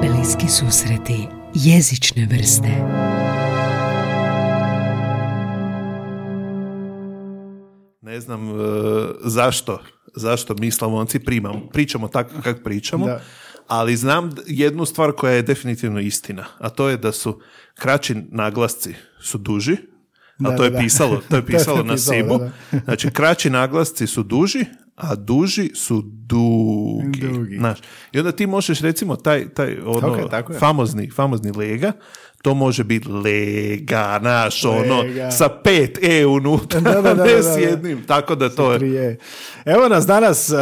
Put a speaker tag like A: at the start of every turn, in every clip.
A: Bliski susreti jezične vrste.
B: Ne znam e, zašto, zašto mi slavonci primam, pričamo tako kako pričamo,
C: Da.
B: ali znam d- jednu stvar koja je definitivno istina, a to je da su kraći naglasci su duži, a
C: Da,
B: to je
C: da, da.
B: pisalo, to je
C: To je
B: pisalo na
C: pisalo,
B: Sibu.
C: da, da.
B: Znači, kraći naglasci su duži, a duži su dugi.
C: Dugi.
B: Znaš, I onda ti možeš recimo taj, taj ono,
C: Ok, tako je.
B: famozni, famozni lega, to može biti lega, naš, ono,
C: Lega.
B: sa pet e unutra,
C: Da, da, da,
B: ne
C: da,
B: s
C: da.
B: jednim, tako da to je.
C: Prije. Evo nas danas, uh,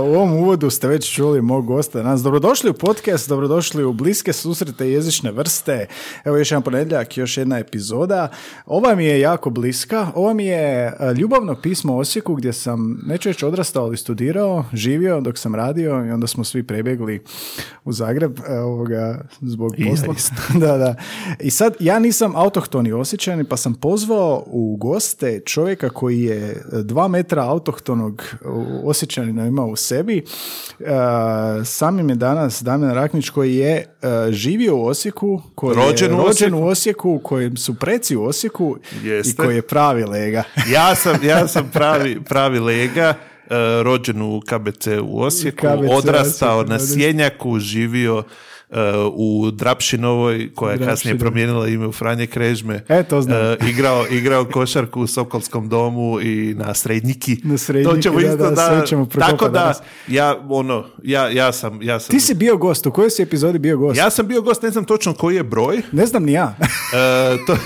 C: u ovom uvodu ste već čuli mog gosta danas. Dobrodošli u podcast, dobrodošli u bliske susrete jezične vrste. Evo još jedan ponedjeljak, još jedna epizoda. Ova mi je jako bliska, ova mi je uh, ljubavno pismo u Osijeku gdje sam neću reći odrastao, ali studirao, živio dok sam radio i onda smo svi prebjegli u Zagreb uh, ovoga, zbog
B: ja
C: posla. da, da. I sad, ja nisam autohtoni osjećan, pa sam pozvao u goste čovjeka koji je e, dva metra autohtonog osjećanina ima u sebi. E, samim je danas Damjan Raknić koji je e, živio u Osijeku, koji
B: Rođen
C: je
B: u
C: rođen u Osijeku, koji su preci u Osijeku i
B: Jeste.
C: koji je pravi lega.
B: Ja sam, ja sam pravi, pravi lega, e, rođen u KBC u Osijeku,
C: KBC
B: odrastao
C: Osijek,
B: na
C: da, da.
B: Sjenjaku, živio e, u Drapšinovoj, koja je kasnije
C: Drapšinoj.
B: promijenila ime u Franje Krežme.
C: E, to znam.
B: E, igrao, igrao košarku u Sokolskom domu i na Srednjiki.
C: Na Srednjiki,
B: to ćemo
C: da,
B: isto
C: da, sve ćemo prokopati
B: Tako da,
C: danas.
B: ja, ono, ja, ja sam... Ja sam
C: Ti si bio gost, u kojoj si epizodi bio gost?
B: ja sam bio gost, ne znam točno koji je broj,
C: Ne znam ni ja.
B: E, to,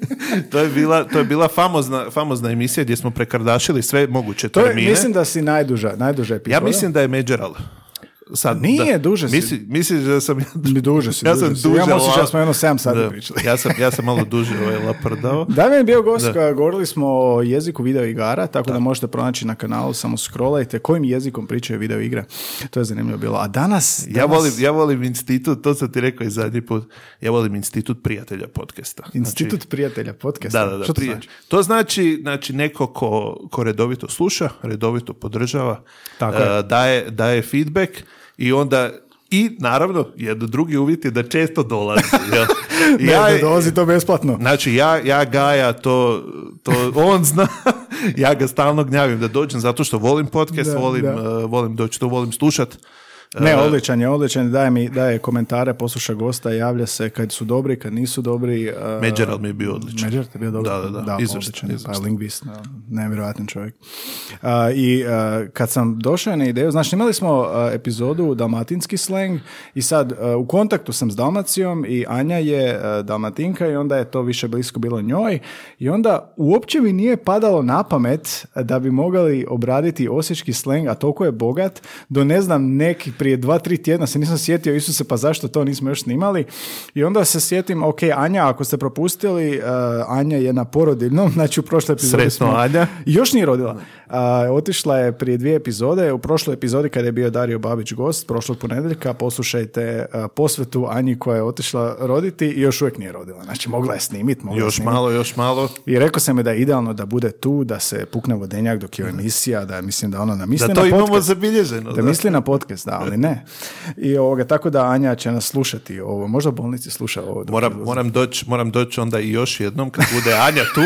B: to je bila, to je bila famozna, famozna emisija gdje smo prekardašili sve moguće
C: To je,
B: termine.
C: mislim da si najduža, najduža epizoda.
B: ja mislim da je Međeral. Sad,
C: Nije,
B: da.
C: duže si.
B: Misli, misliš da sam ja duže?
C: Duže si,
B: ja
C: duže
B: sam
C: si.
B: duže.
C: Imam osjećaj
B: la-
C: da smo jedno 7 sati
B: Da.
C: pričali.
B: Ja sam, ja sam malo duže ovaj laprdao.
C: Damjan je bio gost, koja- govorili smo o jeziku video igara, tako da. možete pronaći na kanalu, samo scrollajte kojim jezikom pričaju video igre. To je zanimljivo bilo. A danas...
B: Ja
C: danas
B: volim, ja volim institut, to sam ti rekao i zadnji put, ja volim institut prijatelja podcasta.
C: Institut
B: Znači,
C: prijatelja podcasta.
B: da, da, da,
C: Što to
B: prije-
C: znači?
B: To znači, znači neko ko, ko redovito sluša, redovito podržava,
C: Tako je.
B: e, daje, daje feedback i onda i naravno, jedan drugi uvjet je da često dolazi. jel?
C: Ne, ne dolazi to besplatno.
B: Znači, ja, ja Gaja, to, to on zna, ja ga stalno gnjavim da dođem zato što volim podcast,
C: Da,
B: volim,
C: da.
B: e, volim doći tu, volim slušat. E,
C: Ne, odličan je, odličan je. Daje mi daje komentare, posluša gosta, javlja se kad su dobri, kad nisu dobri. uh,
B: Međeral mi je bio odličan.
C: Međer ti je bio dobar.
B: Da, da, da, izvrstan,
C: odličan,
B: izvrstan.
C: Pa lingvist, no, nevjerojatan čovjek. A, I a, kad sam došao na ideju, znači imali smo a, epizodu Dalmatinski slang i sad a, u kontaktu sam s Dalmacijom i Anja je a, Dalmatinka i onda je to više blisko bilo njoj i onda uopće mi nije padalo na pamet da bi mogli obraditi osječki slang, a toliko je bogat, do ne znam neki prije dva, tri tjedna se nisam sjetio, Isuse, pa zašto to nismo još snimali? I onda se sjetim, ok, Anja, ako ste propustili, uh, Anja je na porodiljnom, znači u prošloj epizodi
B: Sretno,
C: smo-
B: Anja.
C: I Još nije rodila. A, otišla je prije dvije epizode, u prošloj epizodi kada je bio Dario Babić gost, prošlog ponedjeljka, poslušajte a, posvetu Anji koja je otišla roditi i još uvijek nije rodila. Znači mogla je snimiti, mogla je
B: Još
C: snimit.
B: malo, još malo.
C: I rekao sam joj da je idealno da bude tu, da se pukne vodenjak dok je emisija, da mislim da ona na misli
B: Da
C: na
B: to imamo
C: podcast.
B: zabilježeno.
C: Da
B: da.
C: misli na podcast, da, ali ne. I ovoga, tako da Anja će nas slušati ovo. Možda u bolnici sluša ovo. dok
B: Moram, moram doći moram doć onda i još jednom kad bude Anja tu,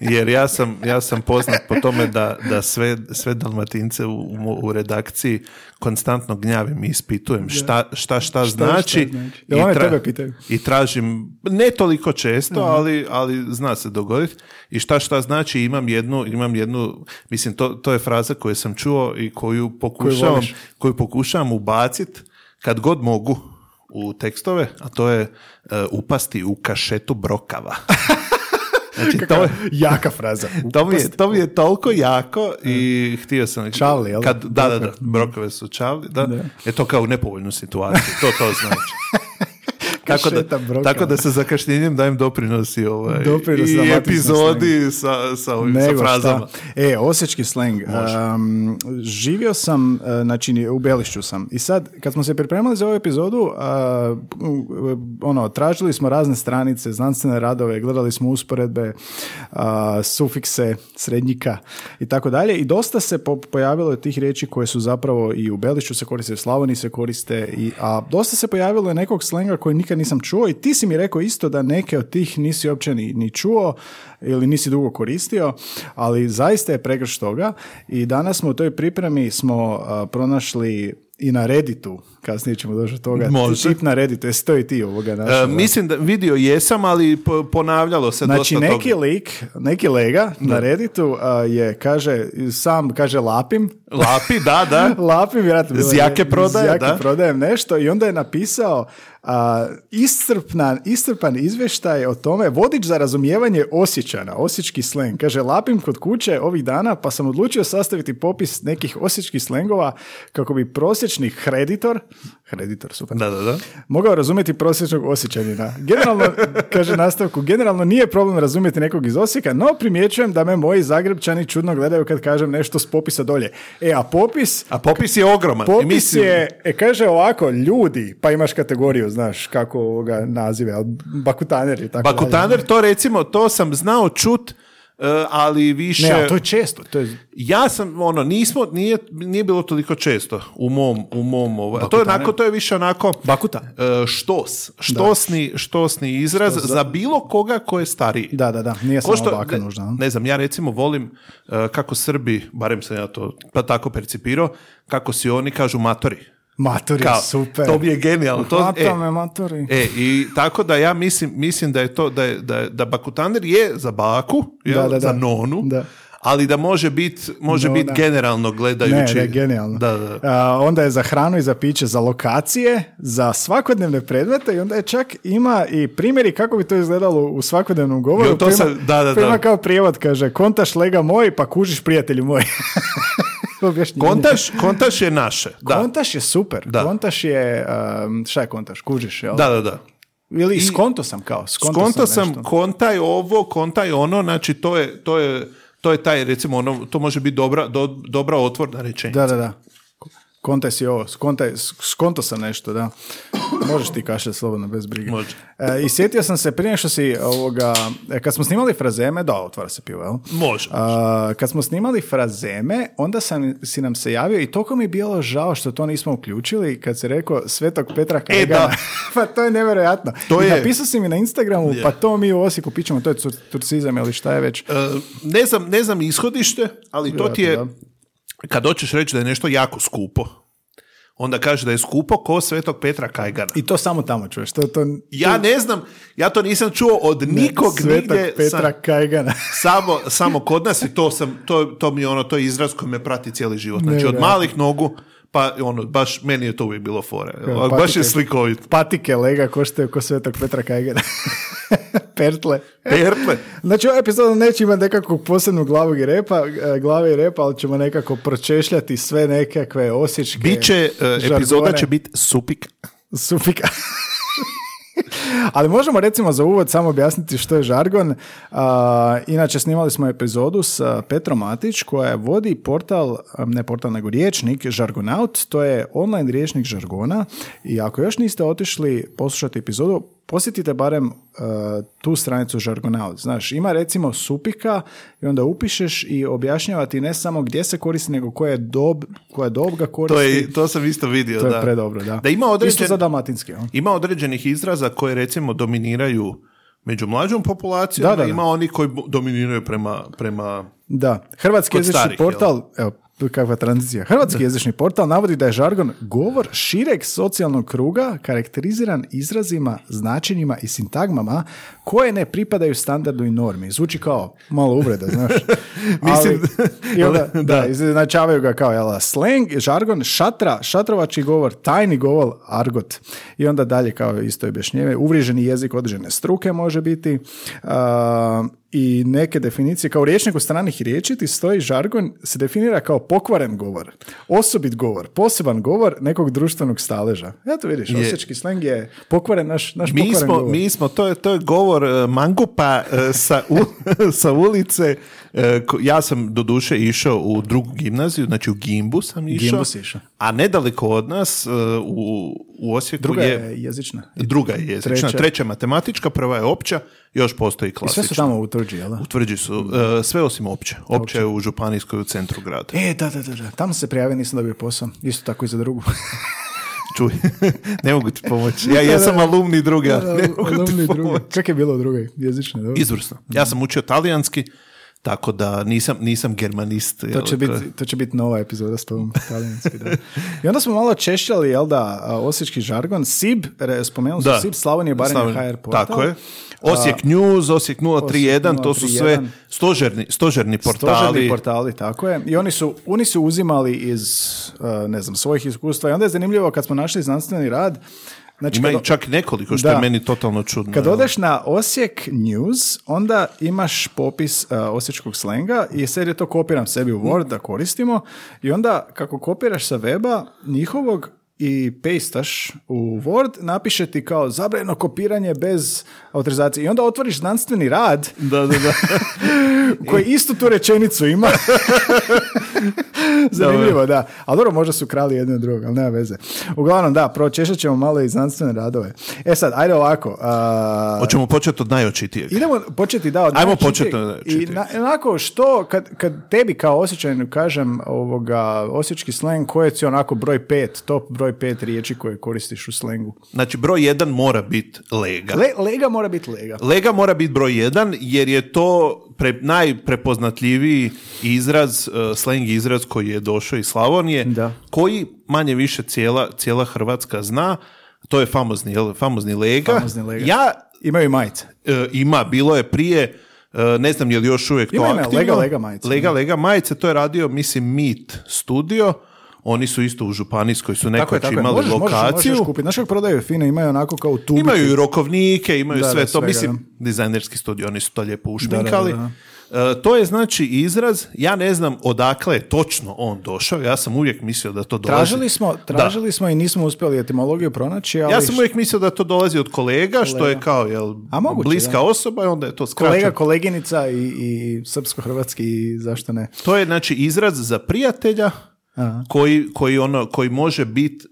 B: jer ja sam, ja sam poznat po tome da, da sve, sve dalmatince u, u- u redakciji konstantno gnjavim i ispitujem šta šta, šta, znači.
C: znači? Jel one tebe pitaju?
B: I tražim, ne toliko često, ali, ali zna se dogoditi. I šta šta znači, imam jednu, imam jednu mislim, to, to je fraza koju sam čuo i koju pokušavam,
C: voliš.
B: koju pokušavam ubaciti kad god mogu u tekstove, a to je e, upasti u kašetu brokava. Znači, to, je-
C: Jaka fraza.
B: to mi je, to mi je toliko jako i E, htio sam...
C: Čavli, jel?
B: Kad, da, da, da, E, brokave su čavli, da. Je to kao u nepovoljnu situaciju, to to znači. Tako da,
C: Šeta brokama.
B: tako da se zakašnjenjem dajem doprinosi ovaj,
C: Doprinos
B: i
C: dalmatinskom
B: epizodi sa, sa, ovim, sa
C: Nego
B: frazama.
C: šta. E, osječki sleng. Um, živio sam, uh, znači u Belišću sam. I sad, kad smo se pripremali za ovu epizodu, uh, uh, ono, tražili smo razne stranice, znanstvene radove, gledali smo usporedbe, uh, sufikse, srednjika i tako dalje. I dosta se po- pojavilo tih riječi koje su zapravo i u Belišću se koriste, u Slavoniji se koriste, i, a dosta se pojavilo je nekog slenga koji nikad nisam čuo i ti si mi rekao isto da neke od tih nisi uopće ni, ni čuo ili nisi dugo koristio, ali zaista je pregrš toga i danas smo u toj pripremi smo a, pronašli i na Redditu, kasnije ćemo doći do toga,
B: Može.
C: tip na Redditu, jesi to i ti ovoga našao?
B: E, mislim da vidio jesam, ali po- ponavljalo se
C: Znači
B: dosta
C: neki
B: toga.
C: lik, neki lega na Redditu a, je, kaže, sam kaže lapim,
B: Lapi, da, da.
C: Lapi, vjerojatno. bilo je-
B: Zjake prodaje,
C: Zjake
B: da.
C: prodajem nešto i onda je napisao a, iscrpnan, iscrpan izvještaj o tome, vodič za razumijevanje osjećana, osječki sleng. Kaže, lapim kod kuće ovih dana pa sam odlučio sastaviti popis nekih osječkih slengova kako bi prosječni kreditor, kreditor, super,
B: Da, da, da.
C: mogao razumjeti prosječnog osjećanina. Generalno, kaže nastavku, generalno nije problem razumjeti nekog iz Osijeka, no primjećujem da me moji zagrebčani čudno gledaju kad kažem nešto s popisa dolje. E, a popis,
B: A popis je ogroman.
C: Popis
B: Mislim,
C: je, e, kaže ovako, ljudi, pa imaš kategoriju, znaš, kako ovoga nazive, ali bakutaneri i tako dalje.
B: Bakutaner, to recimo, to sam znao čut, e, ali više...
C: Ne, ali to je često, to je...
B: Ja sam, ono, nismo, nije, nije bilo toliko često u mom, u mom, ovaj, a to je onako, to je više onako...
C: Bakuta.
B: e, štos, štosni, štosni izraz za bilo koga ko je stariji.
C: Da, da, da, nije
B: Ko
C: samo
B: što-
C: baka
B: ne-
C: nužna. a?
B: Ne znam, ja recimo volim e, kako Srbi, barem sam ja to pa tako percipirao, kako si oni kažu matori.
C: Matori,
B: Kao,
C: super.
B: To mi je genijalno. To,
C: Hvata me, matori.
B: E, i tako da ja mislim, mislim da je to, da, je- da, je- da bakutaner je za baku, jel,
C: Da, da, da.
B: za nonu,
C: Da.
B: ali da može biti može
C: Nona.
B: bit generalno
C: ne,
B: gledajući.
C: ne, genijalno.
B: Da, da.
C: A, onda je za hranu i za piće, za lokacije, za svakodnevne predmete i onda je čak ima i primjeri kako bi to izgledalo u svakodnevnom govoru.
B: Jo, to
C: Pa ima-
B: sad- da, da,
C: pa
B: da.
C: ima kao prijevod, kaže, kontaš lega moj, pa kužiš prijatelju moj. Objašnjenje.
B: Kontaš, kontaš je naše. Da.
C: Kontaš je super.
B: Da.
C: Kontaš je, um, šta je kontaš, kužiš, jel?
B: da, da, da.
C: Ili skonto sam kao, skonto,
B: Konta
C: sam,
B: sam,
C: nešto.
B: kontaj ovo, kontaj ono, znači to je, to je, to je taj, recimo, ono, to može biti dobra, do, dobra otvorna rečenja.
C: Da, da, da. Kontaj si ovo, skontaj, skonto sam nešto, da. Možeš ti kašljati slobodno, bez brige.
B: Može.
C: E, I sjetio sam se prije nego što si ovoga, e, kad smo snimali frazeme, da, otvara se pivo, jel?
B: Može.
C: A, kad smo snimali frazeme, onda sam, si nam se javio i toliko mi je bilo žao što to nismo uključili kad se rekao Svetog Petra Kregana.
B: E, da.
C: pa to je nevjerojatno.
B: To
C: I
B: je-
C: napisao si mi na Instagramu, pa to mi u Osijeku pićemo, to je tur- turcizam ili šta je već.
B: E, ne, znam, ne znam ishodište, ali to ti je,
C: Vjerojatno,
B: kad hoćeš reći da je nešto jako skupo, onda kaže da je skupo ko Svetog Petra Kajgana.
C: I to samo tamo čuješ. To, to,
B: Ja ne znam, ja to nisam čuo od nikog
C: Svetog
B: nigdje,
C: Petra
B: sam-
C: Kajgana.
B: samo, samo kod nas i to sam, to, to mi je ono, to je izraz koji me prati cijeli život. Znači od
C: Nevjerojatno.
B: malih nogu, pa ono, baš, meni je to uvijek bilo fore.
C: Evo,
B: baš je
C: patite.
B: slikovit.
C: Patike lega koštaju ko Svetog Petra Kajgana. Pertle.
B: Perple.
C: Znači, ova epizoda neće imati nekakvu posebnu glavu i repa, e, glave i repa, ali ćemo nekako pročešljati sve nekakve osječke...
B: Biće, e, epizoda
C: žargone.
B: će biti supik.
C: Sufika. Ali možemo recimo za uvod samo objasniti što je žargon. A, inače, snimali smo epizodu s a, Petrom Matić koja vodi portal, a, ne portal nego riječnik Žargonaut, to je online riječnik žargona i ako još niste otišli poslušati epizodu, posjetite barem a, tu stranicu Žargonaut. Znaš, ima recimo supika i onda upišeš i objašnjavati ne samo gdje se koristi, nego koja je dob, koja dob ga koristi.
B: To, je, to sam isto vidio.
C: To je
B: da.
C: predobro, da.
B: Da ima
C: Isto
B: određen,
C: za dalmatinski, jel?
B: ima određenih izraza koje recimo dominiraju među mlađom populacijom,
C: Da, da,
B: a
C: da.
B: ima oni koji bu- dominiraju prema, prema
C: Da, hrvatski
B: Kod
C: jezični
B: starih,
C: portal, evo, kakva tranzicija, hrvatski jezični portal navodi da je žargon govor šireg socijalnog kruga karakteriziran izrazima, značenjima i sintagmama koje ne pripadaju standardu i normi. Zvuči kao malo uvreda, znaš.
B: Mislim-
C: Ali, i onda, da, izjednačavaju ga kao jel, sleng, žargon, šatra, šatrovači govor, tajni govor, argot. I onda dalje kao isto objašnjenje, uvriježeni jezik određene struke može biti. Uh, i neke definicije. Kao u rječniku stranih riječi ti stoji žargon se definira kao pokvaren govor, osobit govor, poseban govor nekog društvenog staleža. Eto vidiš,
B: Je.
C: osječki sleng je pokvaren naš, naš
B: Mi
C: pokvaren
B: smo,
C: govor.
B: mi smo, to je, to je govor e, mangupa e, sa, u- sa ulice. E, ko- Ja sam doduše išao u drugu gimnaziju, znači u Gimbu sam išao.
C: Gimbu si išao.
B: A nedaleko od nas e, u, u Osijeku
C: Druga
B: je,
C: je jezična.
B: druga je jezična,
C: Treća.
B: treća. matematička, prva je opća, još postoji
C: I sve
B: klasična.
C: su tamo u Turđi, jel da?
B: Utvrđi su, e, sve osim opće. Opće je u županijskoj u centru grada.
C: E, da, da, da, da. Tamo sam se prijavio, nisam dobio posao. Isto tako i za drugu.
B: Čuj, ne mogu ti pomoći. Ja jesam alumni druge, ali ne mogu ti
C: Alumni
B: pomoći.
C: druge. Čak je bilo u drugoj jezične, dobro.
B: Izvrsno. Ja sam učio talijanski, tako da nisam, nisam germanist.
C: To će, biti, to će biti nova epizoda s tobom talijanski, da. I onda smo malo češljali, jel da, a, osječki žargon. SIB, re, spomenuli smo SIB, Slavonije, Baranja, HR portal.
B: Tako je. Osijek News, Osijek 031, to su
C: 031.
B: sve stožerni, stožerni portali.
C: Stožerni portali, tako je. I oni su, oni su uzimali iz, uh, ne znam, svojih iskustva. I onda je zanimljivo kad smo našli znanstveni rad, znači
B: Ima
C: kad,
B: ih čak nekoliko, što
C: Da.
B: je meni totalno čudno.
C: kad odeš na Osijek News, onda imaš popis uh, osječkog slenga i sad je to kopiram sebi u Word da koristimo i onda kako kopiraš sa weba njihovog i pastaš u Word, napiše ti kao zabrajeno kopiranje bez autorizacije. I onda otvoriš znanstveni rad
B: Da, da, da.
C: koji istu tu rečenicu ima. Zanimljivo, da. Ali dobro, možda su krali jedno od drugog, ali nema veze. Uglavnom, da, pročešat ćemo malo i znanstvene radove. E sad, ajde ovako. a,
B: Hoćemo početi od najočitijeg.
C: idemo početi, da, od
B: Ajmo
C: najčitijeg
B: početi od
C: I
B: najčitijeg.
C: na, onako, što, kad, kad tebi kao osjećajnu kažem ovoga, osječki sleng, koji je ti onako broj pet, top broj pet riječi koje koristiš u slengu?
B: Znači, broj jedan mora biti lega.
C: Le- lega mora biti lega.
B: Lega mora biti broj jedan jer je to pre- najprepoznatljiviji izraz, eh, sleng izraz koji je došao iz Slavonije,
C: Da.
B: koji manje više cijela, cijela Hrvatska zna. To je famozni, jel, famozni lega.
C: Famozni lega.
B: Ja,
C: Imaju i majice.
B: eh, ima, bilo je prije, eh, ne znam je li još uvijek
C: Ima,
B: to
C: ima,
B: aktivno.
C: lega, lega majice.
B: Lega, lega majice, to je radio, mislim, Meet Studio. Oni su isto u Županijskoj, su nekoć imali
C: Možeš, možeš,
B: lokaciju.
C: možeš kupiti. Znaš kako prodaju fino, imaju onako kao u tubi.
B: Imaju i rokovnike, imaju
C: Da,
B: sve
C: da,
B: to.
C: svega,
B: Mislim, dizajnerski studij, oni su to lijepo ušminkali. E, to je znači izraz, ja ne znam odakle je točno on došao, ja sam uvijek mislio da to dolazi.
C: Tražili smo,
B: Da.
C: tražili smo i nismo uspjeli etimologiju pronaći, ali
B: Ja sam uvijek mislio da to dolazi od kolega, što je kao jel,
C: A moguće,
B: bliska
C: da.
B: osoba i onda je to skraćeno.
C: kolega, koleginica i, i srpsko-hrvatski i zašto ne.
B: To je znači izraz za prijatelja koji, koji, ono, koji može biti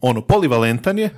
B: ono polivalentan je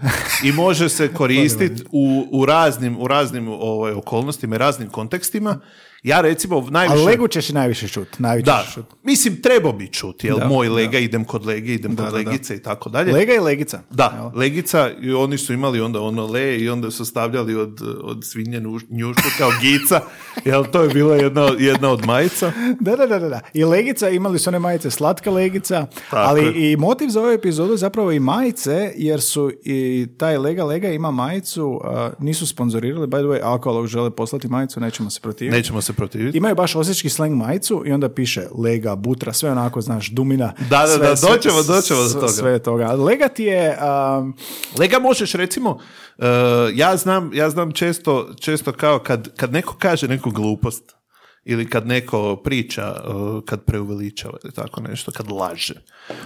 B: i može se koristiti u, u raznim, u raznim ovaj, okolnostima i raznim kontekstima. Ja recimo najviše...
C: Ali legu ćeš i najviše čut. Najviše
B: da,
C: ćeš čut.
B: mislim trebao bi čuti, jel moj lega, idem kod lege, idem kod legice i tako dalje.
C: Lega i legica.
B: Da, legica, i oni su imali onda ono le i onda su stavljali od, od svinje nuš- njušku kao gica, jel to je bila jedna, jedna od majica.
C: Da, da, da, da, da. I legica, imali su one majice slatka legica,
B: Tako
C: ali
B: je.
C: i motiv za ovu epizodu je zapravo i majice, jer su i taj Lega Lega ima majicu, a, nisu sponzorirali, by the way, ako Alog žele poslati majicu, nećemo se protiviti.
B: Nećemo se protiviti.
C: Imaju baš osječki sleng majicu i onda piše lega, butra, sve onako, znaš, dumina.
B: Da, da,
C: sve,
B: da,
C: sve,
B: doćemo, doćemo do
C: sve-
B: toga.
C: Sve toga. Lega ti je... um,
B: Lega možeš recimo, e, ja znam, ja znam često, često kao kad, kad neko kaže neku glupost ili kad neko priča, e, kad preuveličava ili tako nešto, kad laže.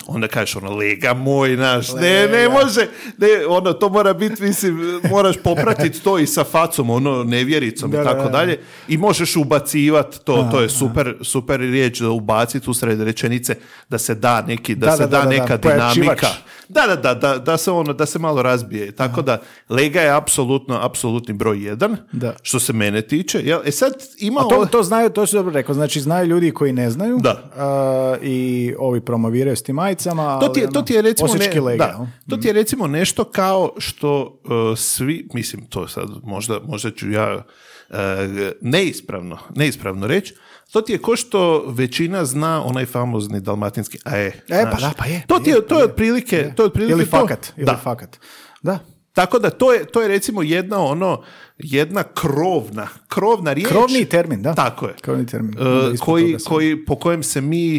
B: Onda kažeš ono, lega moj naš, ne, ne može, ne, ono, to mora biti, mislim, moraš popratiti to i sa facom, ono, nevjericom
C: Da,
B: i
C: da,
B: tako
C: da.
B: dalje. I možeš ubacivati to, to je super, super riječ da ubaciti usred rečenice, da se da neki, da,
C: Da,
B: se
C: da,
B: da,
C: da, da,
B: neka
C: da, pojačivač.
B: dinamika. Da, da, da, da, da se ono, da se malo razbije. Tako da, Lega je apsolutno, apsolutni broj jedan,
C: Da.
B: što se mene tiče. Jel, e sad ima...
C: A to,
B: ovo-
C: to znaju, to si dobro rekao, znači znaju ljudi koji ne znaju
B: Da.
C: uh, i ovi promoviraju s tim majicama.
B: to ti je,
C: ali,
B: to
C: ono,
B: ti je recimo ne-
C: Osječki lega.
B: da,
C: jel? Mhm.
B: to ti je recimo nešto kao što e, svi mislim to sad možda možda ću ja e, neispravno neispravno reći to ti je ko što većina zna onaj famozni dalmatinski a je.
C: E, pa
B: znaš.
C: da, pa je,
B: To
C: pa
B: ti je, to je otprilike, to je otprilike
C: Ili
B: to.
C: fakat. Ili
B: Da.
C: fakat. Da.
B: Tako da to je, to je recimo jedna ono jedna krovna krovna riječ.
C: Krovni termin, da.
B: Tako je.
C: Krovni termin.
B: E,
C: Onda ispod
B: koji,
C: toga sve.
B: koji, po kojem se mi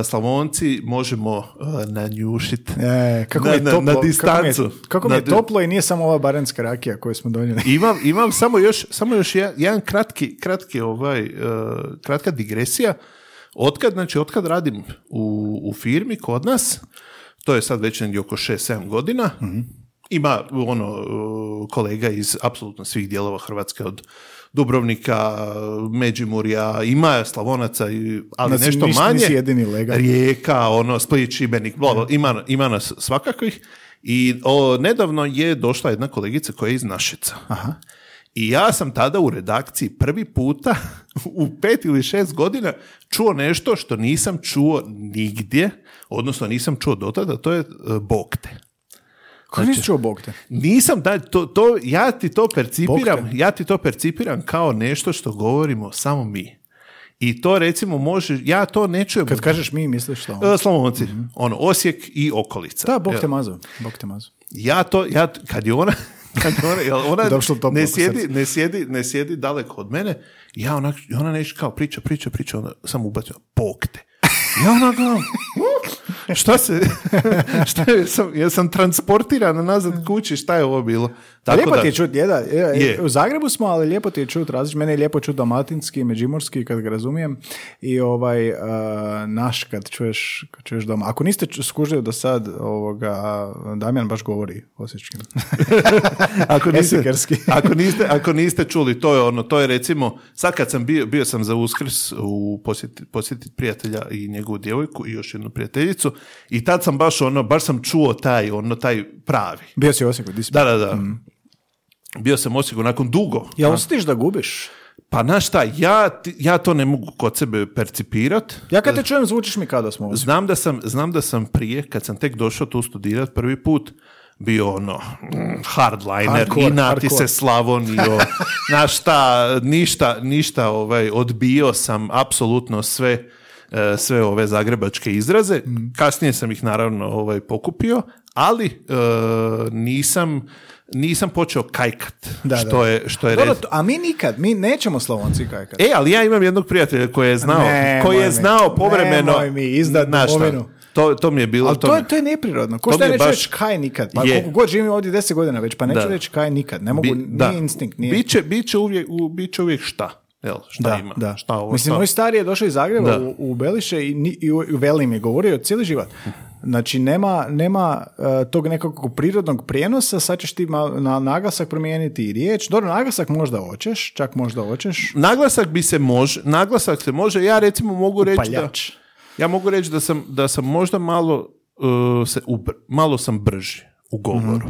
B: e, Slavonci možemo e, nanjušiti.
C: E, kako mi
B: na,
C: je
B: na-
C: toplo,
B: na
C: kako mi je-
B: distancu.
C: Kako mi je,
B: Na di-
C: toplo i nije samo ova baranska rakija koju smo donijeli.
B: Imam, imam samo još, samo još jedan, jedan kratki, kratki ovaj, e, kratka digresija. Otkad, znači, otkad radim u, u firmi kod nas, to je sad već negdje oko 6-7 godina, ima ono e, kolega iz apsolutno svih dijelova Hrvatske od Dubrovnika, Međimurja, ima Slavonaca, i- ali
C: Znači,
B: nešto
C: nisi-
B: manje.
C: nisi jedini legal.
B: Rijeka, ono, Split, Šibenik, bla, bla, ima, ima nas svakakvih. I o, nedavno je došla jedna kolegica koja je iz Našica. I ja sam tada u redakciji prvi puta u pet ili šest godina čuo nešto što nisam čuo nigdje, odnosno nisam čuo do tada, to je e, bokte.
C: Kako
B: Znači-
C: nisi čuo Bog te?
B: Nisam, da, to, to, ja ti to percipiram,
C: Bog
B: ja ti to percipiram kao nešto što govorimo samo mi. I to recimo može, ja to ne čujem
C: Kad kažeš mi, misliš što?
B: E, Slavonci, ono, Osijek i okolica.
C: Mhm. Da, Bog
B: Evo,
C: te mazo. Bog te mazo.
B: Ja to, ja, t- kad je ona, kad je ona, jel ona
C: Došlo toplo
B: ne,
C: oko
B: sjedi,
C: srca.
B: ne, sjedi, ne sjedi daleko od mene, ja onak, i ona nešto kao priča, priča, priča, onda sam ubacio, Bog te. Ja onak gledam, "U, "Hm, šta se, šta je, sam, jesam transportiran nazad kući, šta je ovo bilo?
C: lijepo ti je čut, je, da, je,
B: Je.
C: u Zagrebu smo, ali lijepo ti je čut različit. Mene je lijepo čut dalmatinski, međimurski, kad ga razumijem, i ovaj uh, naš kad čuješ, kad čuješ doma. Ako niste ču- skužili do sad, ovoga, Damjan baš govori osječkim.
B: ako niste,
C: Esikarski.
B: ako, niste, ako niste čuli, to je ono, to je recimo, sad kad sam bio, bio sam za uskrs u posjeti, posjetiti prijatelja i njegovu djevojku i još jednu prijateljicu i tad sam baš ono, baš sam čuo taj, ono, taj pravi.
C: Bio si u Osijeku, di si?
B: Da, da, da. Bio sam u Osijeku nakon dugo.
C: Ja osjetiš da gubiš?
B: Pa znaš šta, ja, ti- ja to ne mogu kod sebe percipirat.
C: Ja kad te čujem, zvučiš mi kao da smo u Osijeku.
B: Znam da sam, znam da sam prije, kad sam tek došao tu studirat prvi put, bio ono, mm, hardliner,
C: Hardcore,
B: inati
C: hardcore.
B: se Slavonio, na šta, ništa, ništa ovaj, odbio sam apsolutno sve, e, sve ove zagrebačke izraze.
C: Mm.
B: Kasnije sam ih naravno ovaj, pokupio, ali e, nisam, nisam počeo kajkat,
C: Da, da.
B: što, Je, što je
C: Dobro,
B: red.
C: to- a mi nikad, mi nećemo Slavonci kaj kad.
B: E, ali ja imam jednog prijatelja koji je znao,
C: Nemoj
B: koji je
C: mi.
B: znao povremeno...
C: Nemoj mi izdat
B: Znaš šta,
C: domovinu.
B: To, to mi je bilo...
C: Ali
B: mi
C: to, je, to je neprirodno. Ko
B: to
C: što ja
B: mi je
C: neću
B: baš-
C: reći kaj nikad? Pa
B: Je.
C: koliko god živim ovdje deset godina već, pa neću
B: Da.
C: reći kaj nikad. Ne mogu,
B: Bi-
C: nije
B: da.
C: instinkt, nije...
B: Biće, biće, uvijek, u, biće uvijek šta. Jel, šta ima?
C: Da.
B: Šta ovo?
C: Mislim,
B: šta-
C: moj stari je došao iz Zagreba
B: Da.
C: u, u Beliše i, ni- i u, i veli mi je govorio cijeli život. Znači, nema, nema eh, tog nekakvog prirodnog prijenosa, sad ćeš ti ma- na naglasak promijeniti i riječ. Dobro, naglasak možda hoćeš, čak možda hoćeš.
B: Naglasak bi se može, naglasak se može, ja recimo mogu reći
C: Paljač.
B: da, ja mogu reći da sam, da sam možda malo, uh, se ubr- malo sam brži u govoru.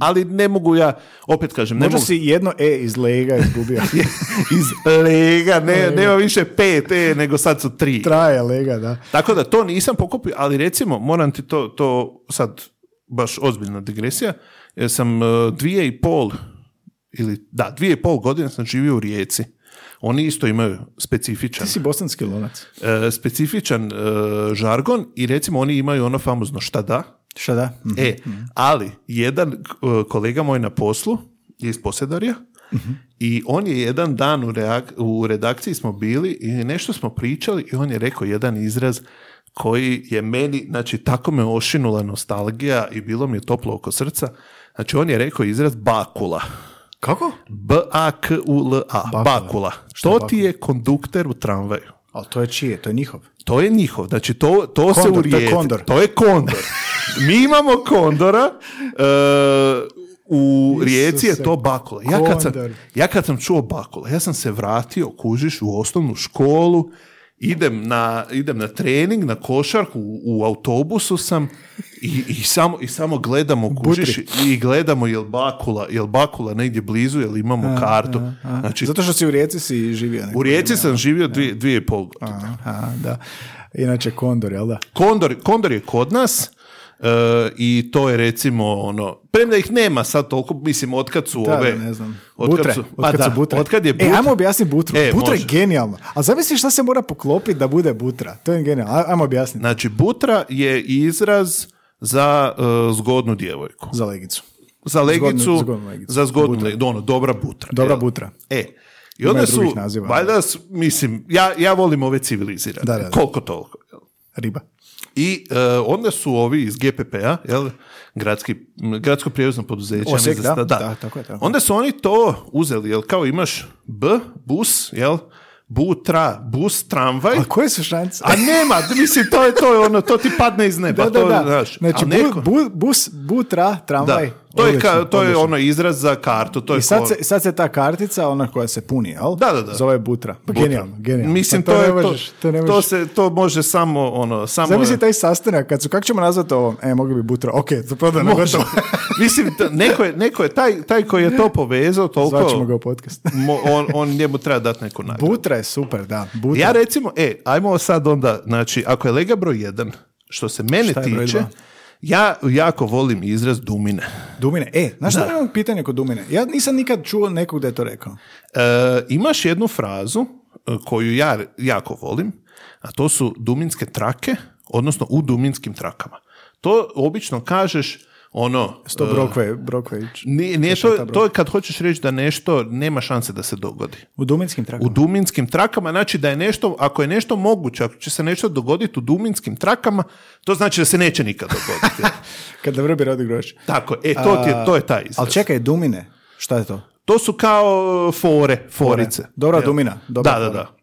B: Ali ne mogu ja, opet kažem, ne
C: Mhm, Možda
B: mogu
C: si jedno E iz lega izgubio.
B: iz lega, ne, nema više pet, e, nego sad su tri.
C: Traje lega, da.
B: Tako da to nisam pokupio, ali recimo moram ti to, to sad baš ozbiljna digresija, jer sam e, dvije i pol ili da, dvije i pol godine sam živio u Rijeci. Oni isto imaju specifičan,
C: Ti si bosanski lonac.
B: e, specifičan e, žargon i recimo oni imaju ono famozno šta da,
C: Šta da? Mhm.
B: E, ali jedan e, kolega moj na poslu je iz Posedarja i on je jedan dan u, reak- u redakciji smo bili i nešto smo pričali i on je rekao jedan izraz koji je meni, znači tako me ošinula nostalgija i bilo mi je toplo oko srca. Znači on je rekao izraz bakula.
C: Kako?
B: B-A-K-U-L-A. Bakula.
C: Šta
B: to
C: je
B: ti je kondukter u tramvaju.
C: Ali to je čije? To je njihov.
B: To je njihov, znači to, to se
C: Kondor, to
B: u
C: je
B: Rijeci-
C: kondor.
B: To je kondor. Mi imamo kondora, e, u Rijeci je
C: Isuse,
B: to bakula. Ja kad, sam,
C: kondor.
B: ja kad sam čuo bakula, ja sam se vratio, kužiš, u osnovnu školu, idem na, idem na trening, na košarku, u, u autobusu sam i, i samo, i samo gledamo, kužiš, i gledamo jel bakula, jel bakula negdje blizu, jel imamo kartu. Znači,
C: Zato što si u Rijeci si živio. neko
B: u Rijeci
C: vrijeme.
B: sam živio dvije, dvije i pol godine.
C: Aha, da. Inače kondor, jel da?
B: Kondor, Kondor je kod nas e, i to je recimo ono, premda ih nema sad toliko, mislim, otkad su
C: Da,
B: ove...
C: da, ne znam.
B: Otkad
C: butre.
B: su, pa
C: otkad
B: da,
C: su butre.
B: Otkad je
C: E,
B: butra-
C: ajmo objasniti butru.
B: E,
C: butra
B: može.
C: je genijalno. A zamisli šta se mora poklopiti da bude butra. To je genijalno. Aj- Ajmo objasniti.
B: Znači, butra je izraz za e, zgodnu djevojku.
C: Za legicu.
B: Za legicu,
C: Zgodnu- zgodnu legicu.
B: za zgodnu legicu, ono, dobra butra.
C: Dobra
B: jel?
C: butra.
B: E, i onda
C: i
B: su,
C: drugih naziva.
B: valjda su, mislim, ja, ja volim ove civilizirane,
C: Da, da, da.
B: koliko toliko. jel?
C: riba.
B: I e, onda su ovi iz GPP-a, jel, gradski, m, gradsko prijevozno poduzeće. ja
C: Osijek,
B: mislim
C: da, da, tako je, tako je.
B: Onda su oni to uzeli, jel, kao imaš B, bus, jel, butra, bus, tramvaj.
C: A koje su šanse?
B: A nema, mislim, to je, to je ono, to ti padne iz neba.
C: da, da,
B: to,
C: da.
B: znaš,
C: znači,
B: a neko-
C: bu- bu- bus, butra,
B: da.
C: tramvaj.
B: To je,
C: Odlično,
B: ka, to je
C: odlično.
B: ono izraz za kartu. To je
C: I sad
B: ko-
C: se, sad se ta kartica, ona koja se puni, jel?
B: Da, da, da.
C: Zove butra. Pa
B: Butra.
C: genijalno, genijalno.
B: Mislim,
C: Pa
B: to, je
C: ne
B: to,
C: možeš, to ne
B: to
C: možeš.
B: se, to može samo, ono, samo...
C: Zamisli taj sastanak, kad su, kako ćemo nazvati ovo? E, mogli bi butra, ok, to prodano,
B: Može.
C: gotovo.
B: Mislim, t- neko je, neko je taj, taj koji je to povezao toliko,
C: Zvaćemo ga u podcast.
B: mo- on, on njemu treba dati neku nagradu.
C: Butra je super, da. Butra.
B: Ja recimo, e, ajmo sad onda, znači, ako je lega broj 1, što se mene
C: Šta je broj
B: tiče,
C: dva?
B: ja jako volim izraz dumine.
C: Dumine, e, znaš što imam pitanje kod Dumine? Ja nisam nikad čuo nekog da je to rekao.
B: E, imaš jednu frazu e, koju ja re- jako volim, a to su duminske trake, odnosno u duminskim trakama. To obično kažeš ono...
C: Sto
B: e,
C: Brokve, Brokveić.
B: nije, nije to, to je kad hoćeš reći da nešto nema šanse da se dogodi.
C: U Duminskim
B: U
C: trakama.
B: duminskim trakama, znači da je nešto, ako je nešto moguće, ako će se nešto dogoditi u duminskim trakama, to znači da se neće nikad dogoditi.
C: Kad na vrbi rodi groš.
B: Tako, e, to, ti je, to je taj izraz.
C: Ali čekaj, Dumine, šta je to?
B: To su kao e, fore, forice.
C: Dobra
B: Jel?
C: Dumina. Dobra
B: da, da,
C: fora.
B: da.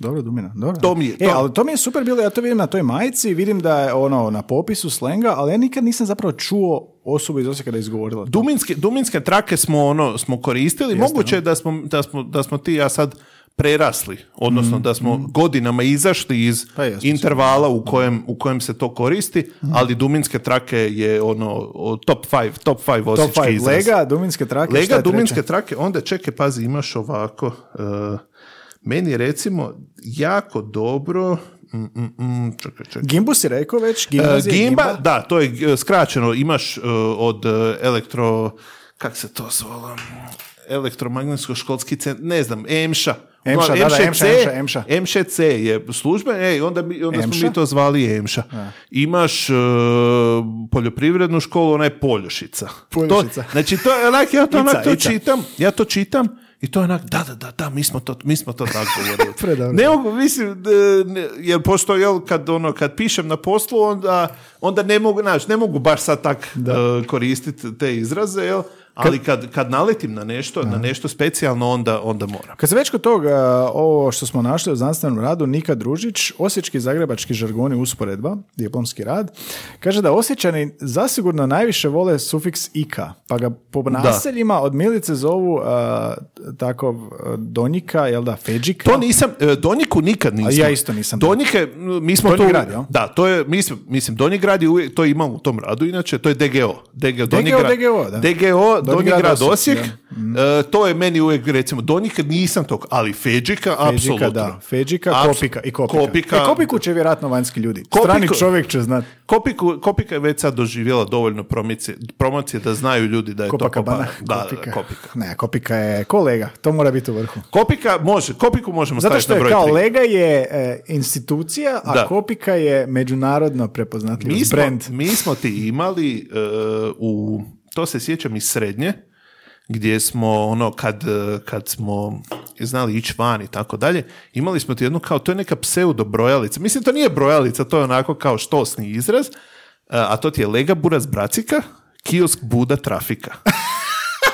C: Dobro, Dumina, dobro.
B: To mi je-
C: E,
B: to-
C: ali to mi je super bilo, ja to vidim na toj majici, vidim da je ono na popisu slenga, ali ja nikad nisam zapravo čuo osobu iz Osijeka da je izgovorila. to.
B: Duminske, duminske trake smo ono smo koristili. Moguće je da smo, da, smo, da smo ti i ja sad prerasli, odnosno da smo godinama izašli iz
C: Mm-hmm. Pa jesmo,
B: intervala u kojem, u kojem se to koristi,
C: Mm-hmm.
B: ali duminske trake je ono o, top 5, top 5
C: Top
B: osječki
C: five.
B: izraz.
C: Lega, Duminske trake, šta
B: Lega
C: je treće?
B: duminske trake, onda čekaj, pazi, imaš ovako. e, meni recimo jako dobro... Mm, mm, mm, čekaj, čekaj.
C: Gimbu si rekao već, gimnazija,
B: E, Gimba,
C: gimba.
B: da, to je e, skraćeno, imaš e, od e, elektro, kak se to zvala, elektromagnetsko školski centar, ne znam, EMŠA.
C: EMŠA,
B: Ono,
C: da, da,
B: EMŠA,
C: EMŠA, EMŠA.
B: MŠC je služben, ej, onda, mi, onda smo
C: EMŠA?
B: mi to zvali EMŠA. Imaš e, poljoprivrednu školu, ona je Poljošica.
C: Poljošica.
B: To, znači, to, je onak, ja to,
C: Ica,
B: onak to
C: Ica.
B: čitam, ja to čitam i to je onak, da, da, da, da, mi smo to, mi smo to tako
C: Predobro.
B: govorili. ne mogu, mislim, d- ne, jer pošto, jel, kad, ono, kad pišem na poslu, onda, onda ne mogu, znaš, ne mogu baš sad tak koristiti te izraze, jel, ali kad, kad naletim na nešto, na nešto specijalno, onda, onda moram.
C: Kad se već kod toga, ovo što smo našli u znanstvenom radu, Nika Družić, osječki i zagrebački žargoni usporedba, diplomski rad, kaže da osjećani zasigurno najviše vole sufiks ika, pa ga po naseljima od Milice zovu a, tako a, Donjika, jel da, Feđika.
B: To nisam, e, Donjiku nikad nisam.
C: ja isto nisam.
B: Donjike, m, mi smo
C: Donji
B: to-
C: grad, jel?
B: Da, to je, mi smo- mislim, Donji grad je uvijek, to ima u tom radu, inače, to je DGO. DGO, Donji
C: DGO,
B: grad-
C: DGO, da.
B: DGO, Donji, grad, Osijek.
C: Osijek,
B: E, to je meni uvijek, recimo, Donjike nisam tog, ali Feđika,
C: Feđika,
B: apsolutno.
C: da. Feđika,
B: Apsu-
C: Kopika i Kopika.
B: Kopika.
C: E, Kopiku će vjerojatno vanjski ljudi.
B: Kopiko- E,
C: Strani čovjek će znati.
B: Kopiku- Kopika je već sad doživjela dovoljno promice, promocije da znaju ljudi da je to
C: Kopakabana.
B: Kopaka. pa, Da, da,
C: Kopika.
B: Kopika.
C: Ne, Kopika je kolega. To mora biti u vrhu.
B: Kopika može, Kopiku možemo
C: Zato
B: staviti
C: što
B: na
C: je
B: broj
C: kao
B: tri.
C: Lega je e, institucija, a
B: Da.
C: Kopika je međunarodno prepoznatljiv
B: Mi smo,
C: brand.
B: mi smo ti imali e, u, to se sjećam iz srednje, gdje smo ono kad, e, kad smo znali ići van i tako dalje, imali smo ti jednu kao, to je neka pseudo brojalica. Mislim, to nije brojalica, to je onako kao štosni izraz, e, a to ti je lega buraz bracika, kiosk buda trafika.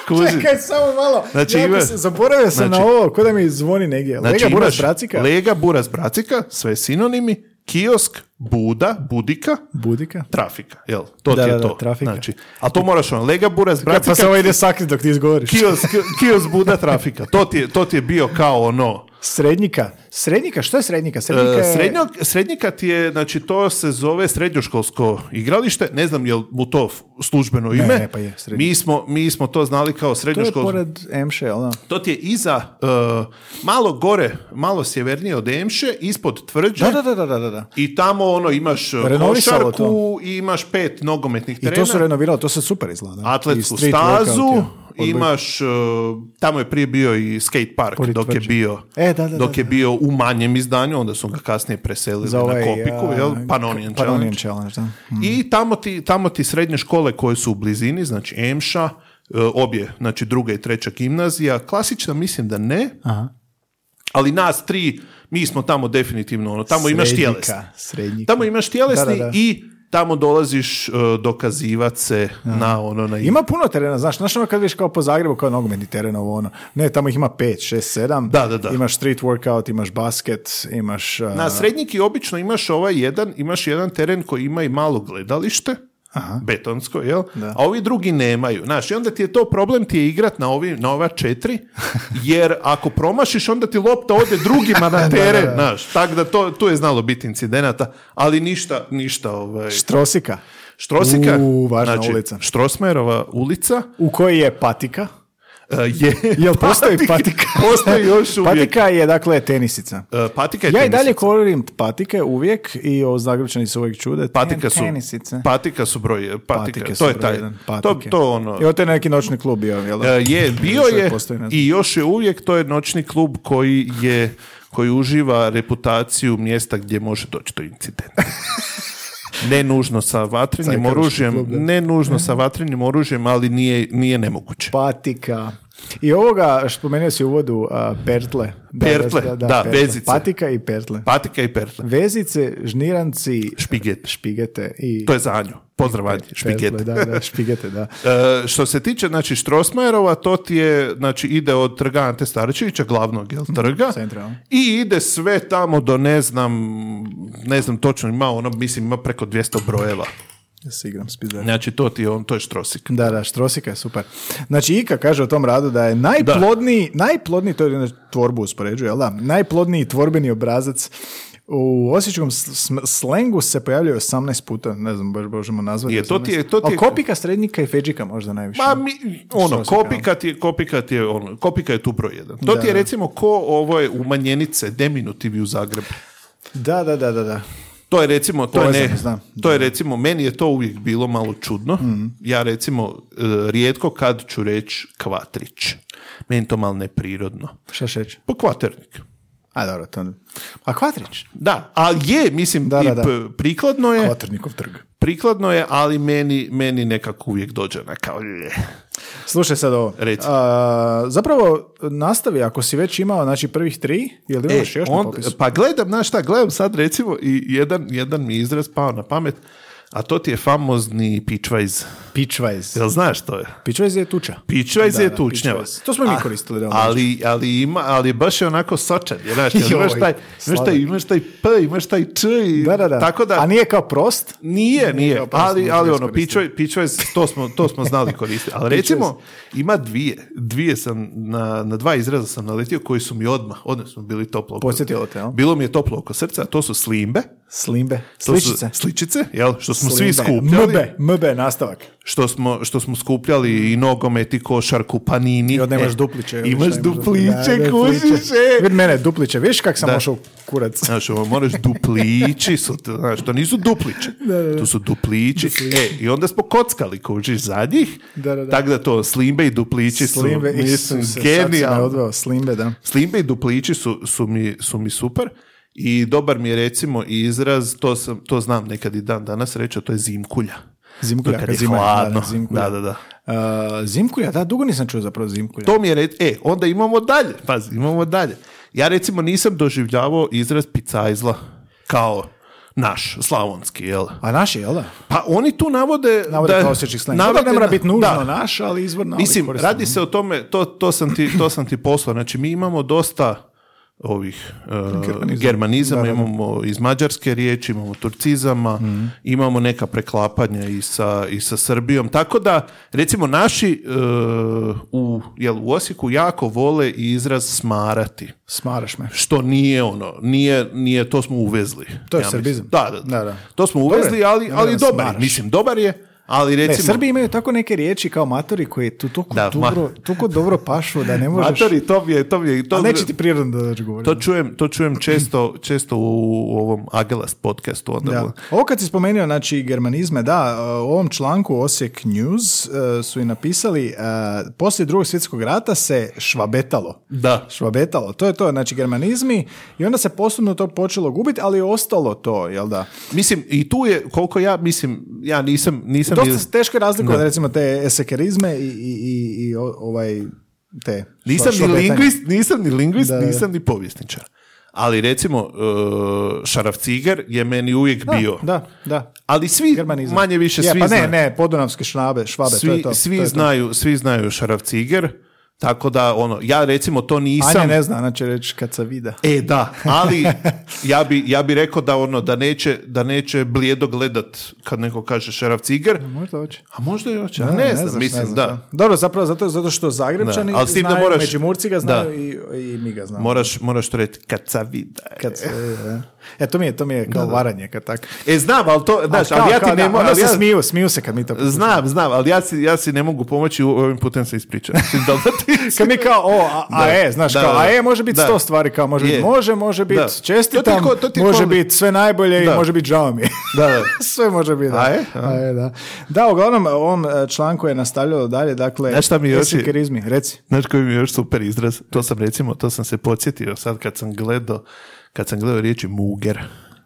B: Kužiš?
C: Čekaj, samo malo.
B: Znači,
C: Jako
B: ima-
C: se- zaboravio sam
B: znači-
C: na ovo, ko da mi zvoni negdje.
B: Znači,
C: Lega Buras
B: imaš
C: Bracika?
B: Lega buraz bracika, sve sinonimi, kiosk, buda, budika,
C: Budika?
B: trafika, jel? To
C: Da,
B: ti je
C: da, da,
B: to.
C: trafika.
B: Znači, a to moraš ono, lega buraz,
C: Ja,
B: bracika,
C: pa se ovo ide sakrit dok ti izgovoriš.
B: kios, kios buda trafika. To ti, je, to ti je bio kao ono,
C: Srednjika. Srednjika? Što je srednjika? Srednjika
B: e,
C: je...
B: srednjo, srednjika ti je, znači to se zove srednjoškolsko igralište, ne znam jel mu to f- službeno ime.
C: ne, pa je, srednji.
B: mi, smo, mi smo to znali kao
C: To je
B: srednjoškolsko. To,
C: pored Emše, jel da?
B: ti je iza, e, malo gore, malo sjevernije od Emše, ispod tvrđe.
C: Da, da, da, da, da, da.
B: I tamo ono imaš e,
C: Renovisalo
B: košarku i imaš pet nogometnih
C: I
B: terena.
C: to su renovirali, to se super izgleda.
B: atletsku
C: I street workout,
B: stazu,
C: ja. Odlično.
B: imaš, e, tamo je prije bio i skate park
C: Pored
B: dok je
C: tvrđe.
B: bio,
C: E, da, da,
B: dok
C: da,
B: je bio u manjem izdanju, onda su ga kasnije preselili
C: Za ovaj,
B: na Kopiku,
C: a,
B: jel? Panonian
C: Panonian
B: Challenge.
C: Challenge, Mm. da.
B: I tamo ti, tamo ti srednje škole koje su u blizini, znači Emša, e, obje, znači druga i treća gimnazija, klasična mislim da ne, ali nas tri Mi smo tamo definitivno, ono, tamo imaš
C: Srednjika,
B: tjelesni.
C: srednjika.
B: Tamo imaš tjelesni
C: Da, da, da.
B: i tamo dolaziš e, dokazivat se na ono, na
C: Ima puno terena, znaš, znaš ono kad viš kao po Zagrebu, kao nogometni teren ovo ono. Ne, tamo ih ima 5, 6, 7.
B: Da, da, da.
C: Imaš street workout, imaš basket, imaš... uh,
B: Na srednjiki obično imaš ovaj jedan, imaš jedan teren koji ima i malo gledalište, betonsko, jel? A ovi drugi nemaju. Znaš, i onda ti je to problem ti je igrat na, ovi, na ova četiri, jer ako promašiš, onda ti lopta ode drugima na teren, znaš. Tako da to, tu je znalo biti incidenata, ali ništa, ništa, ovaj...
C: Štrosika,
B: Štrosika, Znači-
C: U, važna ulica.
B: Štrosmajerova ulica
C: u kojoj je patika.
B: e, je...
C: Jel postoji patika?
B: Postoji još uvijek.
C: Patika je, dakle, tenisica.
B: E, patika je
C: Ja i
B: tenisica.
C: dalje korim patike uvijek i o Zagrepčani se uvijek čude.
B: Patika
C: Ten-
B: su,
C: Tenisice.
B: patika su broj, patika,
C: Patike su
B: to je
C: broj
B: taj,
C: jedan,
B: to,
C: patike.
B: to ono,
C: I ovo je neki noćni klub bio, jel? da?
B: E, je, bio
C: Još uvijek
B: je
C: postoji, ne znam.
B: i još je uvijek to je noćni klub koji je koji uživa reputaciju mjesta gdje može doći do incidenta. Ne nužno sa vatrenim
C: Cajkaroški
B: oružjem,
C: klub, da.
B: ne nužno sa vatrenim oružjem, ali nije, nije nemoguće.
C: Patika. I ovoga, što spomenuo si u uvodu, a, pertle. Da,
B: Pertle, da,
C: pertle.
B: vezice.
C: Patika i pertle.
B: Patika i perle.
C: Vezice, žniranci,
B: Špigete.
C: špigete i...
B: To je za Anju. Pozdrav Anji,
C: pertle,
B: špigete.
C: Da, da, špigete, da.
B: E, što se tiče, znači, Štrosmajerova, to ti je, znači, ide od trga Ante Starčevića, glavnog, jel, trga,
C: centralno.
B: i ide sve tamo do, ne znam, ne znam točno, ima ono, mislim, ima preko 200 brojeva.
C: Ja se igram s pizdarima.
B: Znači, to ti je on, to je Štrosik.
C: Da, da, Štrosika je super. Znači, Ika kaže o tom radu da je najplodniji, najplodniji, to je znači, tvorbu uspoređuje, jel da? Najplodniji tvorbeni obrazac u osječkom s- sm- slengu se pojavljuje 18 puta, ne znam, baš možemo nazvati.
B: Je, to ti je- to ti je-
C: Ali kopika, srednika i feđika možda najviše.
B: Ma, mi, ono,
C: Štrosik,
B: kopikat je, kopikat je, ono, kopika je tu broj jedan. To ti je, recimo, ko ovo je umanjenice, diminutivi u Zagrebu.
C: Da, da, da, da, da.
B: To je recimo, to,
C: Povezano,
B: je ne,
C: znam. Mhm.
B: to je recimo, meni je to uvijek bilo malo čudno. Ja recimo, e, rijetko kad ću reći kvatrić. Meni to malo neprirodno.
C: Šta šeć?
B: Po kvaternik.
C: A, dobro, to ne. A Kvatrić?
B: Da, ali je, mislim,
C: Da, da,
B: i
C: da.
B: p- prikladno je,
C: Kvatrnikov trg.
B: prikladno je, ali meni, meni nekako uvijek dođe na kao lje.
C: Slušaj sad ovo.
B: Reci.
C: A, zapravo, nastavi, ako si već imao, znači, prvih tri, je li imaš
B: E,
C: još na
B: on-
C: popisu?
B: pa gledam, znaš šta, gledam sad recimo i jedan, jedan mi je izraz pao na pamet, a to ti je famozni pičvajz.
C: Pitchwise.
B: Jel znaš što je?
C: Pitchwise je tuča.
B: Pičvajz
C: Da,
B: je
C: da,
B: tučnjava.
C: pičvajz. To smo i mi
B: A-
C: koristili, da, ono.
B: Ali, ali, ima, ali baš je onako sočan. Je, znaš, jel imaš,
C: Joj,
B: taj, imaš, taj,
C: sladak.
B: imaš taj P, imaš taj Č. i-
C: Da, da, da.
B: Tako da,
C: A nije kao prost?
B: Nije, nije,
C: kao prosto
B: ali,
C: nismo
B: ali ono,
C: iskoristili.
B: pičvaj, pičvaj, to smo, to smo znali koristiti. Ali recimo, ima dvije, dvije sam, na, na dva izraza sam naletio koji su mi odmah, odnosno smo bili toplo oko
C: Podsjetilo te, jel?
B: Bilo mi je toplo oko srca, to su slimbe,
C: Slimbe.
B: to su
C: Sličice.
B: sličice, jel, što smo svi
C: Slimbe.
B: skupljali,
C: Mbe, mbe, nastavak.
B: što smo, što smo skupljali i nogomet i košarku, panini.
C: Mm. I onda imaš
B: E,
C: dupliće. jel, šta
B: Imaš
C: Da, da,
B: dupliće, kužiš,
C: dupliće.
B: e.
C: Vid mene, dupliće. Viš kak sam ošao u kurac?
B: Znaš, ovo moraš duplići, su, to, znaš, to nisu dupliće, to su duplići. E, I onda smo kockali, kužiš, za njih,
C: Da, da, da.
B: tako da to slimbe i duplići
C: Slimbe,
B: su, mislim,
C: Isuse, sad si me
B: genijalno.
C: odveo. Slimbe, da.
B: Slimbe i duplići su, su, mi, su mi super i dobar mi je recimo i izraz, to, sam, to znam nekad i dan danas reći, a to je zimkulja. To
C: Zimkulja,
B: je kad
C: kad
B: je
C: zima, da,
B: hladno.
C: da, zimkulja.
B: Da, da, da.
C: Uh, zimkulja, da, dugo nisam čuo zapravo zimkulja.
B: To mi je re- e, onda imamo dalje, pazi, imamo dalje. Ja recimo nisam doživljavao izraz picajzla kao naš, slavonski, jel?
C: A naš je, jel da?
B: Pa oni tu navode...
C: Navode
B: da-
C: kao osječih slang.
B: navode
C: Dobro, ne mora
B: na-
C: biti nužno
B: da.
C: naš, ali izvorno. ali
B: Mislim,
C: korisno.
B: radi se o tome, to, to, sam ti, to sam ti poslao. Znači, mi imamo dosta ovih e, germanizama, imamo iz mađarske riječi, imamo turcizama,
C: Mhm.
B: imamo neka preklapanja i sa, i sa Srbijom. Tako da, recimo, naši e, u, jel, u Osijeku jako vole i izraz smarati.
C: Smaraš me.
B: Što nije ono, nije, nije to smo uvezli.
C: To je
B: mislim.
C: srbizam.
B: Da, da,
C: Da, da.
B: To smo
C: Dobar je.
B: uvezli, ali, ali
C: Da,
B: dobar je.
C: smaraš.
B: Mislim, dobar je, ali
C: Ne,
B: recimo...
C: Srbi imaju tako neke riječi kao matori koje tu toliko,
B: Da, ma-
C: dobro, toliko dobro pašu da ne možeš...
B: Matori, to mi je, to mi je, to,
C: A neće ti prirodno da dađe govoriti.
B: to čujem, to čujem često, često u ovom Agelas podcastu. Onda
C: Da. Ovo kad si spomenuo, znači, germanizme, da, u ovom članku Osijek News eh, su i napisali, eh, poslije drugog svjetskog rata se švabetalo.
B: Da.
C: Švabetalo, to je to, znači germanizmi i onda se posebno to počelo gubiti, ali je ostalo to, jel da?
B: Mislim, i tu je, koliko ja, mislim, ja nisam, nisam... ni-
C: Dosta se teško razliku od
B: Da.
C: recimo te esekerizme i, i, i, i o- ovaj te šva-
B: Nisam ni
C: švabetanje.
B: lingvist, nisam ni lingvist,
C: Da, da.
B: nisam ni povjesničar. Ali recimo, uh, šarafciger je meni uvijek bio.
C: Da, da.
B: Ali svi,
C: Germanizam.
B: manje više
C: Je,
B: svi
C: pa ne,
B: znaju.
C: ne, podunavske šnabe, švabe, to
B: Svi,
C: je to.
B: svi
C: to je to.
B: znaju, svi znaju šarafciger, tako da ono, ja recimo to
C: Anja
B: nisam.
C: ne zna, ona će reći kad se vida.
B: E da, ali ja bi, ja bi rekao da ono da neće, da neće blijedo gledat kad neko kaže šeraf ciger,
C: Možda hoće.
B: a možda i hoće, a ne, znam,
C: znaš,
B: mislim
C: znaš,
B: da.
C: Dobro, zapravo zato, zato što Zagrebčani
B: Da, ali s tim da
C: znaju,
B: moraš-
C: Međimurci ga znaju
B: da.
C: i, i mi ga znamo.
B: Moraš, moraš to reći kacavida.
C: Kad se, e, e, to mi je, to mi je kao varanje, kad tak.
B: E znam, ali to, znaš, ali,
C: kao-
B: ja ti
C: kao
B: ne
C: da,
B: mogu,
C: onda
B: ali
C: se
B: ja,
C: smiju, smiju se kad mi to...
B: znam, znam, ali ja si, ja si ne mogu pomoći, u- ovim putem se ispričam. Mislim, da li ti-
C: Kad mi kao, o, a, a
B: Da.
C: e, znaš,
B: Da,
C: kao,
B: da,
C: a
B: da.
C: e, može biti
B: Da.
C: sto stvari, kao, može biti
B: Je.
C: može, može
B: Da.
C: biti
B: To ti
C: čestitam,
B: ko- to ti
C: može
B: koli.
C: biti sve najbolje i
B: Da.
C: može biti žao mi. je.
B: Da, da.
C: sve može biti, da.
B: A e?
C: A e, da. Da, uglavnom, u ovom e, članku je nastavljalo dalje, dakle...
B: Znaš šta mi je još-
C: esoterizmi, reci.
B: Znaš koji mi je još super izraz? To sam recimo, to sam se podsjetio sad kad sam gledao, kad sam gledao riječi muger.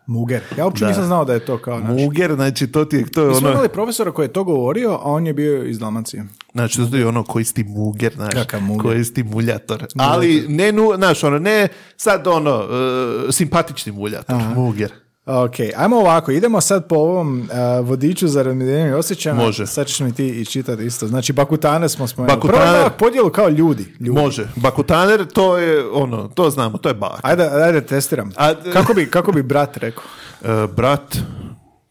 C: Muger. Ja uopće nisam znao da je to kao naš.
B: Muger, znači to ti je, to je
C: Mi smo
B: ono,
C: imali profesora koji je to govorio, a on je bio iz Dalmacije.
B: Znači, to je ono koji si ti muger, znaš,
C: Kakav muger.
B: koji si ti muljator. Ali ne, nu, znaš, ono, ne sad ono, e, simpatični muljator, muger.
C: Ok, ajmo ovako, idemo sad po ovom e, vodiču za razmjerenje osjećaja.
B: Može.
C: Sad ćeš mi ti i čitati isto. Znači, bakutane smo spomenuli. Prvo
B: Bakutane.
C: da podjelu kao ljudi. ljudi.
B: Može. Bakutaner, to je, ono, to znamo, to je bak.
C: Ajde, ajde, testiram.
B: A-
C: kako, bi, kako bi brat rekao?
B: E, brat,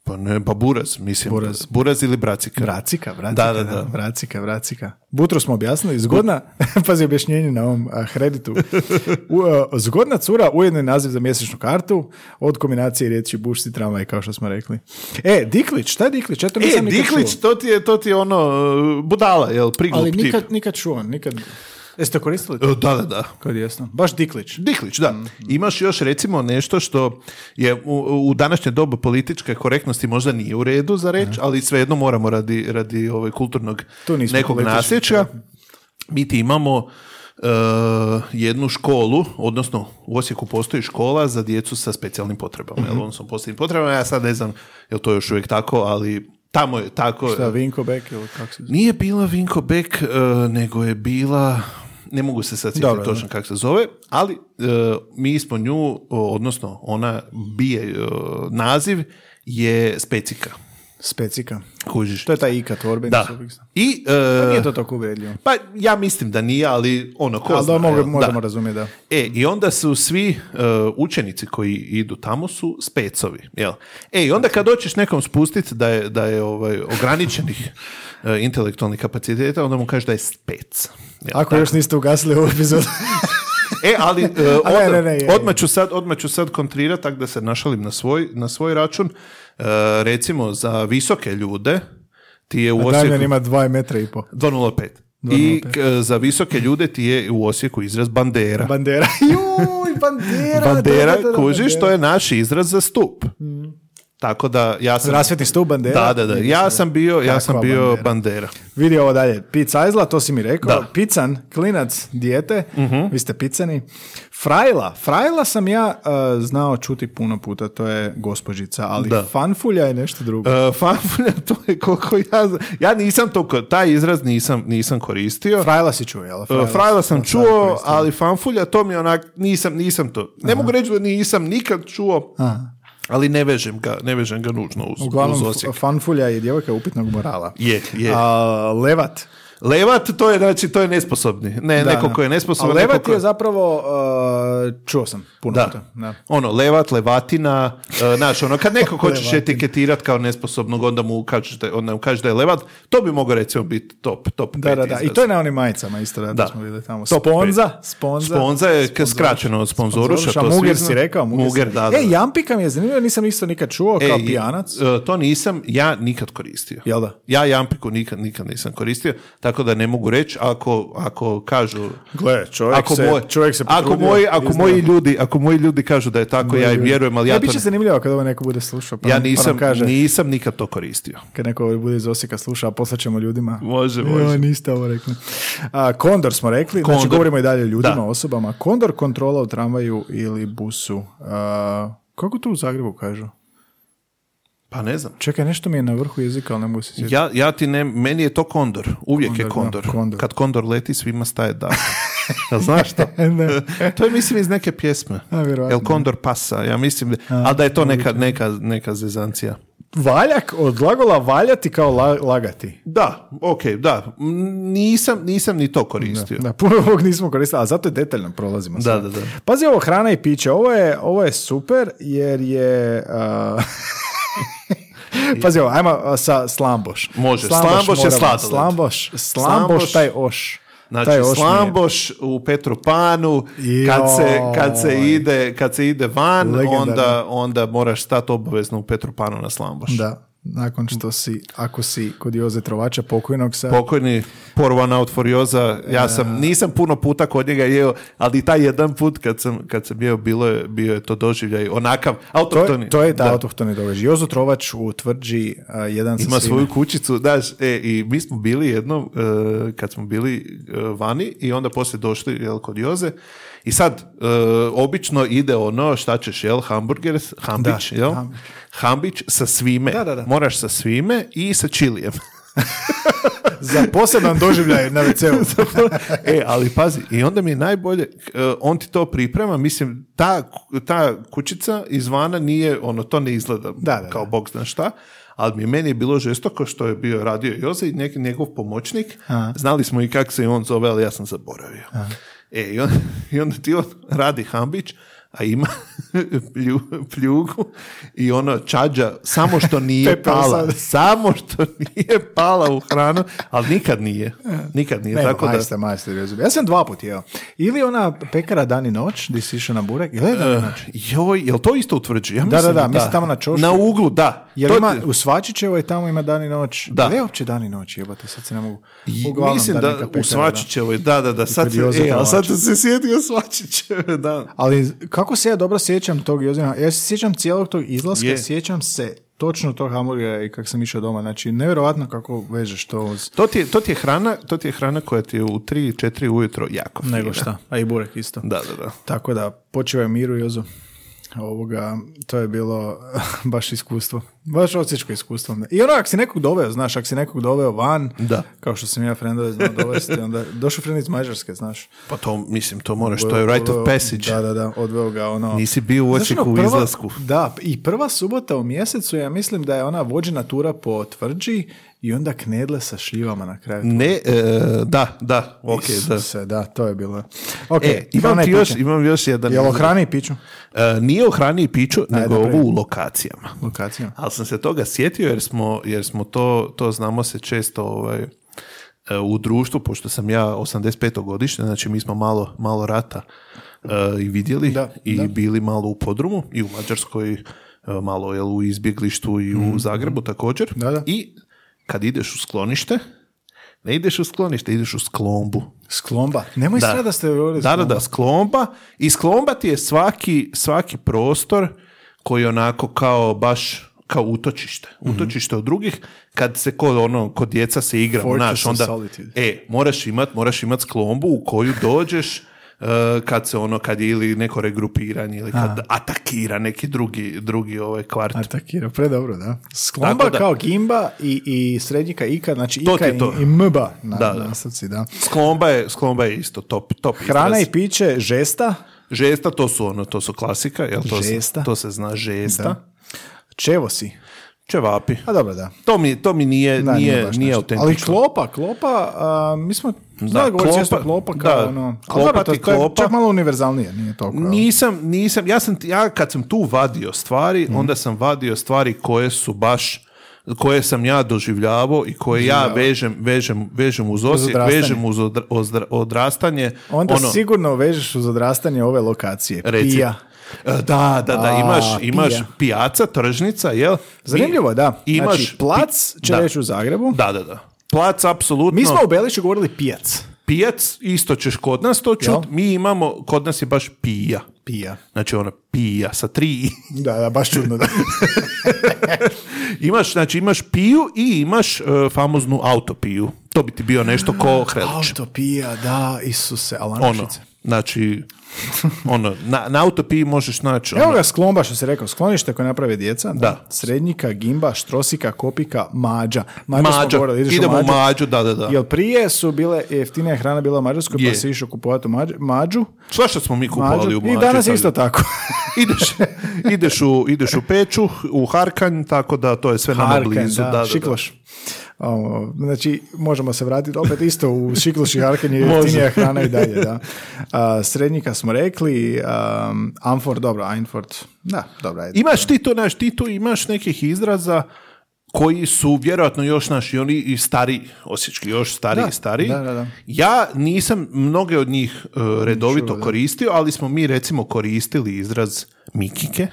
B: pa ne, pa buraz, mislim. Buraz. ili bracika.
C: Bracika,
B: Da,
C: bracika.
B: da, da.
C: Bracika, bracika. Butro smo objasnili, zgodna, pazi objašnjenje na ovom a, Hreditu. U, a, zgodna cura ujedno je naziv za mjesečnu kartu od kombinacije riječi bušci tramvaj, kao što smo rekli. E, Diklić, šta je Diklić? Ja to
B: E,
C: nisam nikad
B: Diklić,
C: čuo.
B: to ti je, to ti je ono, e, budala, jel, priglup
C: Ali
B: tip.
C: nikad, nikad čuo, nikad... Jeste koristili
B: E, Da, da, da.
C: Kad jesno. Baš Diklić.
B: Diklić, da.
C: Mhm.
B: Imaš još recimo nešto što je u, u današnje dobu političke korektnosti možda nije u redu za reći, ali svejedno moramo radi, radi ovaj kulturnog
C: Mhm. Tu nismo
B: nekog
C: politički
B: nasjeća. Mi ti imamo e, jednu školu, odnosno u Osijeku postoji škola za djecu sa specijalnim potrebama,
C: Mhm.
B: jel, odnosno posebnim potrebama, ja sad ne znam jel to još uvijek tako, ali tamo je tako.
C: Da, Vinko Bek ili kako se...
B: Nije bila Vinko Bek, e, nego je bila, ne mogu se sad sjetiti
C: Dobro,
B: točno kako se zove, ali e, mi smo nju, o, odnosno ona bije e, naziv, je specika.
C: Specika.
B: Kužiš?
C: To je ta Ika
B: da.
C: Torbenica.
B: I, e,
C: Nije to toliko uvredljivo.
B: pa ja mislim da nije, ali ono, ko
C: Ali da,
B: zna,
C: mogu-
B: jel?
C: možemo
B: Da.
C: razumjeti, da.
B: E, i onda su svi e, učenici koji idu tamo su specovi, jel? E, i onda kad doćeš nekom spustiti da je, da je ovaj, ograničenih e, intelektualnih kapaciteta, onda mu kažeš da je spec. jel?
C: Ako još niste ugasili ovu epizodu.
B: E, ali e,
C: A ne,
B: odmah-
C: ne, ne, je,
B: odmah ću sad, odmah ću sad kontrirat, tako da se našalim na svoj, na svoj račun. E, recimo, za visoke ljude ti je u Osijeku...
C: Damjan ima 2 metra i po.
B: 205. I k- za visoke ljude ti je u Osijeku izraz bandera.
C: Bandera. Juj, bandera.
B: Bandera,
C: da, da, da,
B: kužiš,
C: bandera.
B: to je naš izraz za stup. Tako da ja sam...
C: Rasvjetni stup
B: Da,
C: bandera.
B: da, da. Ja sam bio, ja sam
C: Kakva
B: bio
C: bandera?
B: bandera.
C: Vidi ovo dalje. Pizza Izla, to si mi rekao.
B: Da. Mhm.
C: Pican, klinac, dijete. Vi ste picani. Frajla. Frajla sam ja uh, znao čuti puno puta. To je gospođica. Ali
B: Da.
C: fanfulja je nešto drugo.
B: E, fanfulja, to je koliko ja... znam. Ja nisam toliko, taj izraz nisam, nisam koristio.
C: Frajla si čuo, jel?
B: E, Eh, Frajla sam čuo,
C: koristio.
B: ali fanfulja, to mi je onak, nisam, nisam to. Ne mogu reći da nisam nikad čuo, ali ne vežem ga, ne vežem ga nužno uz, uz
C: Uglavnom,
B: Osijek.
C: fanfulja je djevojka upitnog morala.
B: Je, je.
C: A, levat.
B: Levat, to je, znači, to je nesposobni. Ne, neko ko je nesposoban.
C: A levat
B: neko ko-
C: je zapravo, uh, čuo sam puno
B: Da.
C: puta. Da.
B: Ono, levat, levatina, e, znaš, ono, kad neko hoćeš
C: Levatin.
B: etiketirat kao nesposobnog, onda mu kažeš da, onda mu kažeš da je levat, to bi mogao recimo biti top, top
C: Da,
B: pet
C: da, da. I
B: izraz.
C: to je na onim majicama isto, da, da.
B: Da.
C: smo vidjeli tamo.
B: Top
C: Sponza,
B: pet.
C: sponza.
B: Sponza je k- skraćeno od sponzoruša, to svi
C: Muger
B: zna-
C: si rekao. Muger, si-
B: Muger, da, da.
C: E, Jampika mi je zanimljivo, nisam isto nikad čuo kao
B: i-
C: pijanac.
B: e, to nisam, ja nikad koristio.
C: Jel da?
B: Ja jampiku nikad, nikad nisam koristio, tako da ne mogu reći ako, ako kažu...
C: Gle, čovjek se- čovjek se
B: ako
C: potrudio,
B: moji, ako
C: iznio.
B: moji ljudi, ako moji ljudi kažu da je tako, ja im vjerujem, ali ja,
C: e,
B: to
C: bit će
B: ne-
C: zanimljivo kad ovo neko bude slušao. Pa
B: ja
C: nam- pa nam
B: nisam,
C: kaže,
B: nisam nikad to koristio.
C: kad neko bude iz Osijeka sluša, a poslaćemo ljudima.
B: Može,
C: Joj,
B: može.
C: niste ovo rekli. A, kondor smo rekli, znači
B: Kondor.
C: govorimo i dalje o ljudima,
B: Da.
C: osobama. Kondor kontrola u tramvaju ili busu. A, kako to u Zagrebu kažu?
B: Pa ne znam.
C: Čekaj, nešto mi je na vrhu jezika, ali ne mogu se sjetiti.
B: Ja, ja ti ne, meni je to kondor. Uvijek je
C: Kondor,
B: kondor.
C: da, kondor.
B: Kad kondor leti, svima staje da. Jel znaš to?
C: Ne.
B: to je mislim iz neke pjesme.
C: A, vjerojatno.
B: Jel kondor pasa? Ja mislim, da- ali da je to neka, neka, neka zezancija.
C: Valjak od glagola valjati kao la- lagati.
B: Da, ok, da. M, Nisam, nisam ni to koristio.
C: Da, puno ovog nismo koristili, a zato je detaljno prolazimo. sad.
B: da, da.
C: Pazi ovo, hrana i piće. Ovo je, ovo je super jer je... a, Pazi ovo, ajmo a, sa slamboš.
B: Može, slamboš je
C: moramo.
B: sladoled.
C: Slamboš, slamboš,
B: Slamboš-
C: taj oš.
B: Znači,
C: taj oš mi je-
B: slamboš u Petru Panu, kad se, kad, se
C: Joj.
B: ide, kad se ide van,
C: Legendarno.
B: onda, onda moraš stati obavezno u Petru Panu na slamboš.
C: Da, nakon što si, ako si kod Joze Trovača pokojnog sa...
B: Pokojni Pour One Out for Joza, ja sam, nisam puno puta kod njega jeo, ali i taj jedan put kad sam, kad sam jeo, bilo je, bio je to doživljaj onakav,
C: to,
B: autohtoni.
C: je, to je da, autohtoni događaj. Jozo Trovač u tvrđi a, jedan sa
B: Ima
C: svime.
B: svoju kućicu, znaš, e, i mi smo bili jednom, e, kad smo bili e, vani i onda poslije došli jel, kod Joze i sad, e, obično ide ono, šta ćeš, jel, hamburger, hambić,
C: Da,
B: jel?
C: hambić.
B: Hambić sa svime.
C: Da, da, da.
B: Moraš sa svime i sa čilijem.
C: Za poseban doživljaj na WC-u.
B: e, ali pazi, i onda mi je najbolje, e, on ti to priprema, mislim, ta, ta kućica izvana nije, ono, to ne izgleda
C: Da, da,
B: kao
C: da.
B: bog zna šta, ali mi meni je bilo žestoko što je bio radio Joze i neki njegov pomoćnik, znali smo i kako se i on zove, ali ja sam zaboravio. E, i, on, i onda ti on radi hambić, a ima plju- pljugu i ono čađa, samo što nije
C: Pepeo
B: pala,
C: sad.
B: samo što nije pala u hranu, ali nikad nije, nikad nije,
C: Nema,
B: tako da...
C: majster, majster, razumije. Ja sam dva put jeo. Ili ona pekara dan i noć, gdje si išao na burek, ili je
B: Eh,
C: dan i noć?
B: znači, Joj, jel to isto utvrđuje? Ja mislim
C: da, da, mislim tamo na Čošku.
B: Na uglu, da.
C: Jel
B: To
C: ima,
B: ti-
C: u Svačićevoj tamo ima dan i noć.
B: Da.
C: Ili je uopće dan i noć, jebate, sad se ne mogu.
B: I-
C: Uglavnom,
B: mislim
C: da
B: da,
C: neka
B: u
C: pekara,
B: Svačićevoj, da, da, da, sad,
C: kod
B: se-
C: Jozefa
B: e, ali sad
C: Vlačića.
B: sam se sjetio Svačićeve, da.
C: Ali kako se ja dobro sjećam tog Jozina, ja se sjećam cijelog tog izlaska,
B: Je.
C: sjećam se točno tog hamburgera i kako sam išao doma. Znači, nevjerojatno kako vežeš to uz...
B: To ti, je, to ti je hrana, to ti je hrana koja ti je u 3, 4 ujutro jako fina.
C: Nego šta, a i burek isto.
B: Da, da, da.
C: Tako da, počivaj u miru Jozo. Ovoga, to je bilo baš iskustvo. Baš osječko iskustvo. I ono, ako si nekog doveo, znaš, ako si nekog doveo van,
B: Da.
C: kao što sam ja frendove znao dovesti, onda došao frend iz Mađarske, znaš.
B: Pa to, mislim, to moraš, to je right of passage.
C: Da, da, da, odveo ga ono...
B: Nisi bio u
C: Znaš,
B: očiku
C: ono,
B: u
C: prva-
B: izlasku.
C: Da, i prva subota u mjesecu, ja mislim da je ona vođena tura po tvrđi i onda knedle sa šljivama na kraju.
B: Ne, e, da, da, ok, da.
C: Isuse, da, to je bilo. Ok,
B: E, imam,
C: hrana i
B: ti još,
C: piće.
B: imam još jedan.
C: Jel o hrani i piću?
B: E, nije o hrani i piću, nego
C: napravi.
B: ovo u lokacijama.
C: Lokacijama.
B: Ali sam se toga sjetio jer smo, jer smo to, to znamo se često ovaj, e, u društvu, pošto sam ja 85. godišnje, znači mi smo malo, malo rata e, i vidjeli
C: Da,
B: i
C: da.
B: bili malo u podrumu i u Mađarskoj, e, malo jel, u izbjeglištu i u Zagrebu također.
C: Mhm, Da, da.
B: I kad ideš u sklonište, ne ideš u sklonište, ideš u sklombu.
C: Sklomba. Nemoj da. da ste govorili
B: Da, da,
C: sklomba.
B: da, sklomba. I sklomba ti je svaki, svaki prostor koji je onako kao baš kao utočište.
C: Mhm.
B: Utočište od drugih. Kad se kod ono, kod djeca se igra,
C: Fortress
B: znaš,
C: of
B: onda,
C: solitude.
B: e, moraš imat, moraš imat sklombu u koju dođeš e, kad se ono, kad je ili neko regrupiranje ili kad atakira neki drugi, drugi ovaj kvart.
C: Atakira, predobro, da. Sklomba
B: Tako da-
C: kao gimba i, i srednjika ika, znači
B: To
C: ika
B: ti je to.
C: i, i mba na,
B: Da, da.
C: nastavci, da.
B: Sklomba je, sklomba je isto top, top
C: Hrana
B: izraz.
C: i piće, žesta,
B: Žesta, to su ono, to su klasika, jel? To, se-
C: Žesta.
B: to se zna žesta.
C: čevosi.
B: Čevapi.
C: A dobro, da.
B: To mi, to mi nije,
C: Da,
B: nije,
C: baš
B: nije
C: nešto.
B: autentično.
C: Ali klopa, klopa, a, mi smo znali govoriti
B: klopa,
C: često klopa kao
B: da.
C: ono...
B: Klopa
C: Ali dobro, to-
B: ti
C: to je
B: klopa.
C: Čak malo univerzalnije, nije toliko. jel?
B: Nisam, nisam, ja sam, ja kad sam tu vadio stvari,
C: Mhm.
B: onda sam vadio stvari koje su baš, koje sam ja doživljavao i koje ja vežem, vežem, vežem uz osjek,
C: odrastanje.
B: vežem uz odra- ozdra- odrastanje.
C: Onda
B: ono,
C: sigurno vežeš uz odrastanje ove lokacije.
B: reci.
C: Pija.
B: E, Da, da, da,
C: A,
B: imaš, imaš
C: pija.
B: pijaca, tržnica, jel?
C: Zanimljivo, da.
B: Imaš
C: znači, plac
B: pi-
C: će
B: da.
C: reći u Zagrebu.
B: Da, da, da. Plac, apsolutno.
C: Mi smo u Belišću govorili pijac.
B: Pijac, isto ćeš kod nas to
C: Jel?
B: čut. Mi imamo, kod nas je baš pija.
C: Pija.
B: Znači ono, pija sa tri i.
C: Da, da, baš čudno. Da.
B: Imaš, znači imaš piju i imaš e,
C: Ah,
B: famoznu autopiju. To bi ti bio nešto ko hrelić.
C: Autopija, da, Isuse,
B: Ono,
C: Alanašice.
B: Znači, ono, na, na autopiji možeš naći
C: Evo
B: ono,
C: ga sklomba što se rekao, sklonište koje naprave djeca, da.
B: Da.
C: Srednjika, gimba, štrosika, kopika, mađa. Mađa, smo
B: mađa,
C: govorili, ideš u
B: idemo u
C: mađu.
B: mađu, da, da, da.
C: Jel prije su bile jeftinija je hrana bila u Mađarskoj,
B: Je.
C: pa si išao kupovati u Mađu, mađu,
B: Sva što smo mi kupovali
C: Mađu.
B: u mađu.
C: i danas
B: tako
C: je isto
B: da.
C: tako.
B: ideš, ideš, u, ideš u Pečuh, u Harkanj, tako da to je sve nama
C: Harkan,
B: blizu. Da, da, da.
C: Šikloš. O, znači, možemo se vratiti opet isto u Šikloš i Harkan je jeftinija hrana i dalje, da. A, srednjika smo rekli, um, Amfor, dobro, Einfort, da, dobro, ajde.
B: Imaš ti to, naš, ti tu imaš nekih izraza koji su vjerojatno još naši, oni i stari, osječki, još stariji,
C: Da,
B: stariji.
C: da, da, da.
B: Ja nisam mnoge od njih e, redovito koristio, ali smo mi recimo koristili izraz mikike,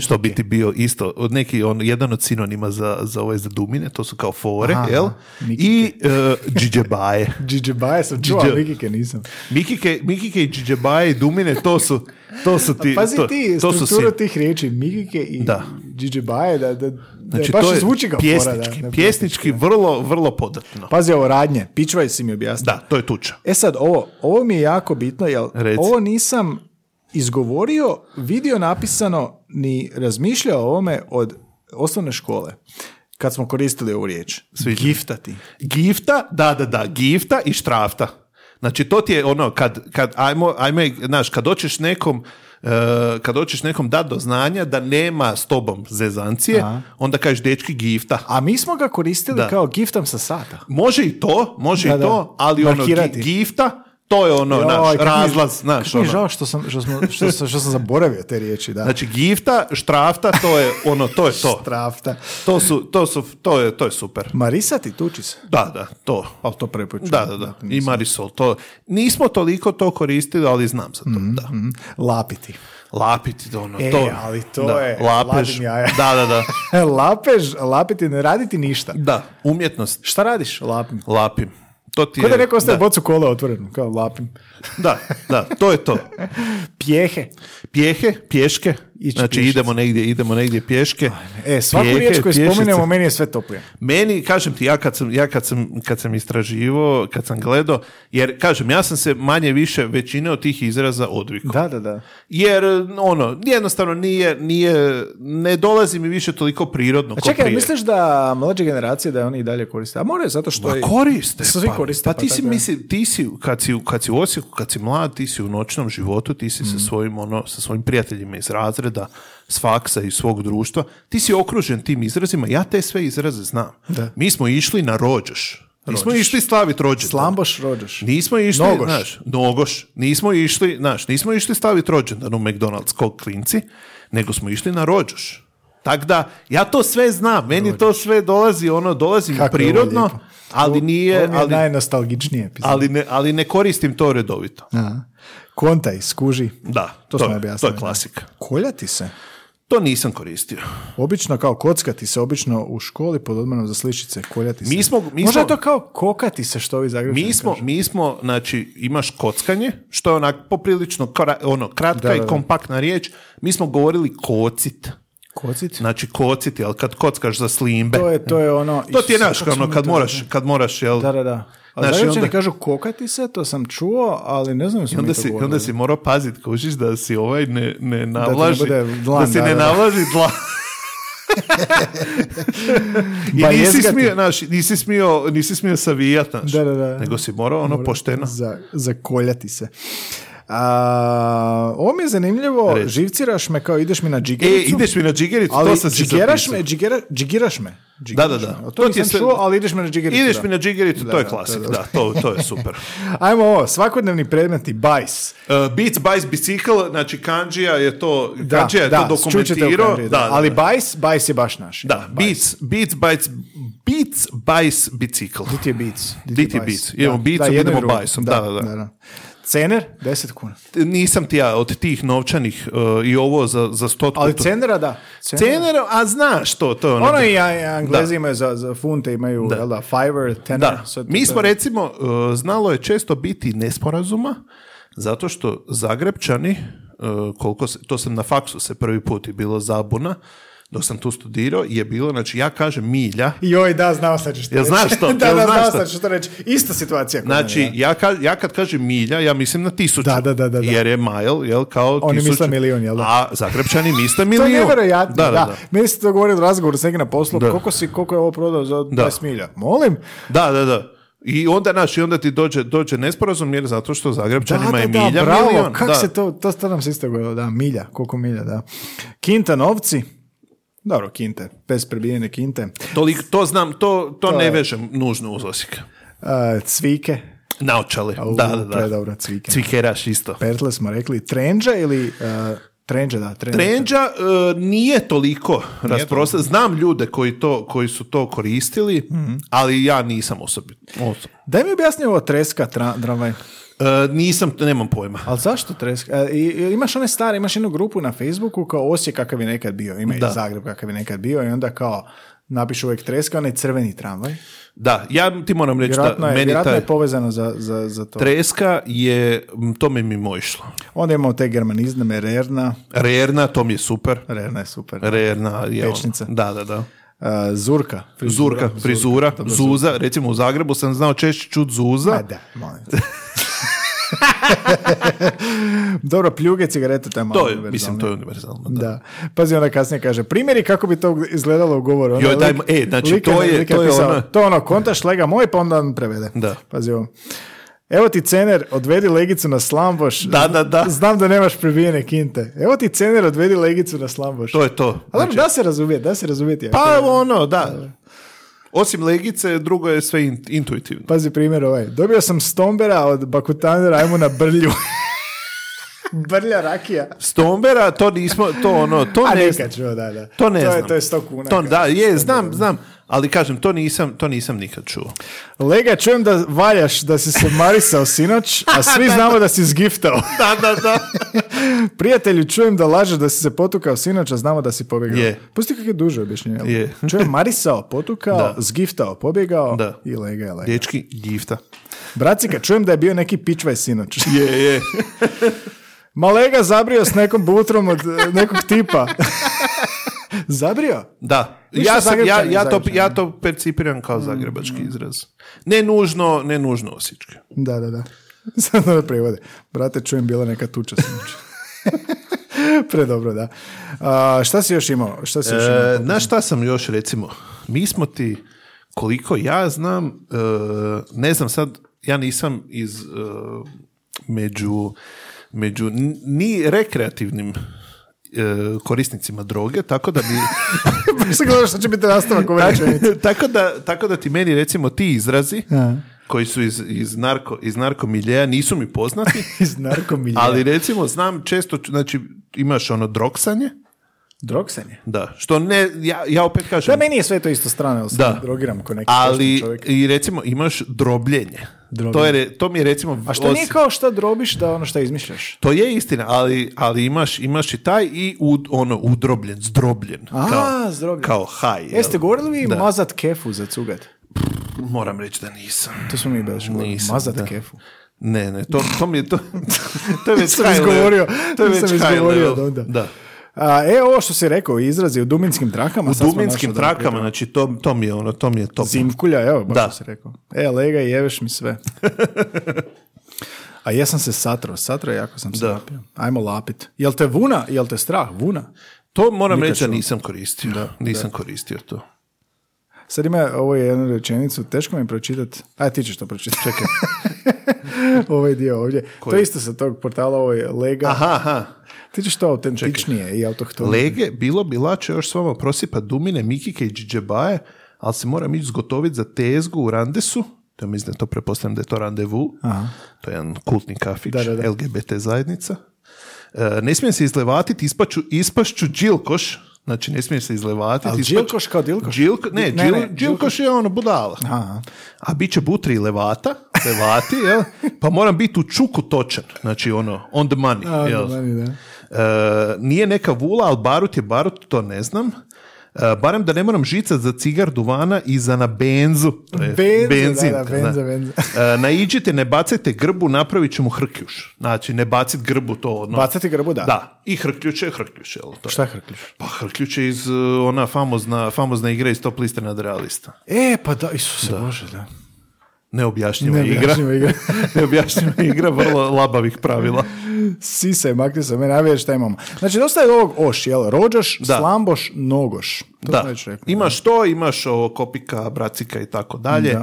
B: što bi ti bio isto, od neki on, jedan od sinonima za, za ove zadumine, to su kao fore,
C: Aha,
B: jel? I e, džiđebaje.
C: Džiđebaje sam čuo, ali
B: Džiđe-
C: Vikike nisam.
B: Mikike, Mikike i Džiđebaje i Dumine, to su, to su ti...
C: Pa Pazi
B: to,
C: ti,
B: to su
C: strukturu
B: sin-
C: tih riječi, Mikike i
B: Da.
C: Džiđebaje, da, da, da
B: Znači,
C: baš
B: to je
C: zvuči kao fora. Da,
B: pjesnički,
C: da. Pa-
B: pjesnički vrlo, vrlo podatno.
C: Pazi ovo radnje, pičvaj si mi objasnio.
B: Da, to je tuča.
C: E sad, ovo, ovo mi je jako bitno, jer
B: Reci.
C: ovo nisam izgovorio, vidio napisano, ni razmišljao o ovome od osnovne škole, kad smo koristili ovu riječ.
B: Sviđa mi se.
C: Giftati.
B: Gifta, da, da, da, gifta i štrafta. Znači, to ti je ono, kad, kad ajmo, ajmo, znaš, kad hoćeš nekom, e, kad hoćeš nekom dat do znanja da nema s tobom zezancije, onda kažeš dečki gifta.
C: A mi smo ga koristili
B: Da.
C: kao giftam sa sata.
B: Može i to, može
C: Da,
B: i
C: da.
B: to, ali ono,
C: Markirati.
B: gi- gifta, to je ono,
C: Joj,
B: naš,
C: kako mi je-
B: razlaz, znaš,
C: kako mi je
B: ono.
C: žao što sam, što, smo, što, sam- što sam zaboravio te riječi, da.
B: Znači, gifta, štrafta, to je ono, to je to.
C: Trafta.
B: To su, to su, to je, to je super.
C: Marisati, tuči se.
B: Da, da, to.
C: Ali to prvi put čujem.
B: Da, da, da. I Marisol, to. Nismo toliko to koristili, ali znam za to, da.
C: Lapiti.
B: Lapiti, ono,
C: Mhm. E,
B: to.
C: ali to
B: da.
C: je
B: Lapež,
C: ladim jaja.
B: da, da, da.
C: Lapež, lapiti, ne raditi ništa.
B: Da, umjetnost.
C: Šta radiš? Lapim.
B: Lapim. To ti je...
C: Ko da rekao ostaje
B: da,
C: bocu kola otvorenu, kao lapim.
B: da, da, to je to.
C: Pjehe.
B: Pjehe, pješke.
C: Ići
B: znači,
C: pješice.
B: idemo negdje, idemo negdje pješke.
C: E, svaku
B: Pjehe,
C: riječ koju
B: pješice.
C: spomenemo, meni je sve toplije.
B: Meni, kažem ti, ja kad sam, ja kad sam, kad sam istraživao, kad sam gledao, jer, kažem, ja sam se manje više većine od tih izraza odvikao.
C: Da, da, da.
B: Jer, ono, jednostavno nije, nije, ne dolazi mi više toliko prirodno.
C: A
B: ko
C: čekaj,
B: prije.
C: misliš da mlađe generacije da oni i dalje koriste? A moraju zato što... je-
B: Pa koriste.
C: Svi
B: pa,
C: koriste.
B: Pa, ti si,
C: tako je.
B: misli, ti si, kad si, kad si u Osijeku, kad si mlad, ti si u noćnom životu, ti
C: Mm.
B: si sa, svojim, ono, sa svojim prijateljima iz razreda, s faksa i svog društva, ti si okružen tim izrazima, ja te sve izraze znam. Mi smo išli na rođoš. Nismo išli slavit rođendan.
C: Slamboš rođoš.
B: Nismo išli,
C: Nogoš.
B: znaš, nogoš. Nismo išli, znaš, nismo išli staviti rođendan u McDonald's kog klinci, nego smo išli na rođoš. Tako da, ja to sve znam, meni to sve dolazi, ono, dolazi mi
C: Kako je ovo
B: prirodno,
C: lijepo.
B: ali nije,
C: Ovo mi je
B: ali,
C: najnostalgičnije epizod.
B: ali, ne, ali ne koristim to redovito.
C: Aha. Kontaj, skuži.
B: Da,
C: To
B: to, je,
C: smo
B: to
C: objasnili,
B: je klasika.
C: Koljati se.
B: To nisam koristio.
C: Obično kao kockati se, obično u školi pod odmanom za sličice, koljati se.
B: Mi smo- mi
C: Možda je
B: smo-
C: to kao kokati se što vi zagrebi.
B: Mi smo, mi smo, znači, imaš kockanje, što je onak poprilično kra- ono, kratka
C: Da, da,
B: i
C: da.
B: kompaktna riječ. Mi smo govorili kocit.
C: Kociti?
B: Znači, kociti, ali kad kockaš za slimbe.
C: To je, to je ono...
B: To ti je
C: Isuse,
B: naš,
C: kako smo
B: ono,
C: mi
B: kad
C: to
B: moraš, kad moraš, jel?
C: Da, da, da. A
B: Znaš, i
C: Zagrepčani
B: onda-
C: kažu kokati se, to sam čuo, ali ne znam
B: I
C: jesmo mi
B: onda
C: to
B: si,
C: govorili.
B: onda si morao pazit, kužiš, da si ovaj ne, ne navlaži,
C: bude
B: da,
C: dlan,
B: si
C: da,
B: ne
C: da, da.
B: navlaži dlan. I
C: Ba,
B: nisi
C: jezga ti.
B: smio, znaš, nisi smio, nisi smio savijat, znaš,
C: Da, da, da.
B: nego si morao ono pošteno.
C: Za, zakoljati se. A, ovo mi je zanimljivo,
B: Reci.
C: živciraš me kao ideš mi na
B: E,
C: džigericu.
B: ideš mi na džigericu,
C: ali
B: to sam si
C: džigeraš
B: zapisao.
C: me, džigera, džigiraš me.
B: Da,
C: Džigiraš
B: da,
C: me.
B: da.
C: O, To,
B: ti je
C: nisam
B: sve-
C: čuo, ali ideš mi na džigericu.
B: Ideš
C: da.
B: mi na džigericu,
C: Da,
B: to je
C: da,
B: klasik,
C: to
B: da,
C: je-
B: to, to je super. E,
C: Ajmo ovo, svakodnevni predmeti, bajs.
B: Uh, Beats by Bicycle, znači Kanđija je to,
C: Da,
B: Kanđija je
C: da,
B: to
C: čućete u
B: dokumentirao.
C: kameru,
B: Da, da,
C: ali
B: da.
C: bajs, bajs je baš naš.
B: Da, Beats, Beats, Bites, Beats, Bites, Bicikl.
C: Dit je beats.
B: Dit je Beats. Idemo Beatsom,
C: jedno i
B: idemo
C: drugo.
B: Bajsom, da, da, da.
C: Cener, 10 kuna.
B: Nisam ti ja od tih novčanih uh, i ovo za, za stotku.
C: Ali
B: Pa to-
C: cenera, da.
B: Cener, a znaš to, to je ono.
C: Ono i a- Anglezi
B: Da.
C: imaju za, za funte, imaju da. da, fiver, tenor.
B: Da,
C: sve to-
B: mi
C: E, to-
B: smo recimo, uh, znalo je često biti nesporazuma, zato e, što Zagrebčani, uh, koliko se, to sam na faksu se prvi put i bilo zabuna, dok sam tu studirao je bilo, znači ja kažem milja,
C: Joj, da, znao sam što
B: Jel znaš to?
C: da,
B: Jel
C: da,
B: znaš
C: znao
B: to?
C: sam što reći. Ista situacija. kod
B: Znači,
C: mene,
B: ja, ka- ja kad kažem milja, ja mislim na tisuću.
C: Da, da, da, da, da.
B: Jer je mile, jel, kao
C: Oni
B: tisuću.
C: misle milion, jel da?
B: A Zagrebčani misle
C: da. To
B: milijun.
C: je nevjerojatno,
B: Da, da, da.
C: Meni se to govori u razgovoru s nekim na poslu,
B: Da.
C: koliko, si, koliko je ovo prodao za 20 milja? Molim?
B: Da, da, da. I onda, naš, i onda ti dođe, dođe nesporazum, jer zato što Zagrebčanima je milja
C: bravo,
B: milion.
C: kak
B: da.
C: se to, to, to nam se isto govorilo, da, milja, koliko milja, da. Kinta novci, dobro, kinte, bez prebijene kinte,
B: Toliko- to znam, to, to, ne
C: je-
B: vežem nužno uz Osijek.
C: A, E, cvike,
B: Naočale,
C: U,
B: da, da, da.
C: predobro, cvike.
B: Cvikeraš isto.
C: pertle smo rekli, trenđa ili, a, trenđa, da, trenđa.
B: Trenđa e, nije toliko rasprosta. Znam ljude koji, to, koji su to koristili,
C: Mhm.
B: ali ja nisam osobit. osobno.
C: Daj mi objasni ovo treska tra- tramvaj.
B: E, nisam, nemam pojma.
C: Ali zašto treska? E, i- i imaš one stare, imaš jednu grupu na Facebooku kao Osijek kakav je nekad bio, ima i Zagreb kakav je nekad bio i onda kao napišu uvijek treska, onaj crveni tramvaj.
B: Da, ja ti moram reći
C: Vjerojatno
B: da
C: je,
B: meni
C: vjerojatno
B: taj
C: je povezano za, za, za to.
B: treska je, m, to mi je mimo išlo.
C: Onda imamo te germanizme, rerna,
B: Rerna, to mi je super.
C: rerna je super.
B: Rerna je ono-
C: Pečnica.
B: Da, da, da.
C: E, zurka.
B: Zurka, frizura, Zuza, recimo u Zagrebu sam znao češće čut Zuza.
C: A E, da, molim te. Dobro, pljuge, cigarete, to je malo
B: to je,
C: univerzalno.
B: mislim, to je univerzalno. Da.
C: Da. Pazi, onda kasnije kaže, primjeri kako bi to izgledalo u govoru. Onda
B: Joj, daj,
C: lik-
B: e, znači,
C: lik
B: to je-
C: lik
B: to je
C: pisao,
B: ono-
C: To ono, kontaš lega moj, pa onda on prevede.
B: Da.
C: Pazi ovo. Evo ti cener, odvedi legicu na slamboš.
B: Da, da, da.
C: Znam da nemaš prebijene kinte. Evo ti cener, odvedi legicu na slamboš.
B: To je to. Znači,
C: Ali dobro, da se razumijeti, da se razumijeti. jako.
B: Pa evo ono, da. Osim legice, drugo je sve in- intuitivno.
C: Pazi primjer ovaj. Dobio sam stombera od bakutanera, ajmo na brlju. Brlja rakija.
B: Stombera, to nismo, to ono, to
C: A
B: ne
C: nekad ću, da, da.
B: To ne
C: to
B: znam.
C: Je, to je 100 kuna.
B: To, da, je, znam, znam. Ali kažem, to nisam, to nisam nikad čuo.
C: Lega, čujem da valjaš, da si se marisao sinoć, a svi znamo da si zgiftao.
B: Da, da, da.
C: Prijatelju, čujem da lažeš da si se potukao sinoć, a znamo da si pobjegao.
B: Je.
C: Pusti kak je duže objašnjenje. jel?
B: Je.
C: Čujem marisao, potukao,
B: Da.
C: zgiftao, pobjegao
B: Da.
C: i lega je lega.
B: Dječki gifta.
C: Bracika, čujem da je bio neki pičvaj sinoć.
B: Je, je.
C: Ma lega zabrio s nekom butrom od eh, nekog tipa. zabrio?
B: Da.
C: Ništa
B: Ja, sam, ja,
C: Zagrepčani,
B: ja, to,
C: Zagrepčani. Mm,
B: ja to percipiram kao zagrebački izraz. Ne nužno, ne nužno osječki.
C: Da, da, da. Sad da prevode. Brate, čujem, bila neka tuča sinoć. Predobro, da. A, šta si još imao? Šta si još imao?
B: E, Znaš šta sam još recimo? Mi smo ti, koliko ja znam, e, ne znam sad, ja nisam iz e, među, među n- ni rekreativnim e, korisnicima droge, tako da mi...
C: Sad gledaš što će biti nastavak ove rečenice.
B: tako, da, tako da ti meni recimo ti izrazi koji su iz, iz, narko, iz narkomiljeja nisu mi poznati,
C: Iz narkomilja.
B: ali recimo znam često, ću- znači imaš ono droksanje,
C: Droksanje.
B: da, što ne, ja, ja opet kažem,
C: Da, meni je sve to isto strano, jer se
B: Da.
C: drogiram ko neki pošten
B: ali
C: čovjek.
B: i recimo imaš drobljenje.
C: Drobljenje.
B: To, je, re- to mi je recimo...
C: A što
B: os-
C: nije kao šta drobiš da ono šta izmišljaš?
B: To je istina, ali, ali imaš, imaš i taj i ud, ono, udrobljen, zdrobljen.
C: A,
B: kao,
C: zdrobljen.
B: Kao haj. jel?
C: Jeste govorili vi mazat kefu za cugat?
B: Moram reći da nisam.
C: To smo mi baš govorili.
B: Nisam,
C: Mazat
B: da.
C: kefu.
B: Ne, ne, to, to mi je to... to je već
C: Sam
B: high level.
C: izgovorio,
B: To je
C: sam
B: već high
C: izgovorio
B: level.
C: od onda.
B: Da.
C: A, e, ovo što si rekao, izrazi u duminskim trakama.
B: U
C: sad smo
B: duminskim
C: našli da-
B: trakama, znači to, to mi je ono, to mi je top.
C: Zimkulja, evo, baš
B: Da.
C: što si rekao. E, lega, jeveš mi sve. A ja sam se satro, satro jako sam se
B: Da.
C: napio. Ajmo lapit. Jel te vuna, jel te strah, vuna?
B: To moram reći da nisam koristio. nisam koristio to.
C: Sad ima ovo je jednu rečenicu, teško mi je pročitati. A ti ćeš to pročitati. Čekaj. ovaj dio ovdje. To je isto sa tog portala, ovo je lega.
B: Aha, aha.
C: Ti ćeš to autentičnije i autohtono.
B: Lege, bilo bi lače još s vama prosipat Dumine, Mikike i Điđebaje, ali se moram ići zgotovit za tezgu u Randesu. To mislim da je to prepostavljam da je to randevu. To je jedan kultni kafić,
C: Da, da, da.
B: LGBT zajednica. E, ne smijem se izlevatiti, ispaću, ispašću Đilkoš. Znači, ne smijem se izlevatiti.
C: Ali
B: ispaću-
C: Đilkoš kao Dilkoš?
B: Đilko- ne,
C: Di- ne,
B: Đil-
C: ne,
B: Đilkoš je ono budala. A bit će butri i levata, levati, jel? Pa moram biti u čuku točan. Znači, ono, on the money.
C: A,
B: jel?
C: meni, da.
B: E, nije neka vula, ali barut je barut, to ne znam. E, barem da ne moram žicat za cigar duvana i za na benzu. To je
D: Benza, da,
B: benzinka,
D: da, benza,
B: da.
D: benza.
B: E, naiđite, ne bacajte grbu, napravit ćemo hrkljuš. Znači, ne bacit grbu to ono.
C: Bacati grbu, da.
B: Da, i hrključ je hrključ, jel? To je-
C: Šta hrkljuš?
B: Pa hrključ je iz uh, ona famozna, famozna igra iz top liste nadrealista.
C: E, pa da, Isuse Bože, da.
B: Neobjašnjiva,
D: Neobjašnjiva
B: igra.
D: igra.
B: Neobjašnjiva igra, vrlo labavih pravila.
C: Sise, makni se, meni, a vidjeti šta imamo. Znači, dosta je ovog oš, jel? Rođoš,
B: Da.
C: slamboš, nogoš. To
B: da,
C: sam već rekao.
B: imaš to, imaš ovo, kopika, bracika i tako dalje.
C: Da.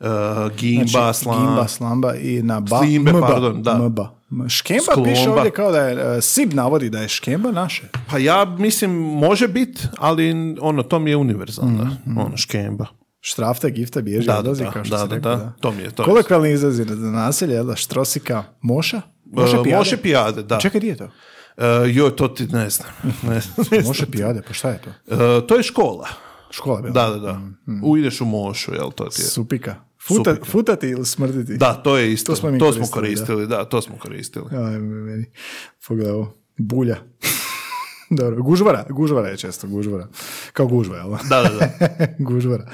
B: Uh, gimba,
C: Znači,
B: slan-
C: Gimba, slamba i na ba.
B: Slimbe,
C: mba,
B: pardon, da.
C: mba. M- Škemba piše
B: Sklomba.
C: ovdje kao da je, e, Sib navodi da je škemba naše.
B: Pa ja mislim, može bit, ali ono, to mi je univerzalno.
C: Mhm,
B: Ono, škemba.
C: Štrafta, gifta, bježi,
B: Da, da,
C: odlazi,
B: da,
C: kao što
B: da,
C: si
B: da, da.
C: rekao, da,
B: To mi je, to mi je.
C: Kolokvijalni izrazi za naselje, jel da, štrosika, moša? Moša
B: E,
C: pijade?
B: Moše pijade, da.
C: Čekaj, di je to?
B: E, joj, to ti ne znam.
C: Mhm.
B: Ne znam.
C: Moša pijade, pa šta je to?
B: E, to je škola.
C: Škola je bila.
B: Da, da, da.
C: mhm.
B: Uideš u mošu, jel, to ti je.
C: Supika. Futa,
B: Supika.
C: Futati ili smrditi?
B: Da, to je isto. To
C: To
B: smo,
C: smo
B: koristili,
C: mi koristili,
B: da. to smo koristili.
C: Aj, meni. Pogledaj ovo. Bulja. Dobro, gužvara, gužvara je često, gužvara. Kao gužva, jel?
B: Da, da, da.
C: gužvara.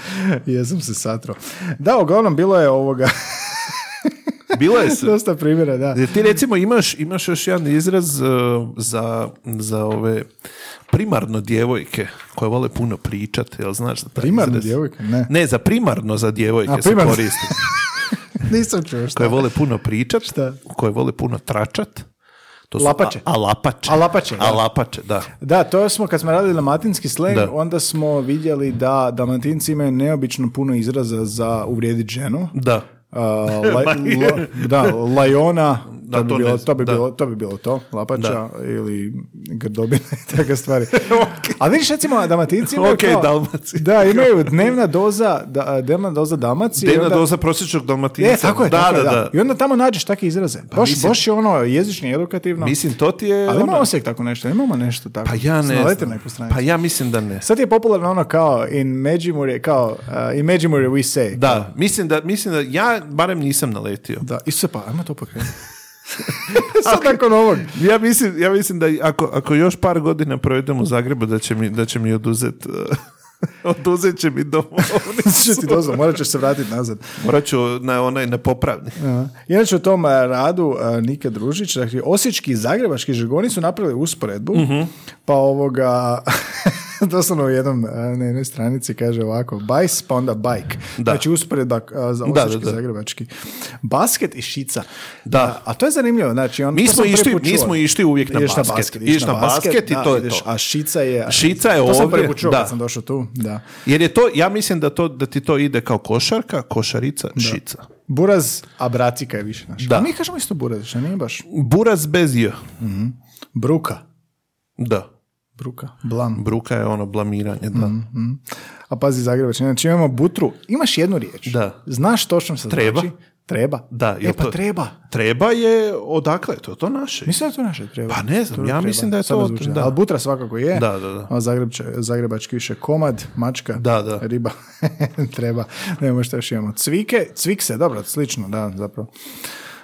C: Jesam se satro. Da, uglavnom bilo je ovoga,
B: Bilo je se.
C: dosta primjera, da.
B: Jer ti recimo imaš, imaš još jedan izraz e, za, za ove primarno djevojke koje vole puno pričati, jel znaš za taj
C: Primarno
B: izraz?
C: djevojke? Ne.
B: Ne, za primarno za djevojke
C: A,
B: se
C: primarno.
B: koristi.
C: Nisam čuo šta.
B: Koje vole puno pričat,
C: Šta?
B: koje vole puno tračat. To
C: Lapače.
B: A, a lapače.
C: A lapače, da.
B: A lapače, da.
C: Da, to smo, kad smo radili dalmatinski sleng,
B: Da.
C: onda smo vidjeli da dalmatinci imaju neobično puno izraza za uvrijediti ženu.
B: Da.
C: Uh, la- la- da, lajona,
B: Da,
C: to, bi
B: to ne
C: bilo, to,
B: znam,
C: bi
B: da.
C: bilo, to bi bilo to, lapača
B: Da.
C: ili grdobina i takve stvari. Ali vidiš recimo dalmatinci imaju
B: Ok,
C: kao-
B: Dalmaci.
C: Da, imaju dnevna doza, da, dnevna doza Dalmacije. i
B: Dnevna
C: onda-
B: doza prosječnog dalmatinca.
C: E, tako je,
B: da,
C: tako
B: da,
C: je, da.
B: da. Pa
C: I onda tamo nađeš takve izraze. Baš,
B: mislim-
C: baš je ono jezični, edukativno.
B: Mislim, to ti je...
C: Ali
B: ono-
C: imamo osijek tako nešto, imamo nešto tako.
B: Pa ja ne
C: Snalete
B: znam.
C: neku stranicu.
B: Pa ja mislim da ne.
C: Sad je popularno ono kao in Međimurje, kao uh, in Međimurje we say.
B: Da, mislim da, mislim da ja barem nisam naletio.
C: Da, Isuse, pa ajmo to pokrenuti. Sad nakon ovog.
B: Ja mislim, ja mislim da ako, ako još par godina provedem u Zagrebu da će mi, da će mi oduzet eh, oduzet će mi
C: Što ti
B: domovnicu.
C: dozvo, morat ćeš se vratiti nazad.
B: Morat ću na onaj na popravni.
C: Aha. Inače u tom eh, radu eh, Nika Družić, dakle, osječki i zagrebački žargoni su napravili usporedbu,
B: Mhm.
C: pa ovoga, doslovno u jednom, eh, na jednoj stranici kaže ovako, bajs pa onda bajk. Znači usporedba eh, za
B: da,
C: osječki i
B: da.
C: zagrebački. Basket i šica.
B: Da.
C: A, a to je zanimljivo, znači on,
B: Mi
C: to
B: smo
C: sam prvi
B: išli-
C: put
B: mi
C: čuo.
B: smo išli uvijek na
C: Ideš
B: basket. Ideš na basket i
C: da,
B: to je
C: ideš,
B: to.
C: A šica je...
B: Šica je
C: to sam prvi
B: ovdje,
C: put čuo
B: da.
C: kad sam došao tu, da.
B: Jer je to, ja mislim da, to, da ti to ide kao košarka, košarica, šica.
C: Buraz, a bracika je više naš.
B: Da.
C: A mi kažemo isto buraz, što nije baš.
B: Buraz bez j.
C: Bruka.
B: Da.
C: Bruka. Blam.
B: Bruka je ono blamiranje, da.
C: Mhm. A pazi Zagrebački, znači imamo butru, imaš jednu riječ.
B: Da.
C: Znaš točno što
B: Treba.
C: znači. Treba.
B: Da, jel
C: e, pa
B: to-
C: treba.
B: Treba je, odakle je to? To naše.
C: Mislim da je to naše treba.
B: Pa ne znam, ja mislim da je
C: Sad
B: to-
C: me zvuči,
B: da.
C: Ali butra svakako je.
B: Da, da, da.
C: A Zagrebče- zagrebački više komad, mačka,
B: Da, da.
C: riba. treba. Ne možda još imamo. Cvike, cvikse, dobro, slično, da, zapravo.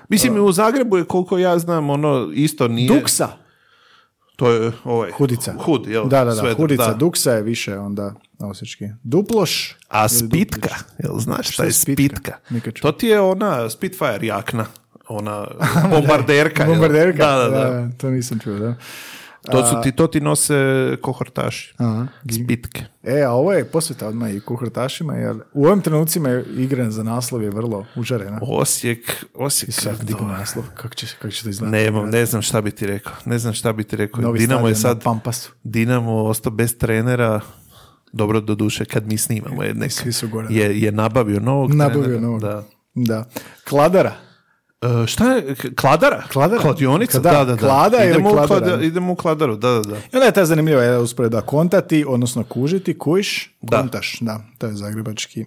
B: Mislim, i u Zagrebu je, koliko ja znam, ono isto nije...
C: Duksa.
B: To je ovaj...
C: Hudica.
B: Hud, jel?
C: Da, da, da.
B: Sweater,
C: Hudica,
B: da.
C: duksa je više onda osječki. Duploš.
B: A
C: ili
B: spitka,
C: duplić.
B: jel znaš šta
C: je
B: je
C: spitka?
B: spitka?
C: Nikad čuo.
B: To ti je ona Spitfire jakna, ona bombarderka. jel?
C: Bombarderka?
B: Da, da, da.
C: To nisam čuo, da.
B: To, su ti, to ti nose kohortaši.
C: Aha.
B: Spitke.
C: E, a ovo je posveta odmah i kuhrtašima, jer u ovim trenucima je igran za naslov je vrlo užarena.
B: Osijek, Osijek.
C: Sad
B: to-
C: dignu naslov, kako će, kako će to izgledati?
B: Nemam, ne znam šta bi ti rekao. Ne znam šta bi ti rekao.
C: Novi
B: Dinamo je
C: stadion na
B: sad...
C: Pampasu.
B: Dinamo ostao bez trenera. Dobro, do duše, kad mi snimamo je nek-
C: Svi su gore.
B: Je, je nabavio novog
C: Nabavio
B: trenera,
C: novog.
B: Da.
C: Da. Kladara.
B: E, šta je? K- Kladara?
C: Kladara.
B: Kladionica?
C: Kada?
B: Da, da, da.
C: Klada ili
B: idemo, u
C: kladara?
B: klada- idemo u kladaru, da, da, da.
C: I onda je ta zanimljiva jedna usporedba kontati, odnosno kužiti, kujiš,
B: Da.
C: kontaš, da, to je zagrebački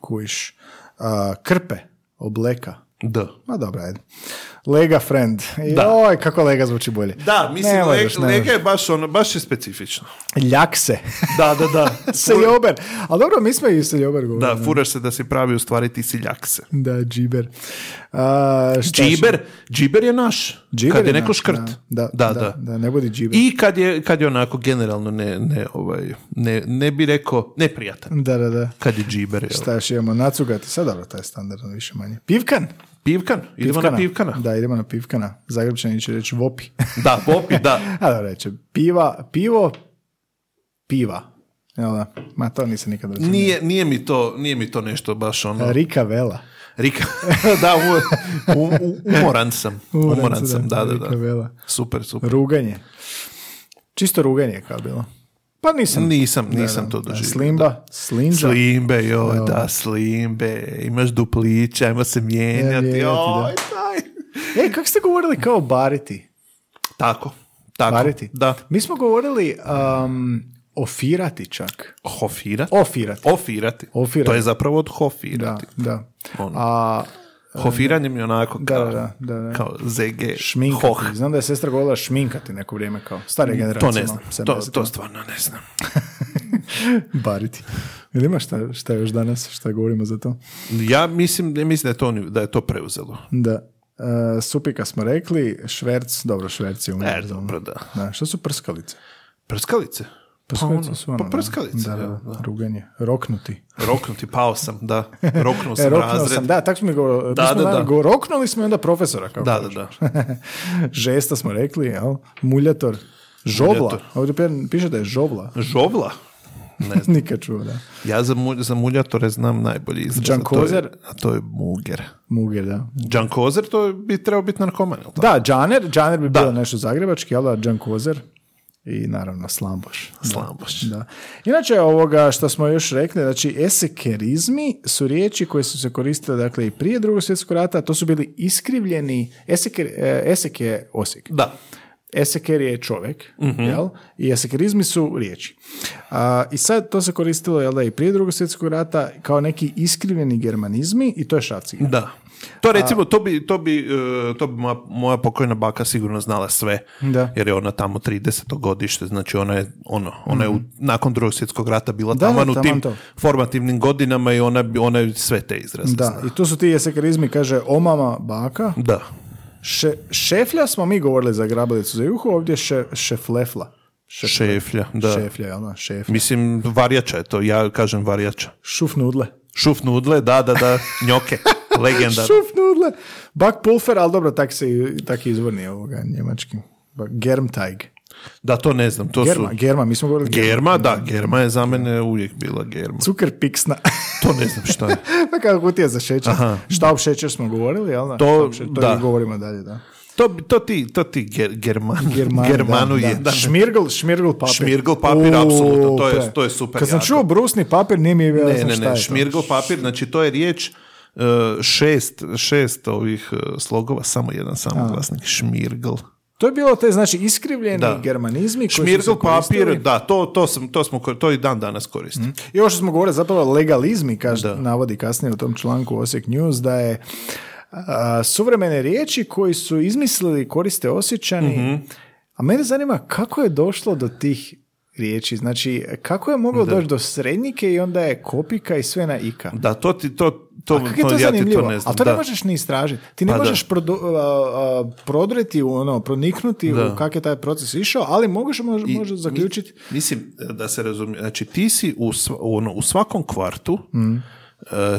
C: kujiš. A, krpe, obleka,
B: D.
C: Ma dobro, ajde. Lega friend.
B: Da.
C: Joj, kako lega zvuči bolje.
B: Da, mislim,
C: Ne
B: leg-
C: možeš, ne
B: lega
C: možeš.
B: je baš, ono, baš je specifično.
C: Ljakse.
B: Da, da, da.
C: Seljober. Ali dobro, mi smo i seljober govorili.
B: Da, furaš se da si pravi u stvari ti si ljakse.
C: Da, džiber. A, šta još?
B: Džiber, džiber je naš.
C: Džiber
B: kad je
C: je
B: neko
C: naš,
B: škrt.
C: da, da, da, da, ne budi džiber.
B: I kad je, kad je onako generalno ne, ne, ovaj, ne, ne bi rekao neprijatan.
C: Da, da, da.
B: Kad je džiber. Jel?
C: Šta još imamo? Nacugati. Sad dobro, taj je standardno više manje. Pivkan.
B: Pivkan? Idemo na pivkana.
C: Da, idemo na pivkana. Zagrebčani će reći vopi.
B: Da, popi, da.
C: A da reći, piva, pivo, piva. Jel da? Ma to nisam nikad razumio.
B: Nije, nije, mi to, nije mi to nešto baš ono...
C: Rika Vela.
B: Rika. da, u- u- u- umoran sam.
C: Umoran
B: Umoran
C: si,
B: sam, da, da,
C: Rika
B: da.
C: Vela.
B: Super, super.
C: Ruganje. Čisto ruganje je kao bilo. Pa nisam.
B: Nisam, nisam to
C: Da,
B: doživio.
C: Slimba, slinđa.
B: Slimbe, joj, da, slimbe. Imaš duplića, ajmo se mijenjati.
C: mijenjati, da.
B: Joj, daj.
C: E, kako ste govorili kao bariti?
B: Tako, tako.
C: Bariti?
B: Da.
C: Mi smo govorili um, ofirati čak.
B: Hofirati.
C: Ofirati.
B: Ofirati.
C: Ofirati.
B: To je zapravo od
C: Da,
B: hofirati.
C: da.
B: Ono.
C: A e,
B: Hofiranje mi je onako kao,
C: da, da, da.
B: kao ZG.
C: šminkati.
B: Hoh.
C: Znam da je sestra govorila šminkati neko vrijeme kao. Stare
B: To
C: generacije.
B: ne
C: malo,
B: znam. To,
C: 70-ima.
B: to stvarno ne znam.
C: Bariti. Ili ima šta, šta još danas, šta govorimo za to?
B: Ja mislim, ja mislim da, je to, oni- da je to preuzelo.
C: Da. E, supika smo rekli, šverc, dobro, šverc je
B: E,
C: univerzalno.
B: dobro, da.
C: Da, šta su prskalice?
B: Prskalice.
C: Prskalice
B: ono,
C: su ono.
B: pa prskalice,
C: Da, da,
B: evo,
C: ruganje. Roknuti.
B: Roknuti, pao sam, da. Roknuo sam
C: E, roknuo
B: razred.
C: sam, da, tako smo mi govorili.
B: Da,
C: mi smo
B: da,
C: znali,
B: da.
C: go- Roknuli smo i onda profesora. Kao
B: Da, da, da.
C: Žesta smo rekli, jel? Muljator. Žobla.
B: Muljator.
C: Ovdje pe- piše da je žobla.
B: Žovla? Ne znam.
C: Nikad čuo, da.
B: Ja za, mulj, za muljatore znam najbolji izraz. a to je-
C: Đankozer?
B: A to je muger.
C: Muger, da.
B: Đankozer to bi trebao biti narkoman, jel tako?
C: Da, džaner. Džaner bi
B: Da.
C: bio nešto zagrebački, jel da, džankozer. I naravno, slamboš.
B: Slamboš.
C: Da. Inače, ovoga što smo još rekli, znači esekerizmi su riječi koje su se koristile dakle, i prije drugog svjetskog rata, to su bili iskrivljeni, eseker, e, esek je osjek.
B: Da.
C: Eseker je čovjek,
B: Mhm.
C: jel? I esekerizmi su riječi. A, I sad to se koristilo, jel da, i prije drugog svjetskog rata kao neki iskrivljeni germanizmi i to je šafciger.
B: Da. To recimo, to bi, to bi, e, to bi moja, moja pokojna baka sigurno znala sve.
C: Da.
B: Jer je ona tamo 30. godište, znači ona je, ono, ona je u, nakon drugog svjetskog rata bila
C: Mhm. Da,
B: taman
C: da,
B: u
C: taman
B: tim
C: to.
B: formativnim godinama i ona, bi- ona je sve te izraze
C: Da,
B: zna.
C: i tu su ti esekerizmi, kaže omama baka.
B: Da.
C: Še, šeflja smo mi govorili za grabalicu za juhu, ovdje še, šeflefla.
B: Šeflja, da.
C: Šeflja, jel da, šef.
B: Mislim, varjača je to, ja kažem varjača.
C: Šuf nudle.
B: Šuf nudle, da, da, da, njoke, legenda.
C: Šuf nudle. Bak pulfer, ali dobro, tak se i- tak je izvorni ovoga njemački. Bak- Germteig.
B: Da, to ne znam, to
C: Germa,
B: su...
C: germa, mi smo govorili germa.
B: Germa, da, germa je za mene uvijek bila germa.
C: Cuker piksna.
B: To ne znam šta je.
C: pa kako kutija za šećer. Šta šećer smo govorili, jel da?
B: To-
C: Štaub šećer, to
B: da.
C: i govorimo dalje, da.
B: To, bi- to ti, to ti ger, german,
C: German,
B: germanu
C: da,
B: je.
C: da.
B: da.
C: Šmirgl, šmirgl papir.
B: Šmirgl papir,
C: U,
B: apsolutno, to je-
C: pre.
B: to je super
C: Kad sam
B: jako.
C: čuo brusni papir, nije mi je jasno
B: Ne, ne,
C: šta je
B: ne,
C: to.
B: šmirgl papir, znači to je riječ e, šest, šest ovih e, slogova, samo jedan samoglasnik, šmirgl.
C: To je bilo te, znači, iskrivljeni
B: Da.
C: germanizmi koji su
B: Šmirgl
C: se koristili. Mhm.
B: papir, da, to, to, sam, to, smo, ko- to i dan danas koristim.
C: I ovo što smo govorili zapravo legalizmi, kaže, navodi kasnije u tom članku Osijek News, da je a, suvremene riječi koji su izmislili koriste osjećani.
B: Mhm.
C: A mene zanima kako je došlo do tih riječi. Znači, kako je moglo doći do srednjike i onda je kopika i sve na ika.
B: Da, to ti, to, to,
C: A kako je
B: to
C: to
B: ja ti
C: zanimljivo?
B: to ne znam.
C: A to ne
B: da.
C: možeš ni istražiti. Ti ne
B: Pa da.
C: možeš produ, a, a, prodreti u ono, proniknuti u kak je taj proces išao, ali možeš mož- možda zaključiti
B: Mislim, da se razumije, znači ti si u, sv- ono, u svakom kvartu
C: Mm.
B: e,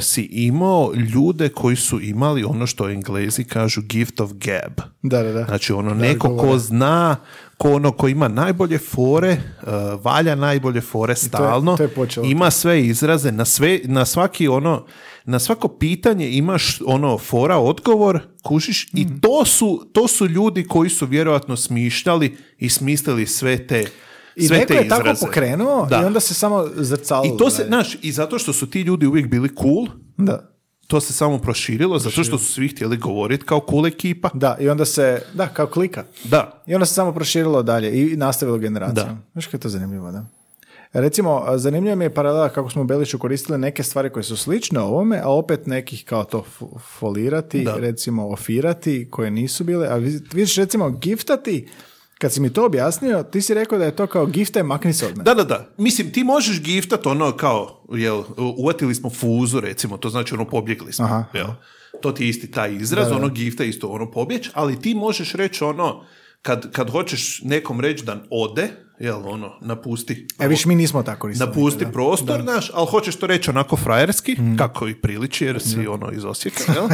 B: si imao ljude koji su imali ono što englezi kažu gift of gab.
C: Da, da, da.
B: Znači ono neko ko zna, ko ono ko ima najbolje fore, e, valja najbolje fore stalno,
C: to je počelo.
B: ima sve izraze, na, sve, na svaki ono, na svako pitanje imaš ono fora odgovor, kužiš,
C: Mhm.
B: i to su, to su ljudi koji su vjerojatno smišljali i smislili sve te
C: I
B: sve
C: neko
B: te
C: je tako
B: izraze.
C: pokrenuo
B: Da.
C: i onda se samo zrcalilo.
B: I to se,
C: dalje.
B: znaš, i zato što su ti ljudi uvijek bili cool,
C: Da.
B: to se samo proširilo, zato što su svi htjeli govoriti kao cool ekipa.
C: Da, i onda se, da, kao klika.
B: Da.
C: I onda se samo proširilo dalje i nastavilo generacijom. Znaš kako je to zanimljivo, da? Recimo, a, zanimljiva mi je paralela kako smo u Belišću koristili neke stvari koje su slične ovome, a opet nekih kao to f- folirati,
B: Da.
C: recimo ofirati, koje nisu bile, a vi- vidiš recimo giftati, kad si mi to objasnio, ti si rekao da je to kao gifte makni se od mene.
B: Da, da, da. Mislim, ti možeš giftat ono kao, jel, uvatili smo fuzu, recimo, to znači ono pobjegli smo,
C: Aha.
B: jel. To ti je isti taj izraz, ono gifta je isto ono pobjeć, ali ti možeš reći ono, kad, kad hoćeš nekom reći da ode, jel, ono, napusti.
C: E, viš, mi nismo tako koristili.
B: Napusti prostor, znaš, ali hoćeš to reći onako frajerski, kako i priliči, jer si ono iz Osijeka, jel?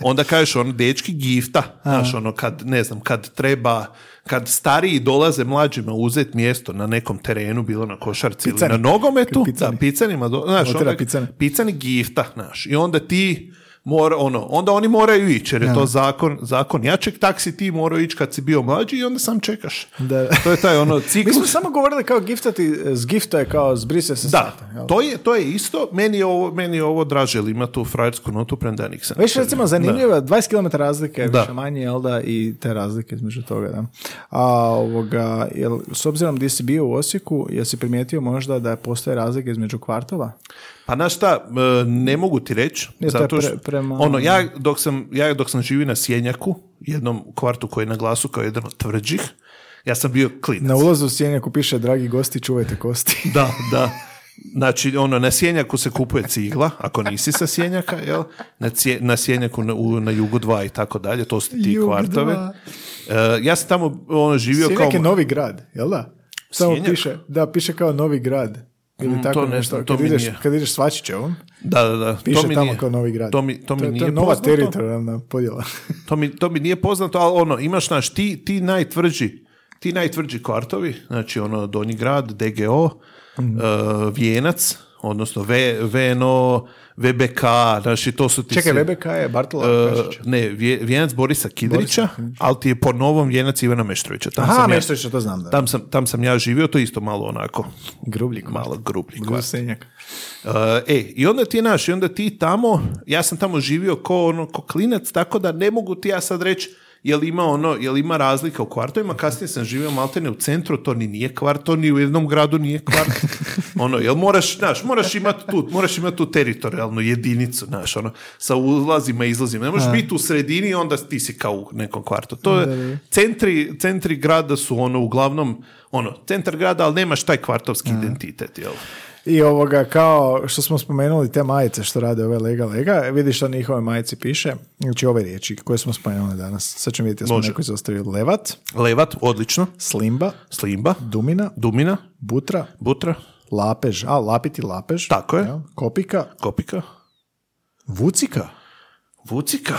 B: Onda kažeš ono, dečki gifta, znaš, ono, kad, ne znam, kad treba, kad stariji dolaze mlađima uzeti mjesto na nekom terenu, bilo na košarci
C: Picani.
B: ili na nogometu,
C: Picani.
B: da, picanima, do- znaš,
C: Otjera
B: onda,
C: picane.
B: picani gifta, znaš, i onda ti, mora, ono, onda oni moraju ići, jer je to zakon, zakon jačeg, tak si ti morao ići kad si bio mlađi i onda sam čekaš.
C: Da.
B: To je taj ono
C: Mi
B: ciklus.
C: smo samo govorili kao giftati, e, s gifta je kao zbrise se
B: Da,
C: sata, jel?
B: to je, to je isto. Meni je ovo, meni je ovo draže, jer ima tu frajersku notu, premda ja nisam.
C: Već recimo zanimljiva, 20 km razlike,
B: Da.
C: više manje, jel da, i te razlike između toga, da. A ovoga, jel, s obzirom gdje si bio u Osijeku, jesi primijetio možda da postoje razlike između kvartova?
B: Pa znaš šta, e, ne mogu ti reći,
C: Nije, to je
B: zato što,
C: pre- premalo.
B: ono, ja dok sam, ja dok sam živio na Sjenjaku, jednom kvartu koji je na glasu kao jedan od tvrđih, ja sam bio klinac.
C: Na ulazu u Sjenjaku piše, dragi gosti, čuvajte kosti.
B: Da, da. Znači, ono, na Sjenjaku se kupuje cigla, ako nisi sa Sjenjaka, jel? Na, cije- na Sjenjaku, na, u- na Jugu 2 i tako dalje, to su ti
C: Jug
B: kvartove.
C: dva.
B: E, ja sam tamo ono, živio
C: Sjenjak
B: kao...
C: je novi grad, jel da? Samo
B: Sjenjak?
C: piše, da, piše kao novi grad. Ili
B: Mm,
C: tako
B: to ne
C: nešto.
B: znam, to
C: kad,
B: mi
C: ideš,
B: nije.
C: kad ideš s Vačićevom,
B: Da, da, da.
C: piše
B: to mi
C: tamo
B: nije-
C: kao novi grad.
B: To mi, to mi
C: je-
B: nije
C: je nova
B: poznato.
C: teritorijalna podjela.
B: To mi, to mi nije poznato, ali ono, imaš, znaš, ti, ti najtvrđi, ti najtvrđi kvartovi, znači ono Donji grad, DGO,
C: Mhm.
B: e, Vijenac, odnosno v, VNO, VBK, znači to su ti
C: Čekaj,
B: svi-
C: VBK je Bartola
B: E,
C: Kašić.
B: ne, Vje- Vijenac Borisa Kidrića, ali ti je po novom Vijenac Ivana Meštrovića. Tam
C: Aha,
B: sam ja-
C: Meštrović, to znam da.
B: tam sam, tam sam ja živio, to je isto malo onako,
C: Grubljik.
B: malo grublji
C: Blizu
B: kvart.
C: Senjaka.
B: Uh, e, i onda ti naš, i onda ti tamo, ja sam tamo živio ko, ono, ko klinac, tako da ne mogu ti ja sad reći jel ima ono, jel ima razlika u kvartovima, kasnije sam živio maltene u centru, to ni nije kvart, to ni u jednom gradu nije kvart. ono, jel moraš, znaš, moraš imati tu, moraš imati tu teritorijalnu jedinicu, znaš, ono, sa ulazima i izlazima. Ne možeš biti u sredini, onda ti si kao u nekom kvartu. To je, centri, centri grada su ono, uglavnom, ono, centar grada, ali nemaš taj kvartovski identitet, jel?
C: I ovoga, kao što smo spomenuli, te majice što rade ove Lega Lega, vidiš što na njihovoj majici piše, znači ove riječi koje smo spomenuli danas. Sad ćemo vidjeti, jesmo
B: Može.
C: neko izostavio Levat,
B: Levat, odlično.
C: Slimba,
B: Slimba,
C: Dumina,
B: Dumina,
C: Butra,
B: Butra,
C: Lapež, a Lapiti Lapež.
B: Tako je.
C: Jel? Kopika,
B: Kopika,
C: Vucika.
B: Vucika.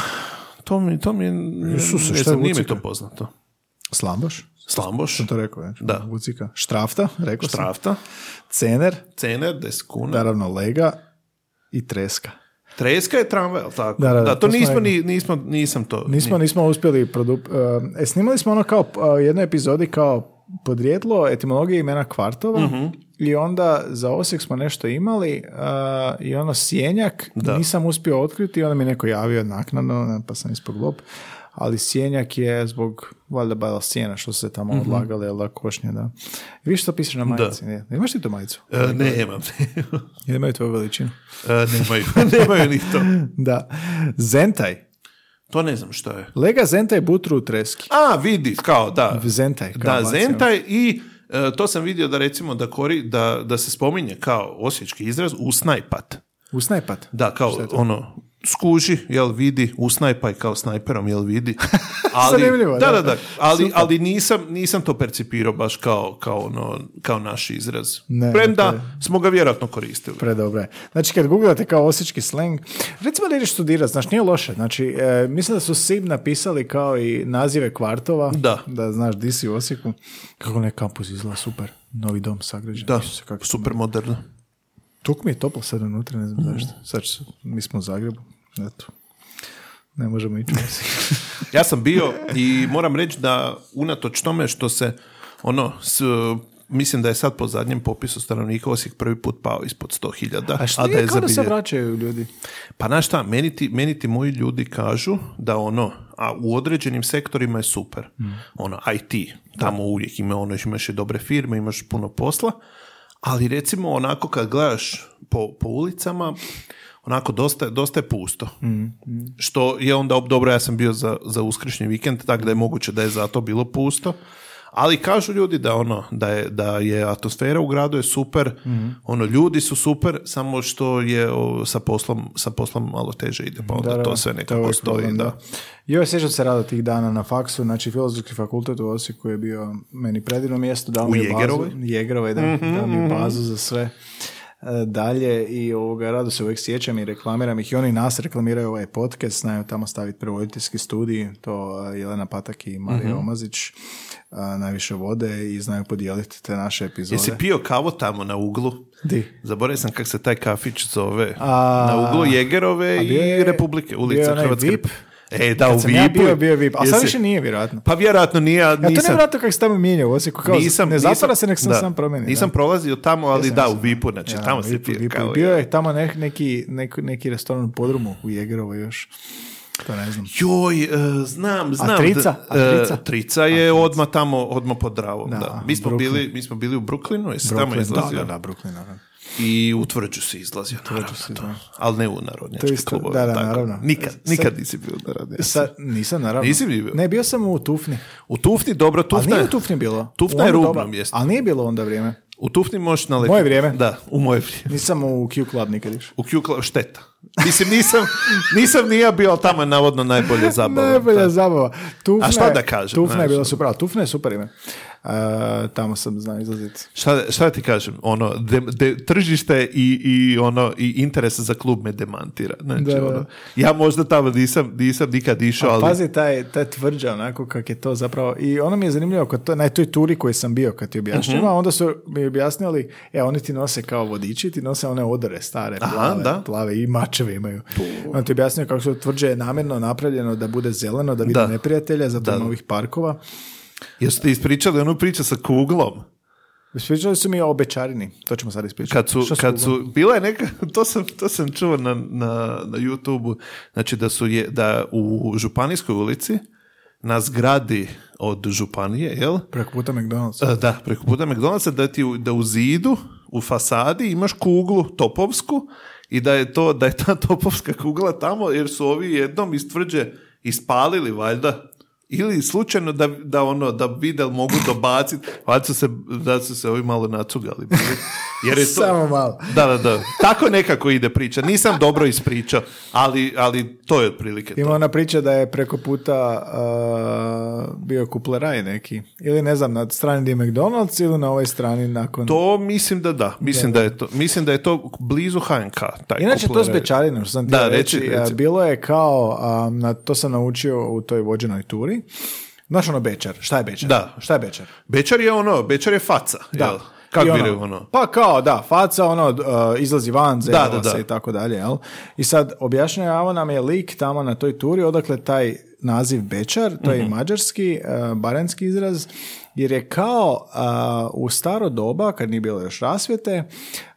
B: To mi, to mi,
C: Isuse,
B: ne
C: šta je
B: znam, nije mi
C: Vucika?
B: to poznato.
C: Slamboš,
B: Slamboš,
C: to rekao, je.
B: Da.
C: Vucika. Štrafta, rekao sam.
B: Trafta,
C: Cener,
B: Cener, 10 kuna.
C: naravno Lega i Treska.
B: Treska je tramvaj, jel tako?
C: Da,
B: to,
C: da, to smo
B: nismo,
C: rekli.
B: ni, nismo, nisam to.
C: Nismo, nismo uspjeli produp... em, E, snimali smo ono kao u jednoj epizodi kao podrijetlo etimologije imena kvartova i onda za Osijek smo nešto imali a, i ono sjenjak nisam uspio otkriti i onda mi je neko javio naknadno ne, pa sam ispod glop. Ali sjenjak je zbog valjda bajla sjena što su se tamo odlagale, jel da, košnje, da. I vidiš što piše na majici, ne? Imaš ti tu majicu?
B: E, ne, nemam.
C: Ili imaju tvoju veličinu?
B: E, nemaju, nemaju ni to.
C: Da. Zentaj.
B: To ne znam što je.
C: Lega Zentaj Butru u Treski.
B: A, vidi, kao, da.
C: Zentaj. kao
B: Da,
C: bacio.
B: Zentaj i e, to sam vidio da recimo da, kori, da, da se spominje kao osječki izraz usnajpat.
C: Usnajpat.
B: Da, kao ono, skuži, jel vidi, usnajpaj kao snajperom, jel vidi. Ali,
C: Zanimljivo,
B: da,
C: da.
B: da, da, ali, ali nisam, nisam to percipirao baš kao, kao, ono, kao naš izraz.
C: Ne,
B: Premda
C: to je-
B: smo ga vjerojatno koristili.
C: Predobro je. Znači, kad googlate kao osječki sleng, recimo da ideš studirati, znaš, nije loše. Znači, e, mislim da su SIB napisali kao i nazive kvartova.
B: Da.
C: znaš di si u Osijeku. Kako ne, kampus izgleda super. Novi dom sagrađen.
B: Da,
C: Isuse, kako-
B: super moderno.
C: Tuk mi je toplo sad unutra, ne znam zašto. Sad, ću- mi smo u Zagrebu. Eto. Ne možemo ići u Osijek.
B: Ja sam bio i moram reći da unatoč tome što se ono, s, mislim da je sad po zadnjem popisu stanovnika Osijek prvi put pao ispod 100.000, a, da je
C: kao da se
B: zabilježen.
C: vraćaju ljudi.
B: Pa znaš šta, meni ti, meni ti moji ljudi kažu da ono, a u određenim sektorima je super. Ono, IT, tamo uvijek ima ono, imaš i dobre firme, imaš puno posla, Ali recimo onako kad gledaš po, po ulicama, onako dosta, dosta je pusto. Što je onda, dobro, ja sam bio za, za uskršnji vikend, tako da je moguće da je zato bilo pusto. Ali kažu ljudi da ono, da je, da je atmosfera u gradu je super,
C: Mhm.
B: ono, ljudi su super, samo što je o, sa poslom, sa poslom malo teže ide, pa onda
C: Da, da,
B: to
C: da,
B: sve
C: je
B: nekako
C: uvijek
B: stoji,
C: problem,
B: da.
C: Joj, sjećam se rada tih dana na faksu, znači Filozofski fakultet u Osijeku je bio meni predivno mjesto, dao
B: U
C: mi je
B: Jegerovoj? Mhm,
C: bazu, Jegerovoj, da, dao mi je bazu za sve e, dalje i ovoga rado se uvijek sjećam i reklamiram ih i oni nas reklamiraju ovaj podcast, znaju tamo staviti prevoditeljski studij, to e, Jelena Patak i Marija
B: Mhm.
C: Omazić a, najviše vode i znaju podijeliti te naše epizode.
B: Jesi pio kavu tamo na uglu?
C: Di?
B: Zaboravio sam kako se taj kafić zove.
C: A-
B: na uglu Jegerove
C: A bio
B: i
C: je-
B: Republike,
C: bio je
B: ulica
C: onaj
B: Hrvatske.
C: VIP?
B: E, da, u
C: Kad sam ja
B: VIP-u je-
C: bio, bio je VIP, a sad
B: Jesi?
C: više nije vjerojatno.
B: Pa vjerojatno nije, ja
C: Ja to
B: nisam...
C: ne vratio kako se tamo mijenja u Osijeku, kao
B: nisam,
C: ne
B: nisam-
C: zatvara se, nek sam
B: da.
C: sam promijeni. da.
B: Nisam prolazio tamo, ali
C: Jesam,
B: da,
C: jesam.
B: u VIP-u, znači
C: Ja,
B: tamo se
C: Vipu,
B: pio
C: Vipu.
B: kavu.
C: Bio je tamo nek- neki, neki, neki restoran u podrumu u Jegerovo još. To ne znam.
B: Joj, e, znam, znam.
C: Trica?
B: da-
C: A Trica?
B: e, trica je odmah tamo, odmah pod dravom. Da,
C: Da,
B: Mi, smo
C: Brooklyn.
B: bili, mi smo bili u Brooklynu, jesi tamo
C: Brooklyn,
B: izlazio?
C: Da, da, da, Brooklyn, naravno.
B: I u tvrđu si izlazio, naravno. to. Ali ne u
C: To
B: narodnjačke
C: isto,
B: klubove.
C: da, da,
B: tako.
C: naravno.
B: Nikad,
C: Sad-
B: nikad nisi bio u narodnjački.
C: Sa, nisam, naravno.
B: Nisi bio?
C: Ne, bio sam u Tufni.
B: U Tufni, dobro,
C: Ali
B: Tufna
C: nije
B: je,
C: u Tufni bilo.
B: Tufna
C: U
B: je
C: ono
B: rubno
C: doba.
B: mjesto.
C: Ali nije bilo onda vrijeme.
B: U Tufni možeš na
C: Moje vrijeme.
B: Da, u moje vrijeme.
C: Nisam u Q Club nikad išao.
B: U Q-Club, šteta. Mislim, nisam, nisam ni ja bio, ali tamo je navodno najbolje zabava.
C: Najbolja
B: Da.
C: zabava. Tufna,
B: A šta
C: je-
B: da kažem,
C: Tufna je
B: znaš,
C: bilo
B: ono.
C: super. a Tufna je super ime. Uh, tamo sam znao izlaziti.
B: Šta, šta ti kažem, ono, de, de- tržište i, i, ono, i interes za klub me demantira. Znači,
C: Da, da.
B: ono, ja možda tamo nisam, nisam nikad išao, ali...
C: Pazi taj, taj tvrđa onako kak je to zapravo i ono mi je zanimljivo kod to, na toj turi koji sam bio kad ti
B: Mhm.
C: objašnjava, onda su mi objasnili e oni ti nose kao vodiči, ti nose one odore stare,
B: Aha,
C: plave,
B: da.
C: plave i mačeve imaju. On ti je objasnio kako su tvrđe je namjerno napravljeno da bude zeleno, da vidi
B: Da.
C: neprijatelja, zato
B: Da.
C: ima ovih parkova.
B: Jesu ti ispričali onu priču sa kuglom?
C: Ispričali su mi o bečarini, to ćemo sad ispričati.
B: Kad su,
C: Što
B: kad
C: kugle?
B: su, bila je neka, to sam, to sam čuo na, na, na youtube znači da su je, da u Županijskoj ulici na zgradi od Županije, jel?
C: Preko puta McDonald's.
B: E, Da, preko puta McDonald'sa da ti u, da u zidu, u fasadi imaš kuglu topovsku i da je to, da je ta topovska kugla tamo jer su ovi jednom iz tvrđe ispalili valjda ili slučajno da, da ono da videl mogu dobaciti, valjda su se da su se ovi malo nacugali. bili. Jer je to,
C: Samo malo.
B: Da, da, da. Tako nekako ide priča. Nisam dobro ispričao, ali, ali to je otprilike to.
C: Ima ona priča da je preko puta uh, bio kupleraj neki. Ili ne znam, na strani gdje je McDonald's ili na ovoj strani nakon...
B: To mislim da da. Mislim da je to, mislim da je to blizu HNK. Taj
C: Inače to s
B: kupler-
C: bečarinom, što sam
B: Da,
C: htio
B: reci,
C: reći,
B: reci.
C: a, bilo je kao, a, na, to sam naučio u toj vođenoj turi. Znaš ono bečar, šta je bečar?
B: Da.
C: Šta je bečar?
B: Bečar je ono, Bečar je faca. Jel? Kako
C: I
B: bi rekao ono?
C: Pa kao, da, faca, ono, d- uh, izlazi van, zezala
B: da, da.
C: se i tako dalje, jel? I sad, objašnjava nam je lik tamo na toj turi, odakle taj naziv Bečar, to
B: Mhm.
C: je mađarski, uh, barenski izraz, jer je kao uh, u staro doba, kad nije bilo još rasvjete,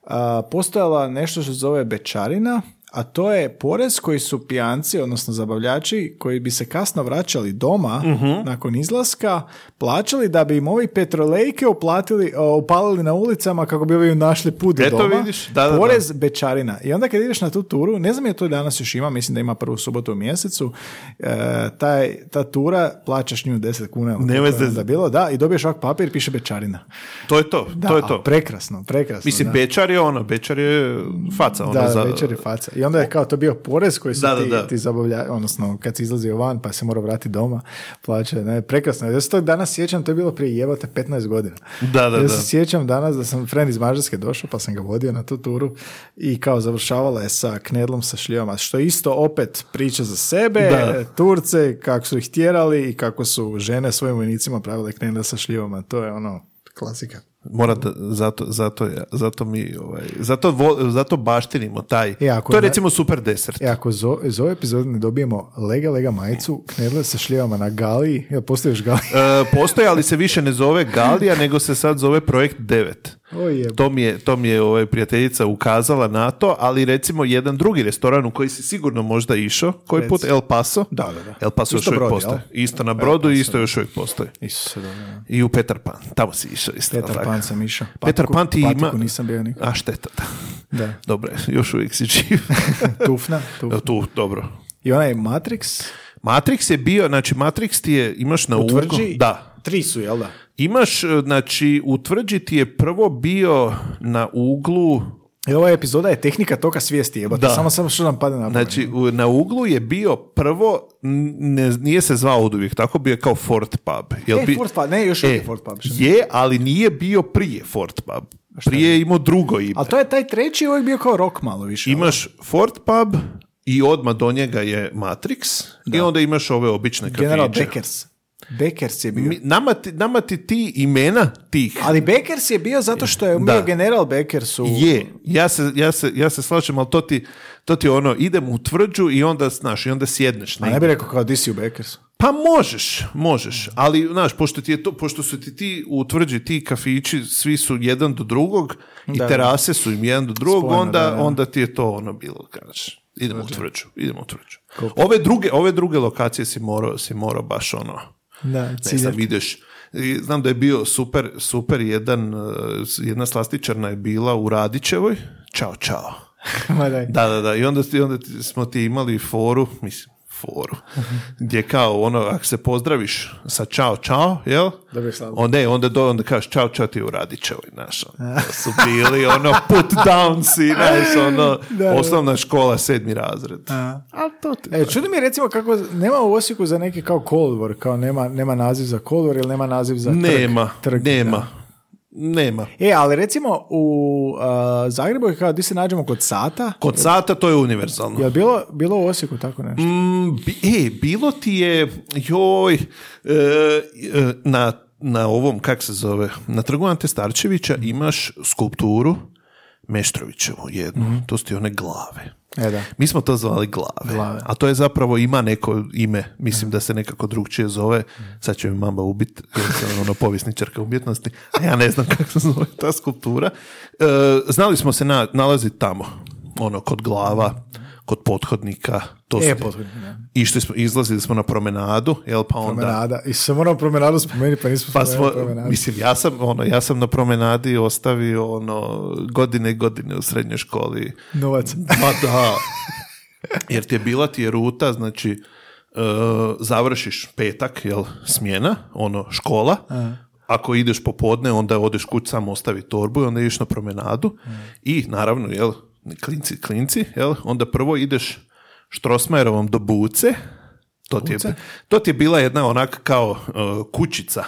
C: uh, postojala nešto što se zove Bečarina, a to je porez koji su pijanci, odnosno zabavljači, koji bi se kasno vraćali doma
B: Mhm.
C: nakon izlaska, plaćali da bi im ovi petrolejke uplatili, o, upalili na ulicama kako bi ovi našli put do
B: Eto,
C: doma.
B: vidiš, da, da, da.
C: porez bečarina. I onda kad ideš na tu turu, ne znam je to danas još ima, mislim da ima prvu subotu u mjesecu, e, taj, ta tura, plaćaš nju 10 kuna. ili
B: Ne
C: koliko je
B: veze.
C: onda bilo, da, i dobiješ ovak papir, piše bečarina.
B: To je to,
C: Da,
B: to je
C: a
B: to.
C: prekrasno, prekrasno.
B: Mislim,
C: da.
B: Bečar je ono, Bečar je faca. Ono,
C: Da,
B: za...
C: večer je faca. I onda je kao to bio porez koji su
B: Da, da,
C: ti,
B: da.
C: ti zabavlja, odnosno kad si izlazio van pa se morao vratiti doma, plaća, ne, prekrasno. Ja se to danas sjećam, to je bilo prije jebate 15 godina.
B: Da, da,
C: ja
B: da.
C: se sjećam danas da sam friend iz Mađarske došao pa sam ga vodio na tu turu i kao završavala je sa knedlom sa šljivama, što je isto opet priča za sebe,
B: Da.
C: Turce, kako su ih tjerali i kako su žene svojim vojnicima pravile knedle sa šljivama, to je ono klasika.
B: Mora da, zato, zato, ja- zato mi, ovaj, zato, vo- zato baštinimo taj.
C: E, ako
B: to je
C: ne-
B: recimo super desert.
C: E, ako zo, iz ove epizode ne dobijemo Lega Lega majicu, knedle sa šljivama na Galiji, jel postoji još Galija?
B: E, postoji, ali se više ne zove Galija, nego se sad zove Projekt 9.
C: O jeb.
B: To mi je, to mi je ovaj, prijateljica ukazala na to, ali recimo jedan drugi restoran u koji si sigurno možda išao, koji put El Paso.
C: Da, da, da.
B: El Paso
C: Isto
B: još uvijek
C: Brod,
B: postoji.
C: jel?
B: Isto na brodu i isto još uvijek postoji.
C: Isuse, dobro. da.
B: I u Petar Pan. Tamo si išao isto. jel
C: Petar
B: tako?
C: Pan sam išao.
B: Petar Pan ti ima...
C: Patiku nisam bio nikad.
B: A šteta, da.
C: Da.
B: Dobro, još uvijek si živ.
C: Tufna, tufna.
B: tu, dobro.
C: I onaj Matrix.
B: Matrix je bio, znači Matrix ti je, imaš na
C: Utvrđi.
B: umu... Da.
C: Tri su, jel da?
B: Imaš, znači, utvrđi ti je prvo bio na uglu,
C: I ova epizoda je tehnika toka svijesti jebate.
B: Da.
C: Samo, samo što nam pada na pamet.
B: znači, u- na uglu je bio prvo, n- ne, nije se zvao od uvijek, tako bio je kao Fort Pub. Jel
C: E,
B: bi-
C: Fort Pub, ne, još uvijek
B: E,
C: je Fort Pub.
B: Je, ali nije bio prije Fort Pub. Prije je imao drugo ime.
C: Ali to je taj treći, ovaj je bio kao rock malo više. jel?
B: Imaš Fort Pub i odmah do njega je Matrix i onda imaš ove obične kafiće.
C: ono. General Beckers. Beckers je bio.
B: Mi- nama, ti, nama ti ti imena tih
C: Ali Beckers je bio zato što je bio
B: Da.
C: general Beckers u...
B: Je, ja se, ja se, ja se slažem, ali to ti, to ti je ono, idem u tvrđu i onda, znaš, i onda sjedneš.
C: A
B: Na
C: ne bi rekao kao DC u Beckersu.
B: pa možeš, možeš, ali, znaš, pošto, ti je to, pošto su ti ti u tvrđi, ti kafići, svi su jedan do drugog i
C: Da, da.
B: terase su im jedan do drugog,
C: Spojeno,
B: onda,
C: da, da.
B: onda ti je to ono bilo, kažeš. Idemo u tvrđu, idemo u tvrđu. Ove druge, ove druge lokacije si morao, si morao baš ono,
C: Da,
B: ne znam, ideš. I Znam da je bio super, super jedan, eh, jedna slastičarna je bila u Radićevoj. Ćao, čao.
C: Ma daj.
B: Da, da, da. I onda, ti- onda ti- smo ti imali foru, mislim, foru, gdje kao ono, ako se pozdraviš sa čao, čao, jel?
C: Dobio slavu.
B: O ne, onda, do, onda kažeš čao, čao ti u Radićevoj, znaš. ono. To su bili ono put downsi, znaš, ono, osnovna škola, sedmi razred. A to ti...
C: E, čudi mi je recimo kako nema u Osijeku za neki kao kolodvor, kao nema, nema naziv za kolodvor ili nema naziv za trg.
B: nema,
C: trg, da.
B: nema, nema.
C: E, ali recimo u uh, Zagrebu je kao di se nađemo kod sata,
B: Kod sata to je univerzalno.
C: je li bilo, bilo u Osijeku tako nešto?
B: Mm, bi- e, bilo ti je, joj, e, e, na, na ovom, kak se zove, na trgu Ante Starčevića imaš skulpturu Meštrovićevu jednu, to su ti one glave.
C: Mhm. E, da.
B: Mi smo to zvali glave, a to je zapravo ima neko ime, mislim da se nekako drugčije zove, sad će mi mama ubit, jer sam ono povjesničarka umjetnosti, a ja ne znam kako se zove ta skulptura. E, znali smo se na, nalaziti tamo, ono, kod glava, kod pothodnika, to su
C: E,
B: ti-
C: pothodnik, da.
B: Išli smo, izlazili smo na promenadu, jel pa onda...
C: Promenada. I se moram promenadu spomenuti, pa nismo
B: Pa smo,
C: spomenuli promenadu.
B: mislim, ja sam, ono, ja sam na promenadi ostavio ono, godine i godine u srednjoj školi.
C: Novac.
B: Pa da. Jer ti je bila ti je ruta, znači, e, završiš petak, jel, smjena, ono, škola, ako ideš popodne, onda odeš kuć samo ostavi torbu i onda ideš na promenadu i naravno, jel, klinci, klinci, jel, onda prvo ideš Štrosmajerovom do Buce, to ti, je, to ti je bila jedna onak kao e, kućica,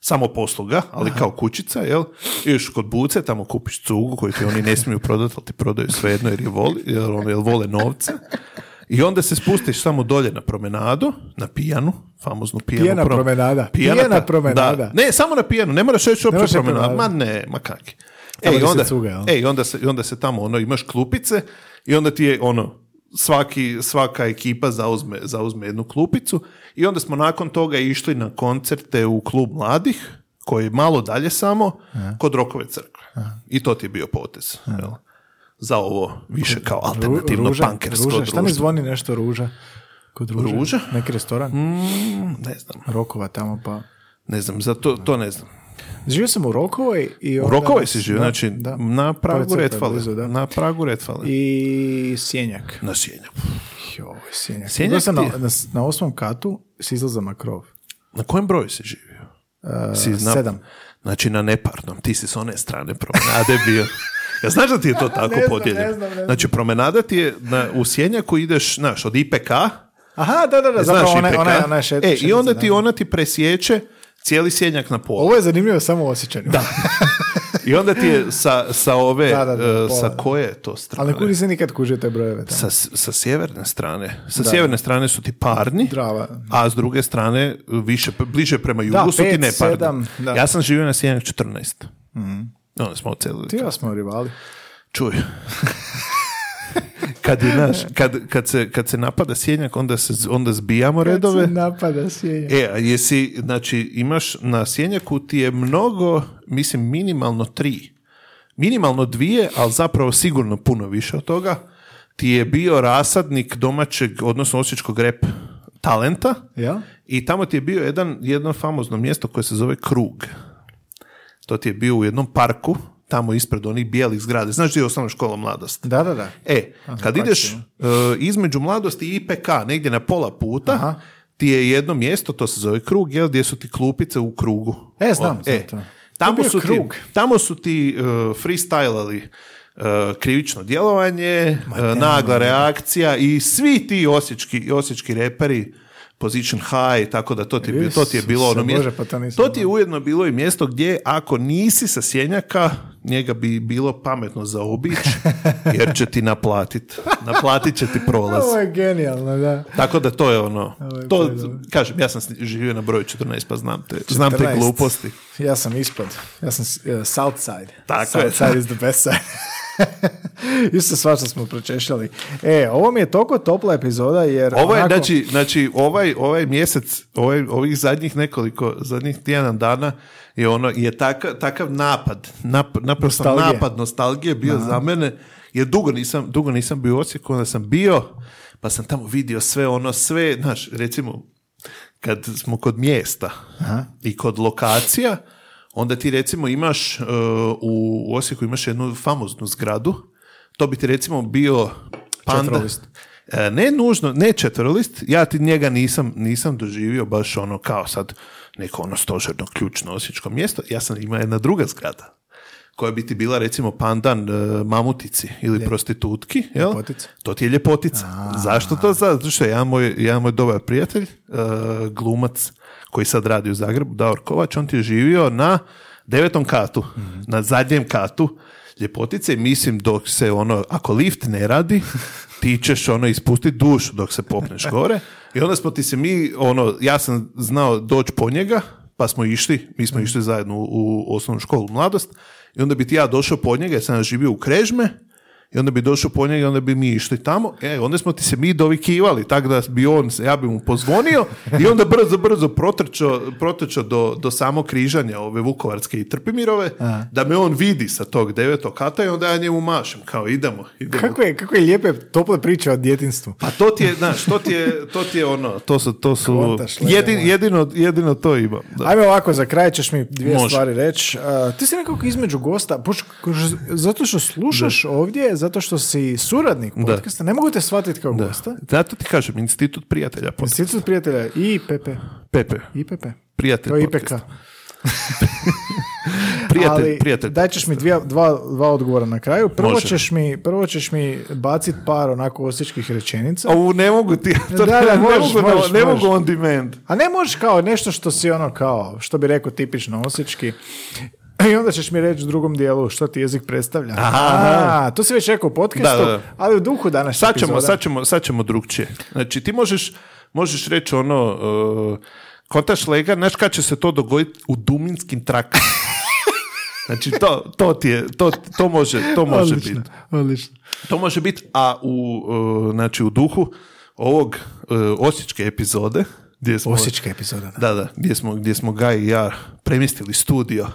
B: samo posluga, ali kao kućica, jel? Ideš kod buce, tamo kupiš cugu koju ti oni ne smiju prodati, ali ti prodaju svejedno jer, je voli, jer, ono, jer vole novce. I onda se spustiš samo dolje na promenadu, na pijanu, famoznu pijanu.
C: Pijana
B: pro-
C: promenada. Pijana
B: ka- da.
C: promenada.
B: Ne, samo na pijanu, ne moraš reći
C: moraš
B: uopće
C: reći
B: promenadu. Ma
C: promenada.
B: ne, ma kaki.
C: Tamo
B: E, i
C: gdje se
B: onda,
C: cuga, jel?
B: e, i onda se, i onda se tamo ono, imaš klupice i onda ti je ono, svaki, svaka ekipa zauzme, zauzme jednu klupicu i onda smo nakon toga išli na koncerte u klub mladih koji je malo dalje samo kod Rokove crkve. I to ti je bio potez. jel? Za ovo više kao alternativno pankersko
C: ruža. Šta mi
B: društvo.
C: zvoni nešto ruža? Kod ruže?
B: Ruža?
C: Neki restoran?
B: Mm, Ne znam,
C: Rokova tamo pa...
B: ne znam, za to, to ne znam.
C: Živio sam u Rokovoj i...
B: U
C: onda-
B: Rokovoj si živio,
C: Da,
B: znači
C: da.
B: na
C: Pored
B: pragu
C: crkve,
B: Retfale.
C: blizu, da.
B: Na pragu Retfale.
C: I Sjenjak.
B: Na Sjenjaku.
C: Joj, Sjenjak.
B: Sjenjak
C: Bio sam na,
B: ti je-
C: na, na osmom katu s izlazom na krov.
B: Na kojem broju si živio? si
C: E, sedam.
B: Znači na neparnom. Ti si s one strane promenade bio. Ja znaš da ti je to tako
C: znam, ne znam,
B: podijeljeno?
C: ne znam.
B: Znači promenada ti je na, u Sjenjaku ideš, znaš, od IPK.
C: Aha, da, da, da, zapravo
B: znaš
C: ona,
B: IPK?
C: ona, ona je šet-
B: E, i
C: šetica,
B: onda
C: da.
B: ti, ona ti presječe cijeli Sjenjak na pola.
C: Ovo je zanimljivo samo osjećanje. Da.
B: I onda ti je sa, sa ove,
C: Da, da, da,
B: e,
C: pola.
B: sa koje je to
C: Ali
B: strane?
C: ne kuri se nikad kužio te brojeve. Tamo.
B: Sa, sa sjeverne strane. Sa sjeverne strane su ti parni.
C: Drava.
B: A s druge strane, više, bliže prema jugu
C: Da,
B: su ti
C: pet,
B: neparni.
C: sedam, da. Mhm.
B: Ja sam živio na Sjenjak 14. Onda smo ocelili.
C: Ti i ja smo rivali.
B: Čuj. kad, je, znaš, kad, kad, se, kad se napada Sjenjak, onda, se, onda zbijamo redove.
C: Kad se napada Sjenjak.
B: E, a jesi, znači, imaš na Sjenjaku ti je mnogo, mislim, minimalno tri minimalno dvije, ali zapravo sigurno puno više od toga, ti je bio rasadnik domaćeg, odnosno osječkog rep talenta
C: Ja?
B: i tamo ti je bio jedan, jedno famozno mjesto koje se zove Krug. To ti je bio u jednom parku, tamo ispred onih bijelih zgrada. Znaš gdje je osnovna škola mladost?
C: Da, da, da.
B: E, kad ideš e, između mladosti i IPK, negdje na pola puta, ti je jedno mjesto, to se zove krug, jel, gdje su ti klupice u krugu.
C: E, znam,
B: O,
C: znam to. To
B: Tamo
C: je bio
B: su, ti,
C: krug.
B: tamo su ti e, freestylali e, krivično djelovanje, e, nagla reakcija i svi ti osječki, osječki reperi, Position High, tako da to ti, je bio- to ti je bilo ono
C: Isuse
B: mjesto.
C: Bože, pa to nisam
B: to ti je ujedno bilo i mjesto gdje ako nisi sa sjenjaka, njega bi bilo pametno zaobić, jer će ti naplatit. Naplatit će ti prolaz.
C: Ovo je genijalno, da.
B: Tako da to je ono,
C: je
B: to,
C: predobro.
B: kažem, ja sam s- živio na broju 14, pa znam te, znam te
C: 14.
B: gluposti.
C: Ja sam ispod. Ja sam s- eh, south side.
B: Tako
C: south
B: je.
C: side is the best side. Isto svašta smo pročešljali. E, ovo mi je toliko topla epizoda jer...
B: Ovo je,
C: onako-
B: znači, znači ovaj, ovaj mjesec, ovaj, ovih zadnjih nekoliko, zadnjih tjedan dana je ono, je taka- takav napad, nap, naprosto
C: Nostalgije.
B: napad nostalgije bio za mene, jer dugo nisam, dugo nisam bio u Osijeku, onda sam bio, pa sam tamo vidio sve ono, sve, znaš, recimo, kad smo kod mjesta i kod lokacija, onda ti recimo imaš, e, u u Osijeku imaš jednu famoznu zgradu, to bi ti recimo bio panda,
C: Četverolist.
B: E, ne nužno, ne četvrlist, ja ti njega nisam, nisam doživio baš ono kao sad neko ono stožerno ključno osječko mjesto, ja sam ima jedna druga zgrada koja bi ti bila recimo pandan e, mamutici ili prostitutki, jel?
C: Ljepotica.
B: To ti je ljepotica. Zašto to? Zato što je jedan moj, jedan moj dobar prijatelj, e, glumac koji sad radi u Zagrebu, Davor Kovač, on ti je živio na devetom katu, na zadnjem katu ljepotice i mislim dok se ono, ako lift ne radi, ti ćeš ono ispustiti dušu dok se popneš gore i onda smo ti se mi, ono, ja sam znao doći po njega, pa smo išli, mi smo išli zajedno u, u osnovnu školu mladost i onda bi ti ja došao po njega, jer sam ja živio u Krežme, i onda bi došao po njega, onda bi mi išli tamo. E, onda smo ti se mi dovikivali, tako da bi on, ja bi mu pozvonio i onda brzo, brzo protrčao, protrčao do, do samog križanja ove Vukovarske i Trpimirove, da me on vidi sa tog devetog kata i onda ja njemu mašem, kao idemo, idemo.
C: Kako je, kako je lijepe, tople priče o djetinstvu.
B: Pa to ti je, znaš, to ti je, to ti je ono, to su, to su,
C: Kontaš,
B: jedin-
C: legalno.
B: jedino, jedino to imam. da.
C: Ajme ovako, za kraj ćeš mi dvije
B: Može.
C: stvari reći. Uh, ti si nekako između gosta, pošto- zato što slušaš ovdje, zato što si suradnik podcasta, ne mogu te shvatiti kao gosta.
B: Zato ti kažem, institut prijatelja, pod-
C: Institut prijatelja i PP.
B: Pepe,
C: IPP.
B: prijatelj,
C: To je IPK.
B: podcast. prijatelj,
C: Ali
B: prijatelj.
C: daj ćeš mi dvije, dva, dva odgovora na kraju. Prvo
B: Može.
C: ćeš, mi, prvo ćeš mi bacit par onako osječkih rečenica.
B: Au, ne mogu ti, to
C: Da,
B: ne-
C: da,
B: ne,
C: možeš,
B: mogu, na-
C: možeš,
B: ne
C: možeš.
B: mogu on demand.
C: A ne možeš kao nešto što si ono kao, što bi rekao tipično osječki. I onda ćeš mi reći u drugom dijelu što ti jezik predstavlja. A, to si već rekao u podcastu,
B: Da, da, da.
C: ali u duhu danas.
B: Sad ćemo, sad ćemo, sad ćemo drugčije. Znači, ti možeš, možeš reći ono, uh, kontaš lega, znaš kad će se to dogoditi u duminskim trakama. Znači, to, to ti je, to, to može, to može biti.
C: Odlično, odlično.
B: To može biti, a u, uh, znači, u duhu ovog uh, osječke epizode, gdje smo,
C: Osječka epizoda. da.
B: da, da, gdje smo, gdje smo Gaj i ja premjestili studio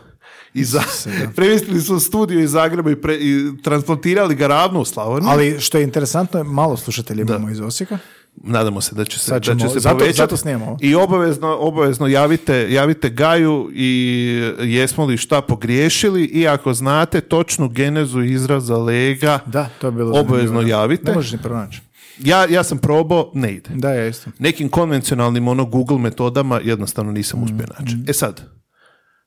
B: i za, premjestili smo studio iz Zagreba i, pre, i transplantirali ga ravno u Slavoniju.
C: Ali što je interesantno, malo slušatelja imamo iz Osijeka.
B: Nadamo se da će se,
C: Sad ćemo-
B: da će se
C: zato-
B: povećati.
C: zato snimamo ovo.
B: I obavezno, obavezno javite, javite Gaju i jesmo li šta pogriješili i ako znate točnu genezu izraza lega,
C: Da, to je bilo
B: obavezno
C: zanimljivo. Ne
B: javite.
C: možeš ni pronaći.
B: Ja, ja sam probao, ne ide.
C: Da, ja isto.
B: Nekim konvencionalnim ono Google metodama jednostavno
C: Mm,
B: nisam uspio naći. E sad,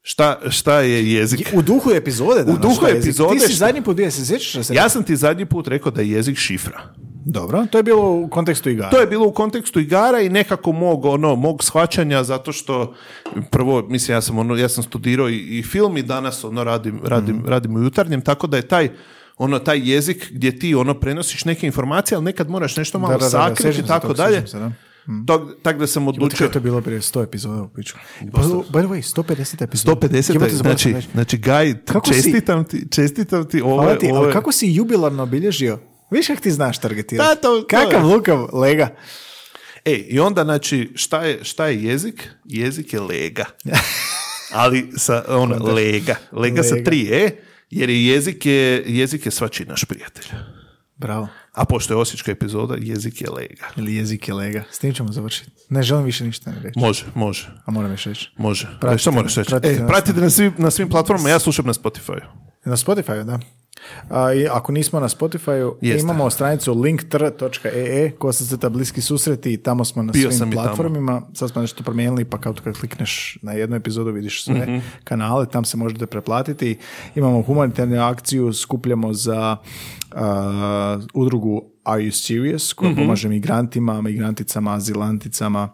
B: šta, šta je jezik?
C: U duhu epizode danas.
B: duhu
C: šta je jezik?
B: epizode,
C: Ti si
B: šta-
C: zadnji put bio, se sjećaš da se...
B: Ja sam ti zadnji put rekao da je jezik šifra.
C: Dobro, to je bilo u kontekstu igara.
B: To je bilo u kontekstu igara i nekako mog, ono, mog shvaćanja zato što prvo, mislim, ja sam, ono, ja sam studirao i, i film i danas ono, radim, radim,
C: Mm.
B: radim u jutarnjem, tako da je taj ono taj jezik gdje ti ono prenosiš neke informacije, ali nekad moraš nešto malo
C: da, da, sjećam
B: sakriti
C: se
B: i tako
C: tog,
B: dalje.
C: sjećam se, da. Mm.
B: Tako tak da sam
C: Znate
B: odlučio
C: kako je to bilo prije 100 epizoda u piću. By by the way, 150 epizoda.
B: 150,
C: Jebote, zaboravio sam
B: znači,
C: reći.
B: znači Gaj,
C: Kako si-
B: čestitam ti, čestitam ti, ovo,
C: Hvala
B: je-
C: ti,
B: ovo
C: ali
B: je-
C: kako si jubilarno obilježio? Viš kak ti znaš targetirati?
B: Da, to- to
C: Kakav
B: je.
C: lukav lega.
B: E, i onda, znači, šta je, šta je jezik? Jezik je lega. Ali sa, ono, lega. Lega sa
C: Lega.
B: tri E. Jer je jezik je, jezik je svači naš prijatelj.
C: Bravo.
B: A pošto je osječka epizoda, jezik je lega.
C: Ili jezik je lega. S tim ćemo završiti. Ne želim više ništa ne reći.
B: Može, može,
C: A moram još reći.
B: može.
C: Pratite
B: Šta moraš
C: me,
B: reći?
C: pratite
B: E,
C: nas
B: pratite na svim, na svim platformama, ja slušam na Spotify.
C: Na Spotify, da. A, i ako nismo na Spotify,
B: Jeste.
C: imamo stranicu linktr.ee koja se zeta bliski susreti i tamo smo na
B: Bio sam
C: svim
B: i tamo.
C: platformima. Sad smo nešto promijenili, pa kao kad klikneš na jednu epizodu vidiš sve
B: Mhm.
C: kanale, tam se možete preplatiti. Imamo humanitarnu akciju, skupljamo za a, udrugu Are You Serious koja
B: Mhm.
C: pomaže migrantima, migranticama, azilanticama,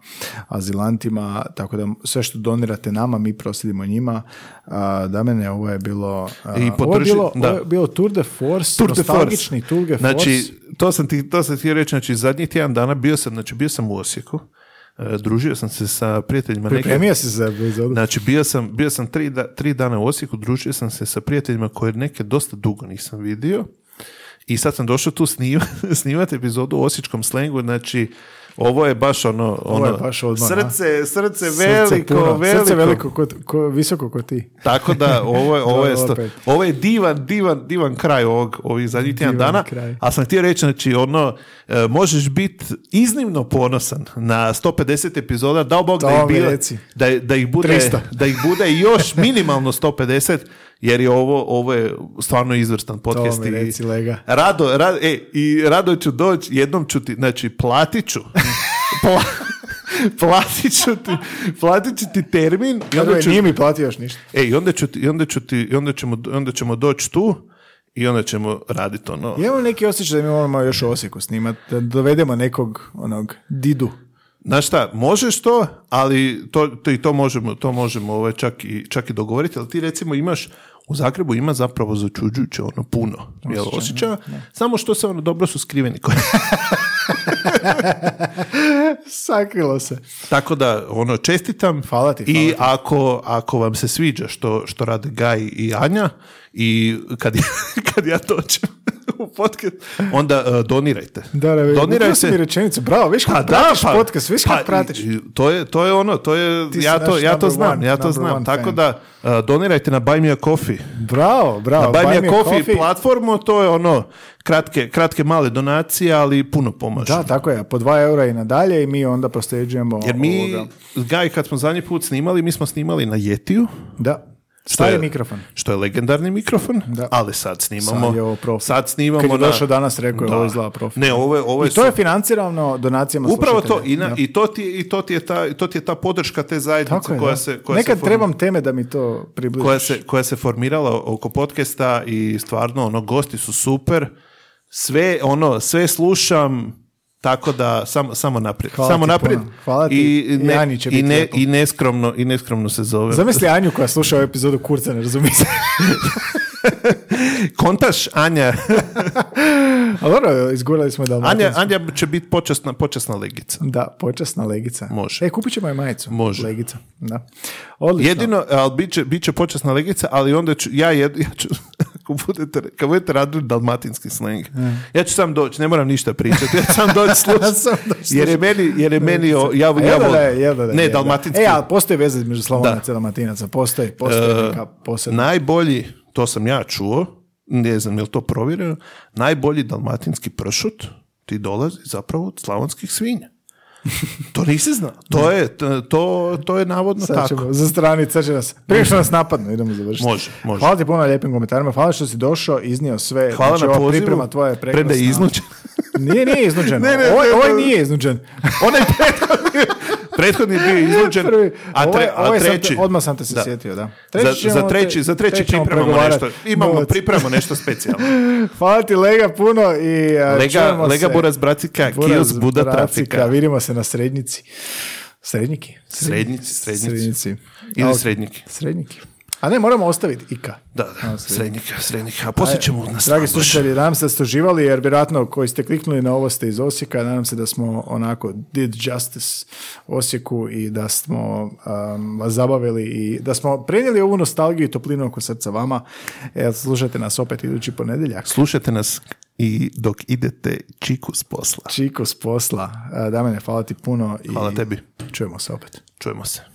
C: azilantima, tako da sve što donirate nama, mi prosjedimo njima. A, da mene, ovo je bilo... a,
B: I
C: ovo je
B: podrži-
C: bilo,
B: da.
C: ovo je bilo Tour de Force,
B: Tour de
C: nostalgični
B: Force.
C: Tour de Force.
B: Znači, to sam ti, to sam htio reći, znači zadnji tjedan dana bio sam, znači bio sam u Osijeku, e, družio sam se sa prijateljima neke,
C: Pripremio si se za ono- epizodu.
B: Znači, bio sam, bio sam tri, da- tri dana u Osijeku, družio sam se sa prijateljima koje neke dosta dugo nisam vidio. I sad sam došao tu snima, snimati epizodu u osječkom slengu, znači ovo je baš ono, ono
C: je baš odmah, a?
B: srce, srce
C: Srce
B: veliko,
C: puno.
B: veliko.
C: Srce veliko, kod, ko, visoko kod ti.
B: Tako da ovo je, ovo je,
C: Dobro,
B: sto-
C: opet.
B: ovo je divan, divan, divan kraj ovog, ovih zadnjih tjedan
C: Divan
B: dana.
C: kraj.
B: A sam htio reći, znači ono, e, možeš biti iznimno ponosan na 150 epizoda, dao Bog da
C: To
B: ih,
C: mi
B: bilo-
C: reci.
B: da, da ih bude,
C: 300.
B: da ih bude još minimalno 150, jer je ovo, ovo je stvarno izvrstan podcast.
C: mi
B: i-
C: reci, lega.
B: Rado, ra- e, i rado ću doći, jednom ću ti, znači platit ću. Pla- platit ću ti, platit ću ti termin i
C: By the
B: onda
C: way,
B: ću,
C: Nije mi platio još ništa.
B: E, i onda, ću ti, i onda, ću ti, i onda, ćemo, onda ćemo doći tu i onda ćemo raditi ono.
C: Ja imam neki osjećaj da mi moramo još u Osijeku snimati, da dovedemo nekog onog didu.
B: Znaš šta, možeš to, ali to, to i to možemo, to možemo ovaj, čak, i, čak i dogovoriti, ali ti recimo imaš u Zagrebu ima zapravo začuđujuće ono puno jel, osjećaja, samo što se ono dobro su skriveni.
C: Sakrilo se.
B: Tako da, ono, čestitam.
C: Hvala ti,
B: I ako, ako vam se sviđa što, što rade Gaj i Anja i kad, kad ja dođem u podcast, onda e, donirajte.
C: Da, da,
B: donirajte.
C: mi rečenicu. Bravo, viš kako
B: Pa da,
C: pratiš
B: pa,
C: podcast, viš kako
B: pa,
C: pratiš.
B: i- i- To je, to je ono, to je,
C: Ti si
B: ja to,
C: naš
B: ja to
C: number
B: znam,
C: one,
B: ja to
C: number
B: znam.
C: one
B: Tako
C: fan.
B: da, e, donirajte na Buy Me a Coffee.
C: Bravo, bravo.
B: Buy,
C: Buy
B: Me
C: me
B: a Coffee,
C: coffee.
B: platformu, to je ono, kratke, kratke male donacije, ali puno pomaže.
C: Da, tako je, po dva eura i nadalje i mi onda prosljeđujemo
B: Jer mi,
C: ovoga.
B: Gaj, kad smo zadnji put snimali, mi smo snimali na Jetiju,
C: Da,
B: Što
C: stari
B: je,
C: mikrofon.
B: Što je legendarni mikrofon,
C: Da.
B: ali sad snimamo.
C: Sad je ovo profi.
B: sad snimamo
C: Kad je
B: na-
C: došao danas, rekao je,
B: Da.
C: ovo izgleda profi.
B: Ne, ovo je, ovo je,
C: I to je
B: su-
C: financirano donacijama
B: Upravo to,
C: slušatelja.
B: i, na- i, to ti, i to, ti je ta, i to ti je ta podrška te zajednice
C: Tako je,
B: koja,
C: da.
B: se, koja,
C: Nekad
B: se form-
C: trebam teme da mi to približiš.
B: koja, se, koja se formirala oko podcasta i stvarno, ono, gosti su super. Sve, ono, sve slušam, tako da samo, samo naprijed.
C: Hvala
B: samo
C: ti
B: naprijed.
C: puno. Hvala ti.
B: I,
C: I
B: ne,
C: Anji će
B: i,
C: biti
B: ne,
C: lijepo.
B: i, neskromno, I neskromno se zove.
C: Zamisli Anju koja sluša ovu epizodu Kurca, ne razumije se.
B: Kontaš, Anja.
C: Ali dobro, izgurali smo da
B: Anja, Anja će biti počasna, počasna legica.
C: Da, počasna legica.
B: Može.
C: E, kupit ćemo je majicu.
B: Može.
C: Legica, da. Odlično.
B: Jedino, ali bit će, bit će počasna legica, ali onda ću, ja, jed, ja ću, ako budete, kad budete radili dalmatinski sleng, ja ću sam doći, ne moram ništa pričati, ja ću sam doći slušati.
C: Sam doći
B: jer je meni, jer je meni, o- ja, ja,
C: Jel da,
B: volim-
C: da, jel da, da,
B: ne,
C: jel da.
B: dalmatinski,
C: E, ali postoji veza između Slavonaca i Dalmatinaca. Postoji, postoji
B: E,
C: neka posebna.
B: najbolji, to sam ja čuo, ne znam je li to provjereno, najbolji dalmatinski pršut ti dolazi zapravo od slavonskih svinja. To nisi znao. To je, to, to je navodno
C: Sad
B: tako.
C: ćemo za strani, sad će nas, prije što nas napadnu, idemo završiti.
B: Može, može.
C: Hvala ti puno na lijepim komentarima, hvala što si došao, iznio sve.
B: Hvala
C: znači,
B: na
C: ova
B: pozivu.
C: priprema tvoja je prekrasna.
B: Premda je iznuđen.
C: Nije, nije iznuđen.
B: Ne, ne,
C: ovaj,
B: ne,
C: ovaj
B: ne.
C: nije iznuđen.
B: Onaj prethodni, prethodni je bio iznuđen,
C: Prvi.
B: a, tre-
C: Ovaj-
B: a
C: ovaj sam te-
B: treći...
C: odmah sam te se
B: Da.
C: sjetio, da.
B: za,
C: ćemo
B: za
C: te-
B: treći, za treći
C: ćemo
B: pripremamo
C: pregovarati.
B: nešto. Imamo,
C: Novac.
B: pripremamo nešto specijalno.
C: Hvala ti Lega puno i a,
B: Lega,
C: čujemo
B: Lega
C: se.
B: Buras Bracika,
C: Buraz
B: Kios Buda
C: Bracika,
B: Trafika.
C: Vidimo se na srednjici. Srednjiki?
B: Srednjici, srednjici.
C: Srednjici.
B: Ili
C: A, ok.
B: srednjiki.
C: Srednjiki. A ne, moramo ostaviti Ika.
B: Da, da, srednjika, srednjika. A poslije ćemo nas
C: Dragi
B: nabuš.
C: slušatelji, nadam se da ste uživali, jer vjerojatno koji ste kliknuli na ovo ste iz Osijeka, nadam se da smo onako did justice Osijeku i da smo um, vas zabavili i da smo prenijeli ovu nostalgiju i toplinu oko srca vama. E, slušajte nas opet idući ponedjeljak.
B: Slušajte nas i dok idete čiku s posla.
C: Čiko s posla, E, Damene, hvala ti puno i
B: Hvala tebi.
C: čujemo se opet.
B: Čujemo se.